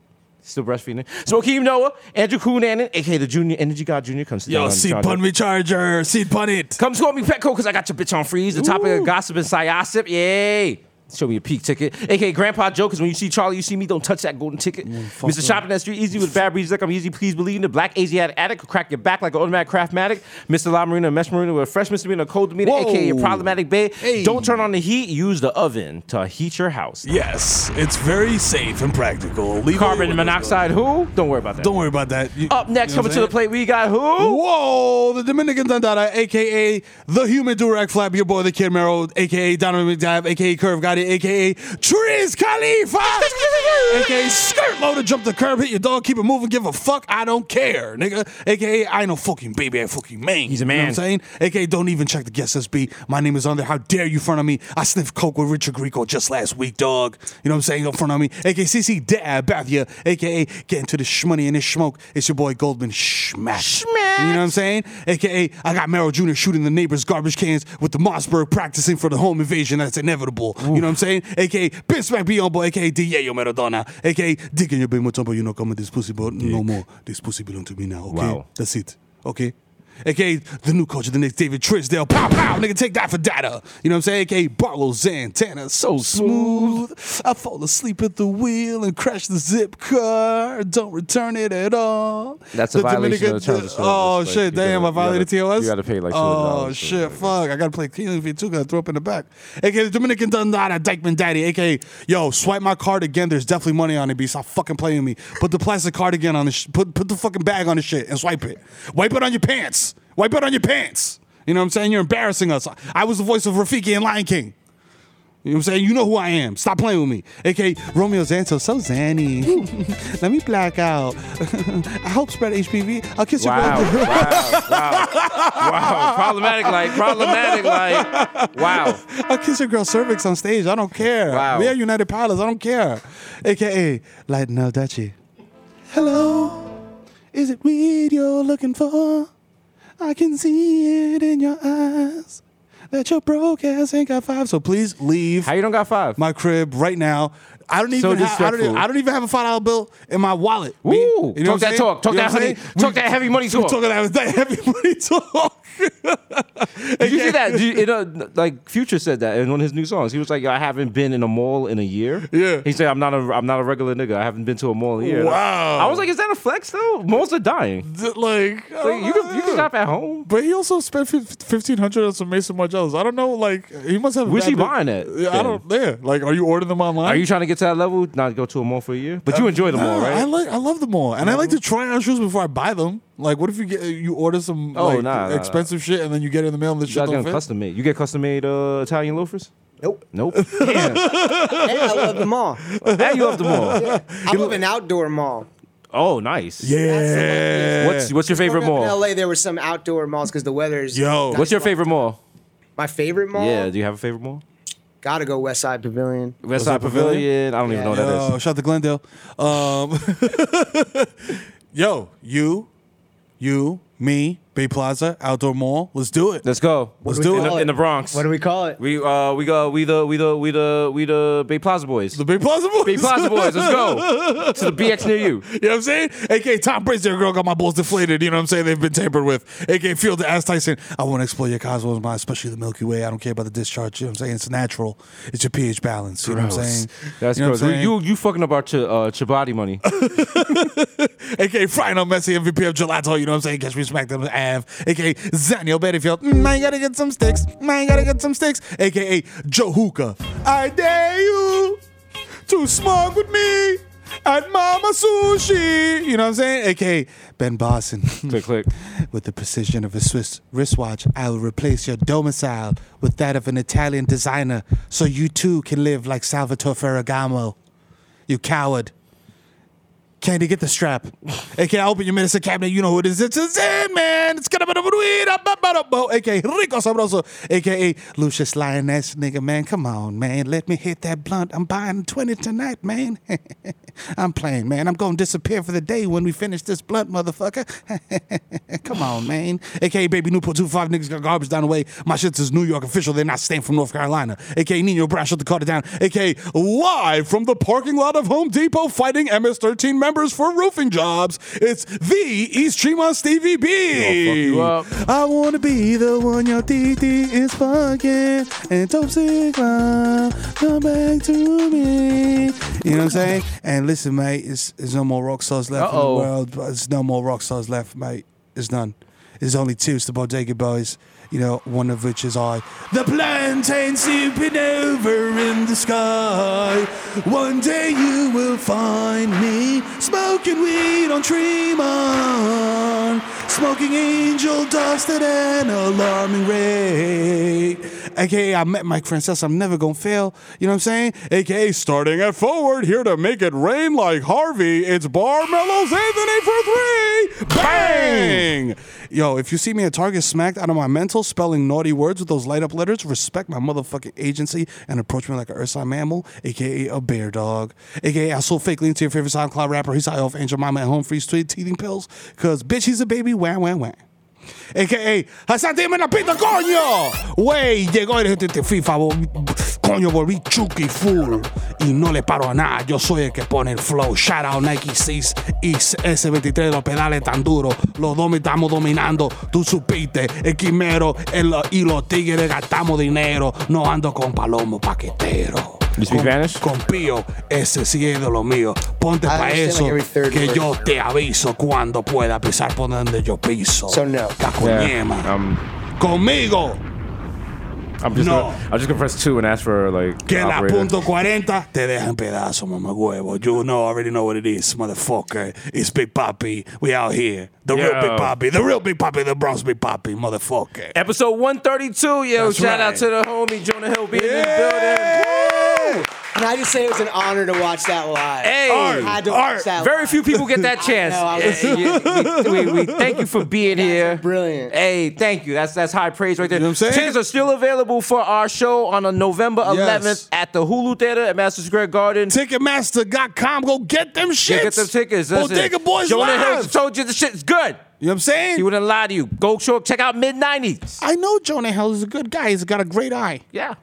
Speaker 7: Still breastfeeding. So Akeem Noah, Andrew Coonanen, aka the junior energy god junior, comes to
Speaker 6: Yo,
Speaker 7: town.
Speaker 6: seed
Speaker 7: Trying
Speaker 6: pun
Speaker 7: to-
Speaker 6: me charger. Seed pun it.
Speaker 7: Come score me Petco because I got your bitch on freeze. The topic of gossip and psyosip. Yay. Show me a peak ticket. AKA Grandpa Joe, because when you see Charlie, you see me, don't touch that golden ticket.
Speaker 6: Mm,
Speaker 7: Mr. Shopping that street, easy with bad breeds like I'm easy. Please believe in the black Asiatic addict, could crack your back like an automatic craftmatic. Mr. La Marina, Mesh Marina with a fresh Mr. Marina, cold demeanor, AKA your
Speaker 6: Whoa.
Speaker 7: problematic babe.
Speaker 6: Hey.
Speaker 7: Don't turn on the heat, use the oven to heat your house.
Speaker 6: Yes, it's very safe and practical. Leave
Speaker 7: Carbon
Speaker 6: it-
Speaker 7: monoxide, who? Don't worry about that.
Speaker 6: Don't worry about that. You-
Speaker 7: Up next,
Speaker 6: you know
Speaker 7: coming
Speaker 6: what
Speaker 7: to the
Speaker 6: I'm saying?
Speaker 7: plate, we got who?
Speaker 6: Whoa, the Dominican Dandada, aka the human Durag Flap, your boy the Kid Merrill, aka Donovan McDive, aka Curve Gotti, aka Trees
Speaker 7: *laughs*
Speaker 6: Khalifa, aka Skirt Loader, jump the curb, hit your dog, keep it moving, give a fuck, I don't care, nigga, aka I know fucking baby, I fucking man.
Speaker 7: He's a
Speaker 6: You know what
Speaker 7: man.
Speaker 6: I'm saying? aka don't even check the guest SB. My name is on there. How dare you front on me? I sniffed coke with Richard Grieco just last week, dog. You know what I'm saying? Don't front on me. Aka CC Dad Bathia, aka get into the shmoney and this smoke. It's your boy Goldman Schmack. You know what I'm saying? Aka I got Merrill Jr. shooting the neighbor's garbage cans with the Mossberg practicing for the home invasion that's inevitable. You know what I'm saying? Aka Ben Smack Beyond Boy, aka Diego Maradona, aka Dick in your big mutombo, you know come with this pussy, but no more. This pussy belong to me now, okay?
Speaker 7: Wow.
Speaker 6: That's it. Okay? AKA the new coach of the Knicks, David Trisdale. Pow pow, nigga, take that for data. You know what I'm saying? AKA Barlow Zantana, so smooth. I fall asleep at the wheel and crash the zip car. Don't return it at all.
Speaker 7: That's a
Speaker 6: The
Speaker 7: violation
Speaker 6: Dominican-
Speaker 7: of the terms of service.
Speaker 6: Oh
Speaker 7: Like,
Speaker 6: shit,
Speaker 7: you
Speaker 6: damn,
Speaker 7: gotta-
Speaker 6: I violated
Speaker 7: you gotta-
Speaker 6: TOS.
Speaker 7: you gotta pay, like,
Speaker 6: Oh
Speaker 7: $200
Speaker 6: shit, fuck. I gotta play clean if too, gotta throw up in the back. AKA the Dominican Dundada, Dykeman Daddy, AKA yo, swipe my card again. There's definitely money on it, B. Stop fucking playing with me. Put the plastic card again on the sh- put put the fucking bag on the shit and swipe it. Wipe it on your pants. Wipe it on your pants. You know what I'm saying? You're embarrassing us. I was the voice of Rafiki and Lion King. You know what I'm saying? You know who I am. Stop playing with me. AKA Romeo Zanto, so zanny. *laughs* Let me black out. *laughs* I hope spread HPV. I'll kiss
Speaker 7: Wow,
Speaker 6: your *laughs* brother.
Speaker 7: wow, wow, wow. Problematic, like, problematic, like, wow.
Speaker 6: I'll kiss your girl cervix on stage. I don't care.
Speaker 7: Wow.
Speaker 6: We are United Pilots. I don't care. AKA Lighten Up Dutchie. Hello. Is it weed you're looking for? I can see it in your eyes that your broke ass ain't got five. So please leave
Speaker 7: How you don't got five?
Speaker 6: my crib right now. I don't even
Speaker 7: So
Speaker 6: have, I, don't,
Speaker 7: disrespectful.
Speaker 6: I don't even have a five dollar bill in my wallet. B.
Speaker 7: Woo!
Speaker 6: You know
Speaker 7: Talk
Speaker 6: what I'm
Speaker 7: that
Speaker 6: saying?
Speaker 7: talk. Talk
Speaker 6: You know
Speaker 7: that
Speaker 6: what I'm
Speaker 7: honey-
Speaker 6: saying?
Speaker 7: talk that heavy
Speaker 6: *laughs*
Speaker 7: money
Speaker 6: we
Speaker 7: talk.
Speaker 6: Talking that, that heavy money talk.
Speaker 7: *laughs* Did you see that? Did you, it, uh, like Future said that in one of his new songs. He was like, "Yo, I haven't been in a mall in a year."
Speaker 6: Yeah.
Speaker 7: He said, "I'm not a I'm not a regular nigga. I haven't been to a mall in a year."
Speaker 6: Wow.
Speaker 7: I was like, "Is that a flex though? Malls are dying.
Speaker 6: like, I
Speaker 7: Like,
Speaker 6: don't
Speaker 7: you can you
Speaker 6: know.
Speaker 7: can shop at home."
Speaker 6: But he also spent fifteen hundred on some Mason Margellas. I don't know, like he must have.
Speaker 7: Where's he
Speaker 6: bad-
Speaker 7: buying it?
Speaker 6: Yeah, I don't. Yeah, like are you ordering them online?
Speaker 7: Are you trying to get to that level? Not go to a mall for a year, but you enjoy the
Speaker 6: No,
Speaker 7: mall, right?
Speaker 6: I like I love them all, and I like to try on shoes before I buy them. Like, what if you get you order some
Speaker 7: Oh,
Speaker 6: like,
Speaker 7: nah, nah,
Speaker 6: expensive shit and then you get it in the mail and the
Speaker 7: you
Speaker 6: shit
Speaker 7: guys
Speaker 6: don't
Speaker 7: got
Speaker 6: fit?
Speaker 7: custom made. You get custom made uh, Italian loafers?
Speaker 1: Nope.
Speaker 7: Nope. *laughs* Damn.
Speaker 1: Hey, I love the mall.
Speaker 7: now you love the mall.
Speaker 1: I love an outdoor mall.
Speaker 7: Oh, nice.
Speaker 6: Yeah.
Speaker 7: What's what's your favorite
Speaker 1: Growing up
Speaker 7: mall?
Speaker 1: In LA, there were some outdoor malls because the weather's.
Speaker 6: Yo.
Speaker 7: What's your favorite mall?
Speaker 1: My favorite mall?
Speaker 7: Yeah. Do you have a favorite mall?
Speaker 1: Gotta go West Side Pavilion.
Speaker 7: Westside
Speaker 6: Pavilion?
Speaker 7: Pavilion. I don't even know what that is.
Speaker 6: Yo, Oh, shout out to Glendale. Um, *laughs* yo, you, you, me, Bay Plaza, Outdoor Mall. Let's do it.
Speaker 7: Let's go.
Speaker 6: Let's
Speaker 1: do we
Speaker 6: do
Speaker 1: call
Speaker 6: it.
Speaker 7: In, in the Bronx.
Speaker 1: What do we call it?
Speaker 7: We uh we go we the we the we the we the Bay Plaza boys.
Speaker 6: The Bay Plaza Boys.
Speaker 7: Bay Plaza
Speaker 6: *laughs*
Speaker 7: boys, let's go to the BX near you.
Speaker 6: You know what I'm saying? AK Tom Brady, your girl got my balls deflated. You know what I'm saying? They've been tampered with. AK Field to ass Tyson. I want to explore your cosmos, my especially the Milky Way. I don't care about the discharge. You know what I'm saying? It's natural. It's your pH balance. You know what I'm saying?
Speaker 7: That's
Speaker 6: you know
Speaker 7: gross.
Speaker 6: what I'm saying?
Speaker 7: You you fucking up our ch- uh, Chibati money.
Speaker 6: *laughs* aka Frying on Messi, MVP of Gelato, you know what I'm saying? Catch me smack them Av, aka Zanio Bettyfield, mm, I gotta get some sticks, mm, I gotta get some sticks, aka Joe Hookah. I dare you to smoke with me at Mama Sushi, you know what I'm saying? Aka Ben Boston.
Speaker 7: click click.
Speaker 6: With the precision of a Swiss wristwatch, I will replace your domicile with that of an Italian designer so you too can live like Salvatore Ferragamo. You coward. Candy, get the strap. *laughs* AK, open your medicine cabinet. You know who it is. It's his in, man. It's gonna be the weed. I'm about to blow. AK, Rico Sabroso. AKA Lucius Lioness, nigga, man. Come on, man. Let me hit that blunt. I'm buying 20 tonight, man. *laughs* I'm playing, man. I'm gonna disappear for the day when we finish this blunt, motherfucker. *laughs* Come on, man. AKA Baby Newport 25 niggas got garbage down the way. My shit's is New York official. They're not staying from North Carolina. AKA Nino Brown shut the car down. AKA live from the parking lot of Home Depot fighting MS-13 members for roofing jobs. It's the East Tremont Stevie B.
Speaker 3: I'll fuck you
Speaker 6: I wanna be the one your DD is fucking and Top Sigma come back to me. You know what I'm saying? And listen, mate, it's, it's no more rock stars left
Speaker 3: Uh-oh.
Speaker 6: in the world. But it's no more rock stars left, mate. It's none. There's only two. It's the Bodega Boys. You know, one of which is I. The plantain sipping over in the sky. One day you will find me smoking weed on Tremont, smoking angel dust at an alarming rate. AKA, I met my princess. I'm never gonna fail. You know what I'm saying? AKA, starting at forward, here to make it rain like Harvey. It's Barmelo's Anthony for three. Bang! Yo, if you see me at Target smacked out of my mental, spelling naughty words with those light up letters, respect my motherfucking agency and approach me like an ursine mammal, aka a bear dog. AKA, I so fakely into your favorite SoundCloud rapper. He's high off Angel Mama at home free street teething pills. Cause bitch, he's a baby. Wah, wah, wah. AKA Hassan dime la pita, coño. Wey, llegó el gente "Este FIFA, bo- coño, volví chucky full. Y no le paro a nada, yo soy el que pone el flow. Shout out Nike 6 y S23, los pedales tan duros. Los dos me estamos dominando, tú supiste. El quimero el, y los tigres gastamos dinero. No ando con palomo paquetero.
Speaker 7: You speak
Speaker 6: Con-
Speaker 7: Spanish?
Speaker 6: Con pío, ese sí es de lo mío. Ponte
Speaker 1: I
Speaker 6: para
Speaker 1: understand,
Speaker 6: eso,
Speaker 1: like, every third
Speaker 6: que
Speaker 1: word.
Speaker 6: yo te aviso cuando pueda pisar por donde yo piso.
Speaker 1: So, no.
Speaker 6: Caco
Speaker 7: Yeah,
Speaker 6: ñema.
Speaker 7: um,
Speaker 6: Conmigo,
Speaker 7: I'm just
Speaker 6: No.
Speaker 7: gonna, I'm just gonna press two and ask for like
Speaker 6: que la
Speaker 7: operator.
Speaker 6: punto 40 te deja en pedazo, mamá huevo. You know, already know what it is, motherfucker. It's Big Papi. We out here. The real
Speaker 7: Yeah.
Speaker 6: Big Papi. The real Big Papi. The Bronx Big Papi, motherfucker.
Speaker 7: Episode 132, yo!
Speaker 6: That's
Speaker 7: shout
Speaker 6: right.
Speaker 7: out to the homie Jonah Hill being in the building.
Speaker 6: Yeah.
Speaker 1: Can I just say it was an honor to watch that live?
Speaker 7: Hey.
Speaker 1: I had to
Speaker 6: Art,
Speaker 1: watch that
Speaker 7: Very
Speaker 1: live.
Speaker 7: few people get that chance.
Speaker 1: know, I was-
Speaker 7: Yeah, yeah, we, we- we thank you for being here.
Speaker 1: brilliant.
Speaker 7: Hey, thank you. That's that's high praise right there.
Speaker 6: know what I'm saying?
Speaker 7: Tickets are still available for our show on uh, November 11th
Speaker 6: Yes.
Speaker 7: at the Hulu Theater at Master Square Garden.
Speaker 6: Ticketmaster.com. Go get them shits.
Speaker 7: Yeah, get them tickets. Listen,
Speaker 6: Bodega Boys
Speaker 7: Jonah Hill
Speaker 6: Live.
Speaker 7: told you the shit's good.
Speaker 6: You know what I'm saying?
Speaker 7: He wouldn't lie to you. Go show, check out mid 90s.
Speaker 6: I know Jonah Hill is a good guy. He's got a great eye.
Speaker 7: Yeah.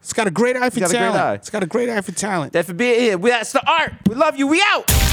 Speaker 6: It's got a great eye for
Speaker 7: got a great
Speaker 6: talent.
Speaker 7: eye.
Speaker 6: It's got a great eye for talent.
Speaker 7: That for being here. We, that's the art. We love you. We out.